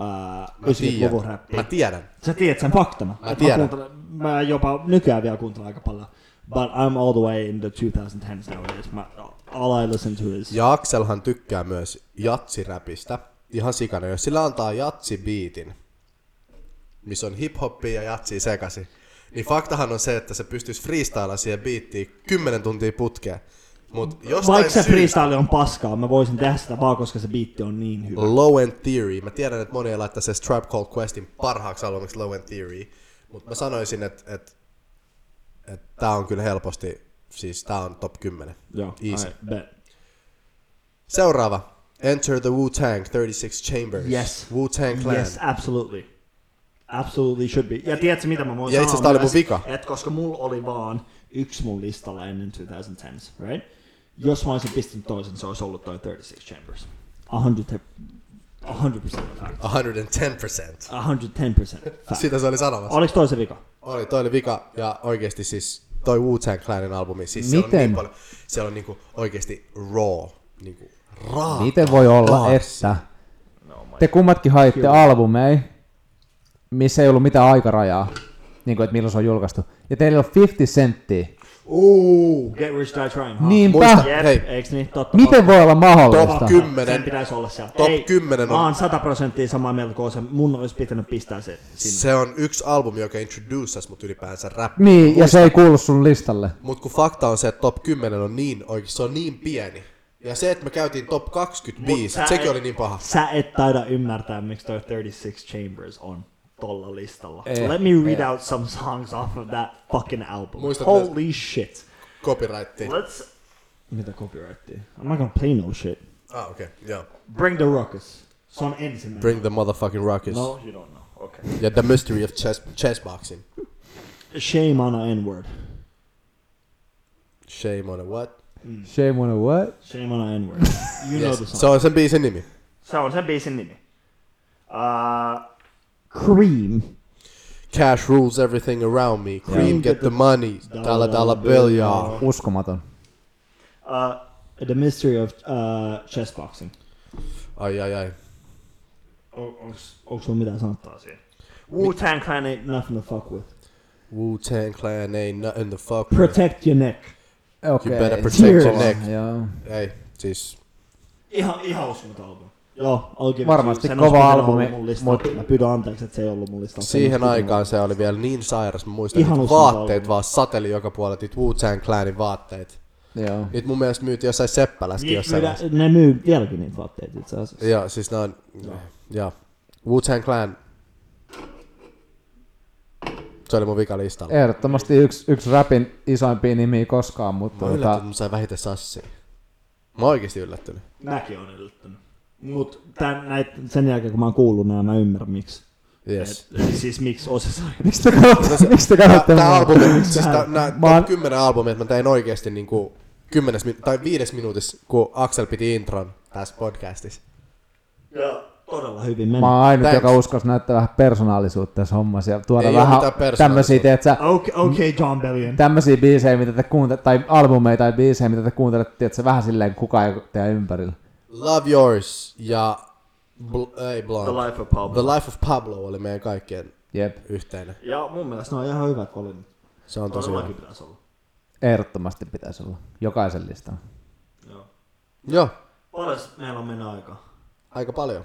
A: ää, 90-luvun
B: Mä
A: räppiä.
B: tiedän.
A: Sä tiedät sen faktana.
B: Mä tiedän.
A: kuuntelen- mä jopa nykyään vielä kuuntelen aika paljon. But I'm all the way in the 2010s nowadays. Mä, all I listen to is...
B: Ja Akselhan tykkää myös jatsiräpistä. Ihan sikana. Jos sillä antaa jatsibiitin, missä on hiphoppia ja jatsia sekaisin. Niin faktahan on se, että se pystyisi freestylaamaan siihen biittiin 10 tuntia putkeen. Mut jostain
A: Vaikka se
B: syystä-
A: freestyle on paskaa, mä voisin tehdä sitä vaan, koska se biitti on niin hyvä.
B: Low End Theory. Mä tiedän, että moni ei laittaa se Tribe Called Questin parhaaksi albumiksi Low End Theory, mutta mä sanoisin, että, että, että tää on kyllä helposti, siis tää on top 10.
A: Joo,
B: Easy.
A: I bet.
B: Seuraava. Enter the Wu-Tang 36 Chambers.
A: Yes.
B: Wu-Tang Clan.
A: Yes, absolutely. Absolutely should be. Ja tiedätkö mitä mä voin
B: Ja itse asiassa tää oli mun
A: myös?
B: vika.
A: Et koska mulla oli vaan yksi mun listalla ennen 2010, right? Jos mä olisin pistänyt toisen, se olisi ollut toi 36 Chambers. 100, 100% fact.
B: 110%.
A: 110% fact.
B: Sitä se oli sanomassa.
A: Oliko toi se vika?
B: Oli, toi oli vika. Ja oikeesti siis toi Wu-Tang Clanin albumi, siis se on
C: Miten?
B: niin paljon, se on niinku oikeesti raw. Niinku raaka.
C: Miten voi olla,
B: Ah,
C: että te kummatkin haitte albumei, missä ei ollut mitään aikarajaa, niin kuin, että milloin se on julkaistu. Ja teillä on 50 senttiä.
A: Ooh, get rich die trying, huh?
C: Niinpä,
B: Ah, Muista, Niin.
D: Jep.
B: hei,
A: Eiks niin? Totta.
C: miten voi olla mahdollista?
B: top 10.
A: Sen pitäisi olla siellä.
B: Top
A: Ei,
B: 10 on-
A: Mä oon 100 prosenttia samaa mieltä kuin se. Mun olisi pitänyt pistää se sinne.
B: Se on yksi albumi, joka introduces mut ylipäänsä rap.
C: Niin, ja se ei kuulu sun listalle.
B: Mut kun fakta on se, että top 10 on niin oikein, se on niin pieni. Ja se, että me käytiin top 25,
A: Mut sä
B: sekin
A: et-
B: oli niin paha.
A: Sä et taida ymmärtää, miksi toi 36 Chambers on tolla listalla.
C: Eh,
A: Let me read out some songs off of that fucking album.
B: Muistat
A: Holy shit.
B: Copyrightti.
D: Let's
A: Mitä copyrightia? I'm not gonna play no shit.
B: Ah, okei, okay, joo.
A: Bring the ruckus. Se on ensimmäinen.
B: Bring the motherfucking rockets.
A: No, you don't know. Okay.
B: Ja the mystery of chess, chessboxing.
A: Shame on a N-word.
B: Shame on a what?
C: Shame on a what?
A: Shame on a N-word. You know
B: Yes.
A: the song.
B: Se on sen biisin nimi.
D: Se on sen biisin nimi. Uh,
A: Cream.
B: Cash rules everything around me. Cream, get the money. Dollar, dollar bill, y'all.
C: Uskomaton.
D: uh,
A: The mystery of uh, chess boxing.
B: Ai, ai, ai.
A: Onko sulla mitään sanottavaa siihen?
D: Wu-Tang Clan ei...
A: Nothing to fuck with.
B: Wu-Tang Clan ain't nothing to fuck with.
A: Protect your neck.
C: Okei.
B: You better protect your
C: Tears.
B: neck.
C: Joo.
B: Ei, siis
A: Ihan, ihan uskomaton albumi. Joo, I'll give it
C: Varmasti
A: to you. Sen
C: kova
A: olisi pitänyt
C: albumi,
A: olla mun listalla.
C: mut-
A: Mä pyydän anteeksi, että se ei ollut mun listalla. Sen
B: Siihen
A: olisi pitänyt
B: aikaan se oli vielä niin sairas, mä muistan,
A: Ihan
B: että
A: uskomaton
B: vaatteet
A: albumi.
B: vaan sateli joka puolella, niitä Wu-Tang Clanin vaatteet.
C: Joo.
B: Niitä mun mielestä myytiin jossain Seppäläskin
A: Niitä
B: jossain
A: myydä-
B: vaiheessa.
A: Ne myy vieläkin niitä vaatteita itse asiassa.
B: Joo, siis ne on, joo. Wu-Tang Clan. Se oli mun vika listalla.
C: Ehdottomasti yksi, yksi rapin isoimpia nimiä koskaan, mutta
B: Mä yllättynyt,
C: tota,
B: että mä sain vähiten sassia. Mä oon oikeesti yllättynyt.
A: Mäkin on yllättänyt. Mut tän, näit, sen jälkeen kun mä oon kuullut nää, mä ymmärrän miksi.
B: Yes.
A: Et, siis miksi osa sai.
C: miksi te katsotte? Miksi te
B: Tää,
C: katsotte?
B: tää
C: mua?
B: albumi, siis tää, nää
C: Mä oon-
B: top 10 albumia, että mä tein oikeesti niinku kymmenes, mi- tai viides minuutissa, kun Axel piti intron tässä podcastissa.
A: Ja todella hyvin meni.
C: Mä oon ainut,
B: Thanks.
C: joka uskalsi näyttää vähän persoonallisuutta tässä hommassa ja tuoda
B: Ei oo
C: vähän
B: mitään persoonallisuutta.
C: tämmöisiä, tiedätkö,
A: Okei, okay, John Bellion.
C: tämmöisiä biisejä, mitä te kuuntelette, tai albumeita tai biisejä, mitä te kuuntelette, tiedätkö, vähän silleen kukaan ei teidän ympärillä.
B: Love Yours ja Bl- ei Blonde.
D: The Life of Pablo.
B: The Life of Pablo oli meidän kaikkien
C: Jep,
B: yhteinen.
D: Ja mun mielestä...
A: No on ihan hyvät valinnat.
B: Se on tosi hyvä.
A: Todellakin pitäisi olla.
C: ehdottomasti pitäisi olla. Jokaisen listan.
B: Joo,
A: Paljon meillä on mennä aikaa.
B: aika paljon.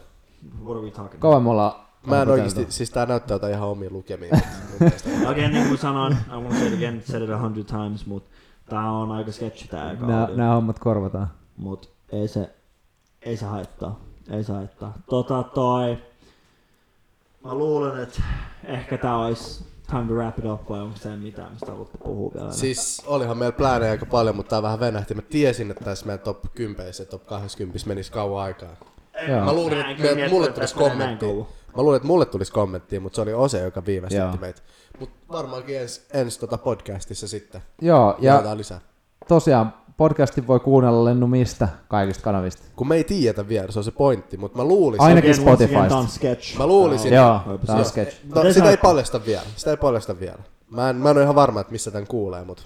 A: What are we talking about?
C: Kauan me ollaan...
B: Mä en
C: ollaan
B: oikeesti,
C: puteltu.
B: siis tää näyttää jotain ihan omiin lukemiin. Mun mielestä.
A: Again, niin kuin sanoin, I won't say it again, said it a hundred times, mut tää on aika sketchy tää eka
C: Nää,
A: audio.
C: nää hommat korvataan.
A: Mut ei se, ei se haittaa. Ei se haittaa. Tota toi, mä luulen, että ehkä tää olisi time to wrap it up, vai onko se mitään, mistä haluatte puhua vielä?
B: siis olihan meillä pläänejä aika paljon, mutta tää vähän venähti. Mä tiesin, että tässä meidän top 10 ja top 20 menisi kauan aikaa. Mä
C: Joo.
B: luulin,
D: Mä en
B: että me,
D: kyllä miettinyt,
B: mulle
D: että
B: tulisi
D: tässä menee
B: kommentti.
A: näin kauan.
B: Mä luulin, että mulle tulisi kommentti, mutta se oli Ose, joka
C: Joo.
B: viivästytti meitä. Mutta varmaankin ensi ens, tota podcastissa sitten.
C: Joo, ja
B: Ja. lisää.
C: tosiaan podcastin voi kuunnella lennu mistä kaikista kanavista.
B: Kun me ei tiedetä vielä, se on se pointti, mutta mä luulisin,
C: Ainakin
A: Again, once again,
C: Spotifysta.
A: tää on sketch.
B: Mä luulisin.
C: Joo,
A: Voipa
C: tää on
B: Joo.
C: sketch.
B: No, sitä ei paljasta vielä. Sitä ei paljasta vielä. Mä en, mä en ole ihan varma, että missä tämän kuulee, mutta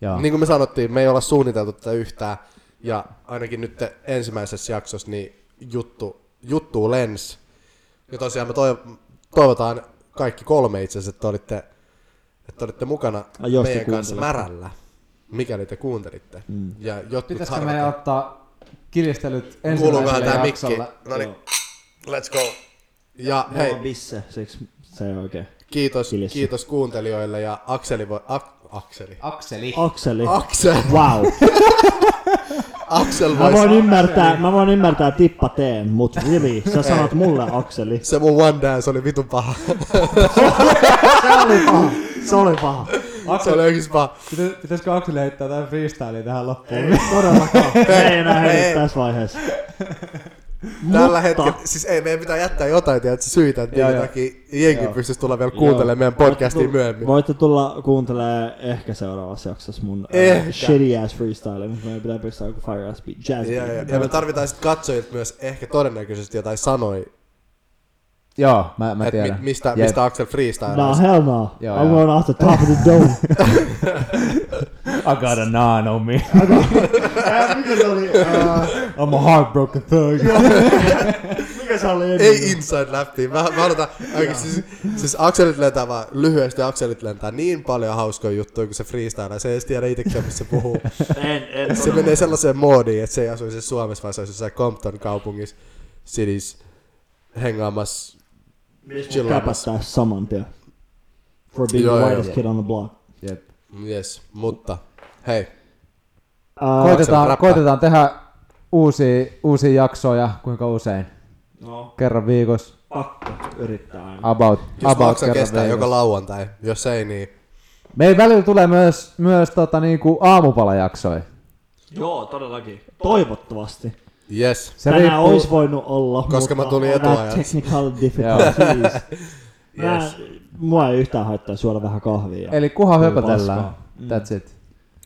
C: Joo.
B: niin kuin me sanottiin, me ei olla suunniteltu tätä yhtään. Ja ainakin nyt ensimmäisessä jaksossa niin juttu, juttu lens. Ja tosiaan me toiv- toivotaan kaikki kolme itse asiassa, että olitte, että olitte mukana
A: Ja jos te
B: meidän kanssa
A: kuuntelette.
B: märällä, mikäli te kuuntelitte. Mm. Ja jotkut
C: Pitäisikö
B: harvat-
C: meidän ottaa kiristelyt
B: Kuuluukohan
C: ensimmäiselle
B: tää mikki?
C: jaksolle?
B: No niin, let's go. Ja
A: Me
B: hei,
A: ollaan bisse, siksi se ei oikein.
B: kiitos,
A: Kilessä.
B: kiitos kuuntelijoille ja Akseli voi... Ak, Akseli.
C: Niin. Akseli.
A: Akseli.
B: Aksel,
A: Wow.
B: Aksel
A: Mä voin
B: voi...
A: ymmärtää, mä voin ymmärtää tippa teen, mut really, sä sanot mulle Akseli.
B: Se mun one dance oli vitun paha.
A: Se oli paha.
B: Se oli oikeesti paha.
C: Pitä- Pitäisikö Akseli heittää tämän freestyle tähän loppuun?
A: Todellakaan. Me ei enää
B: Ei.
A: heitä tässä vaiheessa.
B: Tällä hetkellä, siis ei, meidän pitää jättää jotain, tiedätkö, syitä, että
C: Joo,
B: minkä
C: joo.
B: takia jenki pystyisi tulla vielä kuuntelemaan meidän podcastia myöhemmin.
A: Voitte tulla kuuntelemaan ehkä seuraavassa jaksossa mun
B: Ehkä.
A: uh, shitty ass freestyle, mutta meidän pitää pistää joku fire ass beat, jazz
B: Ja, ja,
A: beat.
B: ja me tarvitaan sitten katsojilta myös ehkä todennäköisesti jotain sanoja,
C: Joo, mä,
B: että
C: mä
B: mi,
C: tiedän.
B: mistä,
C: Jep.
B: mistä Axel
A: No
B: freestylaa.
A: hell no.
C: Joo,
A: I'm
C: joo.
A: going off the top of the dome.
C: I got a nine on me.
F: Mikä se oli? Äh,
C: I'm a heartbroken thug.
F: Mikä se oli?
B: Ei inside läpi. Mä, mä odotan, oikeesti, siis, siis Akselit lentää vaan lyhyesti, Akselit lentää niin paljon hauskoja juttuja, kun se freestylaa. Se ei edes tiedä itsekään, missä se puhuu.
D: En, en
B: se menee sellaiseen moodiin, että se ei asuisi Suomessa, vaan se olisi jossain Compton kaupungissa, cities, hengaamassa, chillaamassa.
A: Käpättää saman tien. For being
B: Joo,
A: the
B: joo,
A: whitest
B: joo.
A: kid on the block.
C: Jep.
B: Yes, mutta hei,
A: Uh,
B: Aksel,
C: Koitetaan,
B: räppää.
C: koitetaan tehdä uusia, uusia jaksoja, kuinka usein?
A: no,
C: Kerran viikossa,
A: pakko yrittää aina.
C: about,
B: jos
C: about
B: Aksel
C: kerran
B: kestää
C: viikossa.
B: joka lauantai, jos ei niin,
C: Meillä välillä tulee myös, myös tota, niinku aamupalajaksoja.
A: Joo, todellakin. Toivottavasti.
B: yes.
C: Se
A: Tänään olisi voinut olla, mutta
B: Koska mä tulin
A: on nää
B: etuajassa.
A: Technical difficulties. Mä,
B: Yes.
A: Mua ei yhtään haittaa syödä vähän kahvia.
C: Eli kuhan
A: Tuli
C: höpötellään.
A: paskaa. Mm.
C: That's it.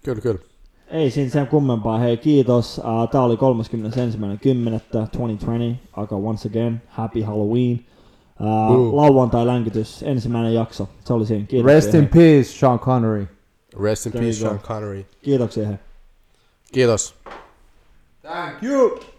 B: Kyllä, kyllä.
A: Ei siinä sen kummempaa. Hei, kiitos. Uh, Tämä oli 31.10.2020. Aka once again. Happy Halloween.
B: Boo.
A: Uh, lauantai-länkytys. Ensimmäinen jakso. Se oli siinä. Kiitoksia.
C: Rest in
A: hei.
C: peace, Sean Connery.
B: Rest in
A: There you
B: peace,
A: go.
B: Sean Connery.
A: Kiitoksia. Hei.
B: Kiitos.
C: Thank you.